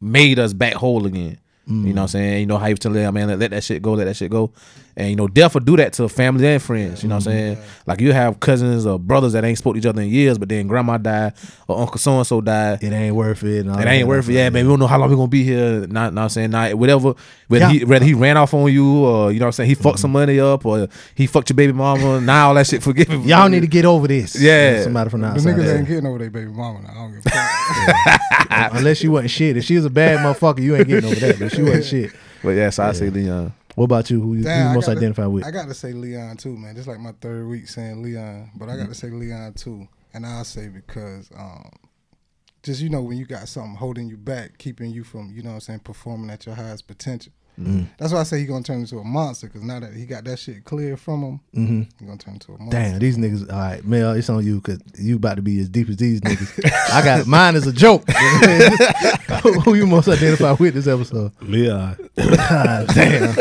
Speaker 13: made us back whole again. You know what I'm saying? You know how you tell them, man, let, let that shit go, let that shit go. And you know, death will do that to family and friends. You know what I'm saying? Like you have cousins or brothers that ain't spoke to each other in years, but then grandma died or uncle so and so died.
Speaker 12: It ain't worth it. and all
Speaker 13: It
Speaker 12: that.
Speaker 13: ain't worth it. Yeah, man. We don't know how long we gonna be here. Not, not saying not whatever. Whether
Speaker 12: Yeah.
Speaker 13: he whether he ran off on you or you know what I'm saying he fucked some money up or he fucked your baby mama. [LAUGHS] now all that shit forgive him.
Speaker 12: Y'all need to get over this.
Speaker 13: Yeah.
Speaker 12: somebody from the
Speaker 15: The
Speaker 12: outside.
Speaker 15: niggas
Speaker 12: there.
Speaker 15: ain't getting over their baby mama. Now. I don't give
Speaker 13: [LAUGHS]
Speaker 15: a fuck.
Speaker 12: Unless she wasn't shit. If she was a bad motherfucker, you ain't getting over that. But she wasn't shit.
Speaker 13: But yeah, so I say Leon.
Speaker 12: What about you? Who you, who
Speaker 15: Damn,
Speaker 12: you
Speaker 15: I
Speaker 12: most
Speaker 15: gotta-
Speaker 12: identify with?
Speaker 15: I got to say Leon too, man. This like my third week saying Leon, but I
Speaker 12: Mm-hmm.
Speaker 15: got to say Leon too, and I'll say because um, just you know when you got something holding you back, keeping you from you know what I'm saying performing at your highest potential.
Speaker 12: Mm-hmm.
Speaker 15: That's why I say he gonna turn into a monster because now that he got that shit cleared from him,
Speaker 12: Mhm.
Speaker 15: he gonna turn into a monster.
Speaker 12: Damn, these niggas. All right, Mel, it's on you because you about to be as deep as these niggas. I got mine is a joke. [LAUGHS] who, who you most identify with this episode?
Speaker 14: Leon.
Speaker 12: God damn.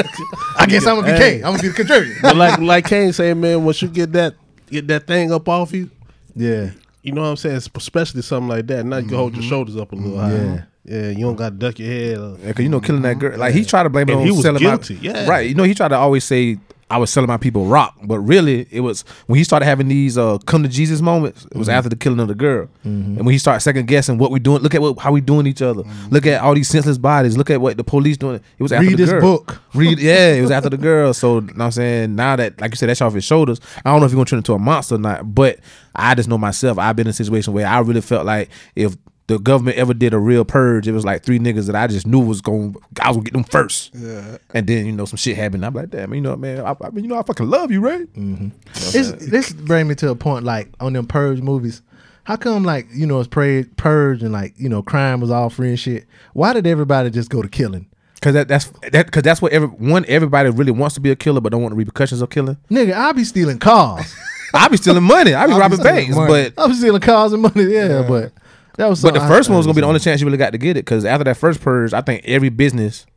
Speaker 12: I guess I'm gonna be
Speaker 14: Hey.
Speaker 12: K. I'm gonna be the contributor.
Speaker 14: but like like Kane said, man, once you get that get that thing up off you,
Speaker 12: Yeah.
Speaker 14: you know what I'm saying? Especially something like that. Now you can hold your
Speaker 13: Mhm.
Speaker 14: shoulders up a little higher. Yeah. Yeah, you don't got to duck your head. Up.
Speaker 13: Yeah, cause you know, killing that girl. Like he tried to blame it
Speaker 14: And
Speaker 13: on
Speaker 14: he was
Speaker 13: selling
Speaker 14: guilty,
Speaker 13: my
Speaker 14: yeah.
Speaker 13: right. You know, he tried to always say I was selling my people rock, but really it was when he started having these uh, come to Jesus moments. It was
Speaker 12: Mhm.
Speaker 13: after the killing of the girl,
Speaker 12: Mhm.
Speaker 13: and when he started second guessing what we doing. Look at what, how we doing each other. Look at all these senseless bodies. Look at what the police doing. It was after
Speaker 12: Mm-hmm. Read
Speaker 13: the
Speaker 12: this
Speaker 13: girl.
Speaker 12: book. [LAUGHS]
Speaker 13: Read yeah, it was after the girl. So know what I'm saying now that like you said, that's off his shoulders. I don't know if you're gonna turn into a monster or not, but I just know myself. I've been in a situation where I really felt like if the government ever did a real purge, it was like three niggas that I just knew was going I was gonna get them first.
Speaker 15: Yeah.
Speaker 13: And then you know some shit happened. I'm like, damn, you know, man, I, I mean, you know, I fucking love you, right? Mm-hmm.
Speaker 12: This this bring me to a point like on them purge movies. How come like you know it's purge, purge and like you know crime was all free and shit? Why did everybody just go to killing?
Speaker 13: Cause that, that's that cause that's what every one everybody really wants to be a killer, but don't want the repercussions of killing.
Speaker 12: Nigga, I be stealing cars.
Speaker 13: I be stealing money. [LAUGHS] I be robbing banks, [LAUGHS] but
Speaker 12: I was stealing cars and money. Yeah, but that was.
Speaker 13: But the
Speaker 12: something
Speaker 13: first
Speaker 12: I-
Speaker 13: one was gonna be the only chance you really got to get it because after that first purge, I think every business,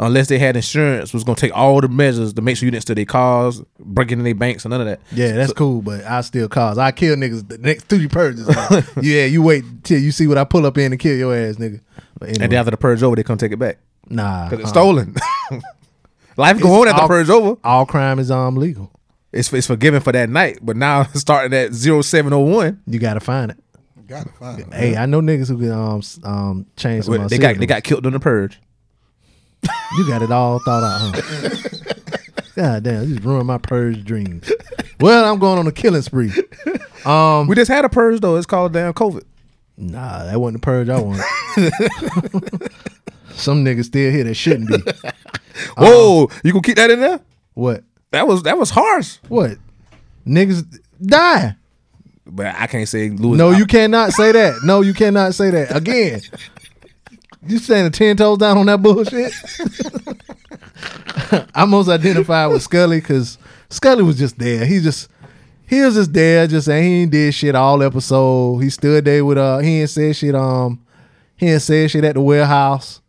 Speaker 13: unless they had insurance, was gonna take all the measures to make sure you didn't steal their cars, break into their banks, and none of that.
Speaker 12: Yeah, that's cool, but I steal cars. I kill niggas the next three purges.
Speaker 13: [LAUGHS]
Speaker 12: Like, yeah, you wait till you see what I pull up in and kill your ass, nigga. But
Speaker 13: And then after the purge over, they come take it back.
Speaker 12: Nah,
Speaker 13: because it's
Speaker 12: uh-uh.
Speaker 13: stolen. [LAUGHS] Life go on after the
Speaker 12: all-
Speaker 13: purge over.
Speaker 12: All crime is um legal.
Speaker 13: It's it's forgiven for that night, but now [LAUGHS] starting at 0701,
Speaker 12: you gotta find it.
Speaker 15: Gotta find it.
Speaker 12: Hey, I know niggas who can um s- um change some.
Speaker 13: Well,
Speaker 12: of
Speaker 13: they
Speaker 12: our
Speaker 13: got they
Speaker 12: signals.
Speaker 13: got killed during the purge.
Speaker 12: You got it all thought out, huh? God damn, you just ruined my purge dreams. Well, I'm going on a killing spree. Um,
Speaker 13: we just had a purge though. It's called damn COVID.
Speaker 12: Nah, that wasn't the purge I wanted. Some niggas still here that shouldn't be.
Speaker 13: Whoa, you gonna keep that in there?
Speaker 12: What?
Speaker 13: That was that was harsh.
Speaker 12: What? Niggas die.
Speaker 13: But I can't say Louis.
Speaker 12: no, you cannot say that. No, you cannot say that again. You standing ten toes down on that bullshit. [LAUGHS] I most identified with Scully because Scully was just there. He just he was just there, just and he ain't did shit all episode. He stood there with uh he ain't said shit um he ain't said shit at the warehouse.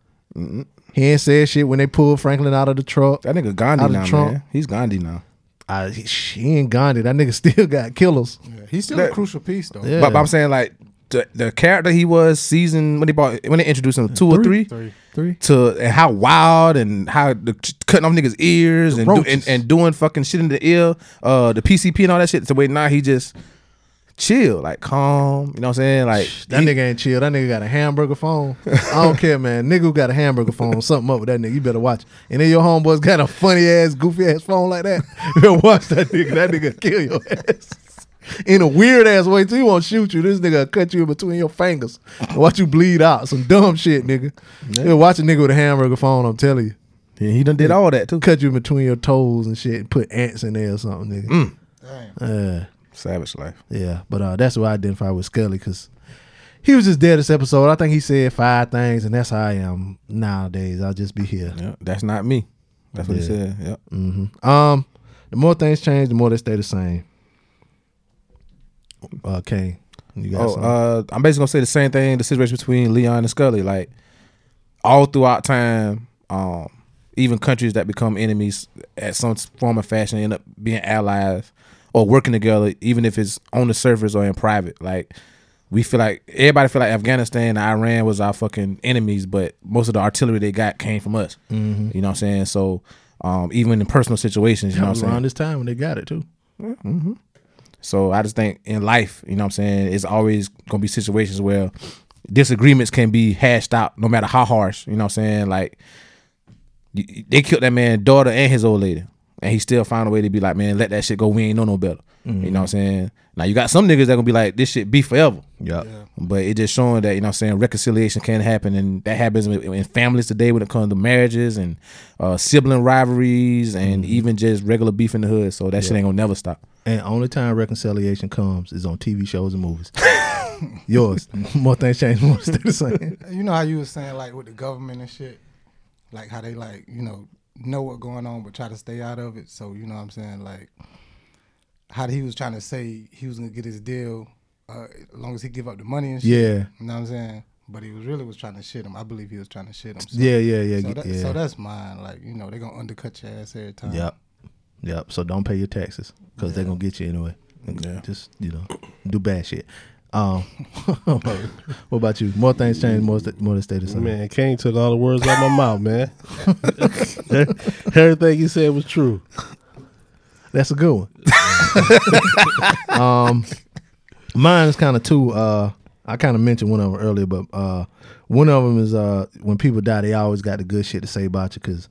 Speaker 12: He ain't said shit when they pulled Franklin out of the truck.
Speaker 13: That nigga Gandhi
Speaker 12: out of
Speaker 13: now,
Speaker 12: the trunk.
Speaker 13: man. He's Gandhi now.
Speaker 12: I, he, he ain't Gandhi. That nigga [LAUGHS] still got killers.
Speaker 15: He's still a crucial piece though.
Speaker 13: But, but I'm saying like the, the character he was season when they bought when they introduced him two or
Speaker 12: Three.
Speaker 13: three,
Speaker 12: Three. Three.
Speaker 13: to and how wild and how the, cutting off niggas ears and, do, and and doing fucking shit in the ear, uh, the PCP and all that shit. So wait, now he just chill, like calm. You know what I'm saying? Like
Speaker 12: That nigga ain't chill. That nigga got a hamburger phone. I don't care, man. [LAUGHS] Nigga who got a hamburger phone, something up with that nigga. You better watch. And then your homeboys got a funny ass, goofy ass phone like that. [LAUGHS] You better watch that nigga. That nigga kill your ass. [LAUGHS] In a weird ass way, too. He won't shoot you. This nigga will cut you in between your fingers. And watch you bleed out. Some dumb shit, nigga.
Speaker 13: Yeah.
Speaker 12: You watch a nigga with a hamburger phone, I'm telling you.
Speaker 13: Yeah, he done did all that too.
Speaker 12: Cut you in between your toes and shit and put ants in there or something, nigga.
Speaker 13: Mm.
Speaker 12: Yeah.
Speaker 13: Savage life.
Speaker 12: Yeah, but uh, that's why I identify with Scully because he was just there this episode. I think he said five things, and that's how I am nowadays. I'll just be here.
Speaker 13: that's not me. That's what he said. Yep.
Speaker 12: Mm-hmm. Um, the more things change, the more they stay the same. Uh, Kane, you got
Speaker 13: Oh,
Speaker 12: something?
Speaker 13: uh, I'm basically gonna say the same thing. The situation between Leon and Scully, like all throughout time, um, even countries that become enemies at some form of fashion end up being allies or working together, even if it's on the surface or in private. Like we feel like everybody feel like Afghanistan, and Iran was our fucking enemies, but most of the artillery they got came from us.
Speaker 12: Mhm.
Speaker 13: You know what I'm saying? So um, even in personal situations, you
Speaker 12: that
Speaker 13: know
Speaker 12: was
Speaker 13: what I'm saying.
Speaker 12: around this time when they got it too.
Speaker 13: Mm-hmm. So I just think in life, you know what I'm saying, it's always gonna be situations where disagreements can be hashed out no matter how harsh, you know what I'm saying? Like y- y- they killed that man's daughter and his old lady. And he still found a way to be like, man, let that shit go. We ain't know no better. You know what I'm saying? Now you got some niggas that gonna be like, this shit be forever.
Speaker 12: yeah.
Speaker 13: But it just showing that, you know what I'm saying, reconciliation can happen. And that happens in in families today when it comes to marriages and uh, sibling rivalries and even just regular beef in the hood. So that shit
Speaker 12: Mm-hmm. Yeah.
Speaker 13: ain't gonna never stop.
Speaker 12: And only time reconciliation comes is on TV shows and movies. [LAUGHS] Yours, more things change, more they stay the [LAUGHS] same.
Speaker 15: You know how you was saying like with the government and shit, like how they like you know know what going on but try to stay out of it. So you know what I'm saying like how he was trying to say he was gonna get his deal uh, as long as he give up the money and shit.
Speaker 12: Yeah.
Speaker 15: you know what I'm saying. But he was really was trying to shit him. I believe he was trying to shit him.
Speaker 12: Yeah, yeah, yeah,
Speaker 15: So,
Speaker 12: get-
Speaker 15: that,
Speaker 12: yeah.
Speaker 15: so that's mine. Like you know they gonna undercut your ass every time.
Speaker 12: Yep. Yep. So don't pay your taxes because they're gonna get you anyway. Just you know, do bad shit. Um, [LAUGHS] what about you? More things change, more st- more to stay the same.
Speaker 14: Man, Kane took all the words out of my mouth,
Speaker 12: [LAUGHS]
Speaker 14: man. [LAUGHS] Everything he said was true.
Speaker 12: That's a good one.
Speaker 13: [LAUGHS]
Speaker 12: um, mine is kind of two. Uh, I kind of mentioned one of them earlier, but uh, one of them is uh, when people die, they always got the good shit to say about you. Because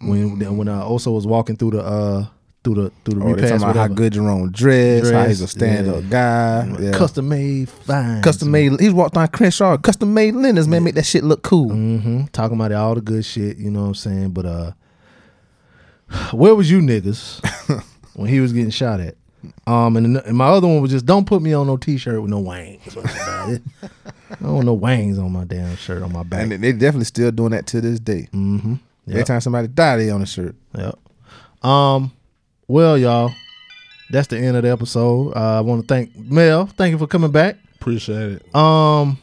Speaker 12: when when uh, also was walking through the uh, through the through the
Speaker 13: Mm. Oh, they
Speaker 12: repass,
Speaker 13: talking about how
Speaker 12: whatever.
Speaker 13: good Jerome dressed, how he's a
Speaker 12: Dress,
Speaker 13: stand-up guy. Yeah.
Speaker 12: custom made fine,
Speaker 13: Custom made. He's walked on Crenshaw. Custom made linens, man. Make that shit look cool.
Speaker 12: Mm-hmm. Talking about all the good shit, you know what I'm saying? But uh, [SIGHS] where was you niggas when he was getting shot at? Um, and, and my other one was just don't put me on no t-shirt with no wangs. That's about it. I don't know wangs on my damn shirt on my back.
Speaker 13: And they definitely still doing that to this day.
Speaker 12: Mm-hmm.
Speaker 13: Every time somebody die, they on a shirt.
Speaker 12: Yep. Um, well, y'all, that's the end of the episode. Uh, I want to thank Mel. Thank you for coming back.
Speaker 14: Appreciate it.
Speaker 12: Um,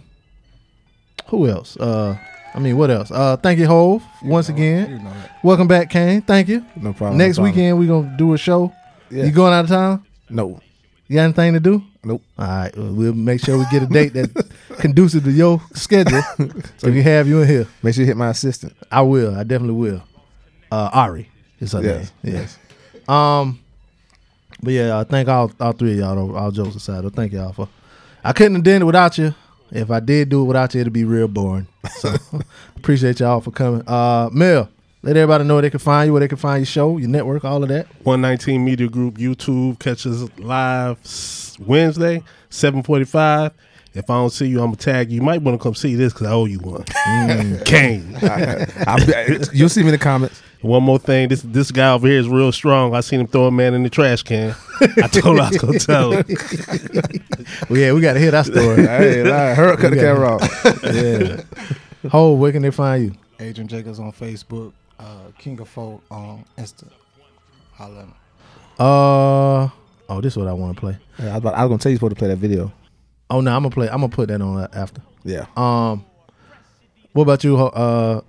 Speaker 12: who else? Uh, I mean, what else? Uh, thank you, Hove, once again. Welcome back, Kane. Thank you.
Speaker 13: No problem,
Speaker 12: Next
Speaker 13: no problem.
Speaker 12: weekend we gonna do a show. You going out of town?
Speaker 13: No.
Speaker 12: You got anything to do?
Speaker 13: Nope.
Speaker 12: All right, well, we'll make sure we get a
Speaker 14: [LAUGHS]
Speaker 12: date that conducive to your schedule. so if you have you in here,
Speaker 13: make sure you hit my [LAUGHS] assistant.
Speaker 12: I will. I definitely will. Uh, Ari is her
Speaker 13: Yes,
Speaker 12: name. Yes. Um, but yeah, I thank all all three of y'all. though, All jokes aside, though, thank y'all for. I couldn't have done it without you. If I did do it without you, it'd be real boring. So appreciate y'all for coming. Uh, Mel, let everybody know where they can find you, where they can find your show, your network, all of that.
Speaker 14: 119 Media Group YouTube catches live s- Wednesday, 7:45. If I don't see you, I'm gonna tag you. You might want to come see this because I owe you one.
Speaker 12: Mm.
Speaker 14: Kane,
Speaker 13: I- you'll see me in the comments.
Speaker 14: One more thing, this this guy over here is real strong. I seen him throw a man in the trash can. I told her I was gonna tell him.
Speaker 12: [LAUGHS] well, yeah, we got to hear that story.
Speaker 14: I ain't lying. Hurry up, cut the
Speaker 12: We gotta-
Speaker 14: camera
Speaker 13: [LAUGHS]
Speaker 14: off.
Speaker 12: yeah. Ho, where can they find you?
Speaker 16: Adrian Jacobs on Facebook, uh, King of Folk on Insta. Holla at me.
Speaker 12: Uh oh, this is what I want to play.
Speaker 13: I, was about, I was gonna tell you supposed to play that video.
Speaker 12: Oh no, I'm gonna play. I'm gonna put that on after.
Speaker 13: Yeah.
Speaker 12: Um, what about you? Ho- Uh,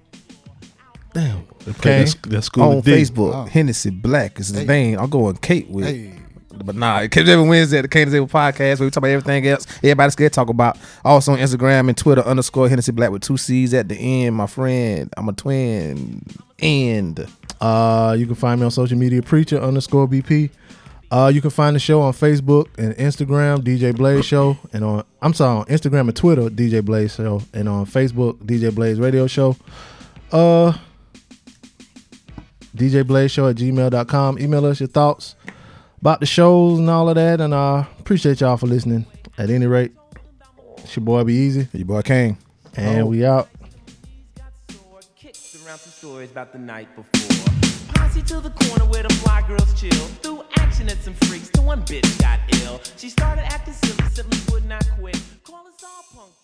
Speaker 12: damn.
Speaker 13: Okay.
Speaker 12: Kane?
Speaker 13: on Facebook. Hennessy Black is his name. I'll go on Kate with. But nah, it comes every Wednesday at the Kane Table Podcast where we talk about everything else. Everybody's scared to talk about. Also on Instagram and Twitter underscore Hennessy Black with two C's at the end. My friend, I'm a twin. And
Speaker 12: uh, you can find me on social media preacher underscore BP. Uh, you can find the show on Facebook and Instagram, DJ Blaze Show, and on I'm sorry, on Instagram and Twitter, DJ Blaze Show, and on Facebook, DJ Blaze Radio Show. Uh, DJ Blaze Show at gmail.com. Email us your thoughts about the shows and all of that. And uh appreciate y'all for listening. At any rate, it's your boy Be Easy.
Speaker 13: Your boy King.
Speaker 12: And we out.
Speaker 17: around some stories about the night before. Posse to the corner where the fly girls chill. Threw action at some freaks, till one bitch got ill. She started acting silly, silly would not quit. Call us all punk.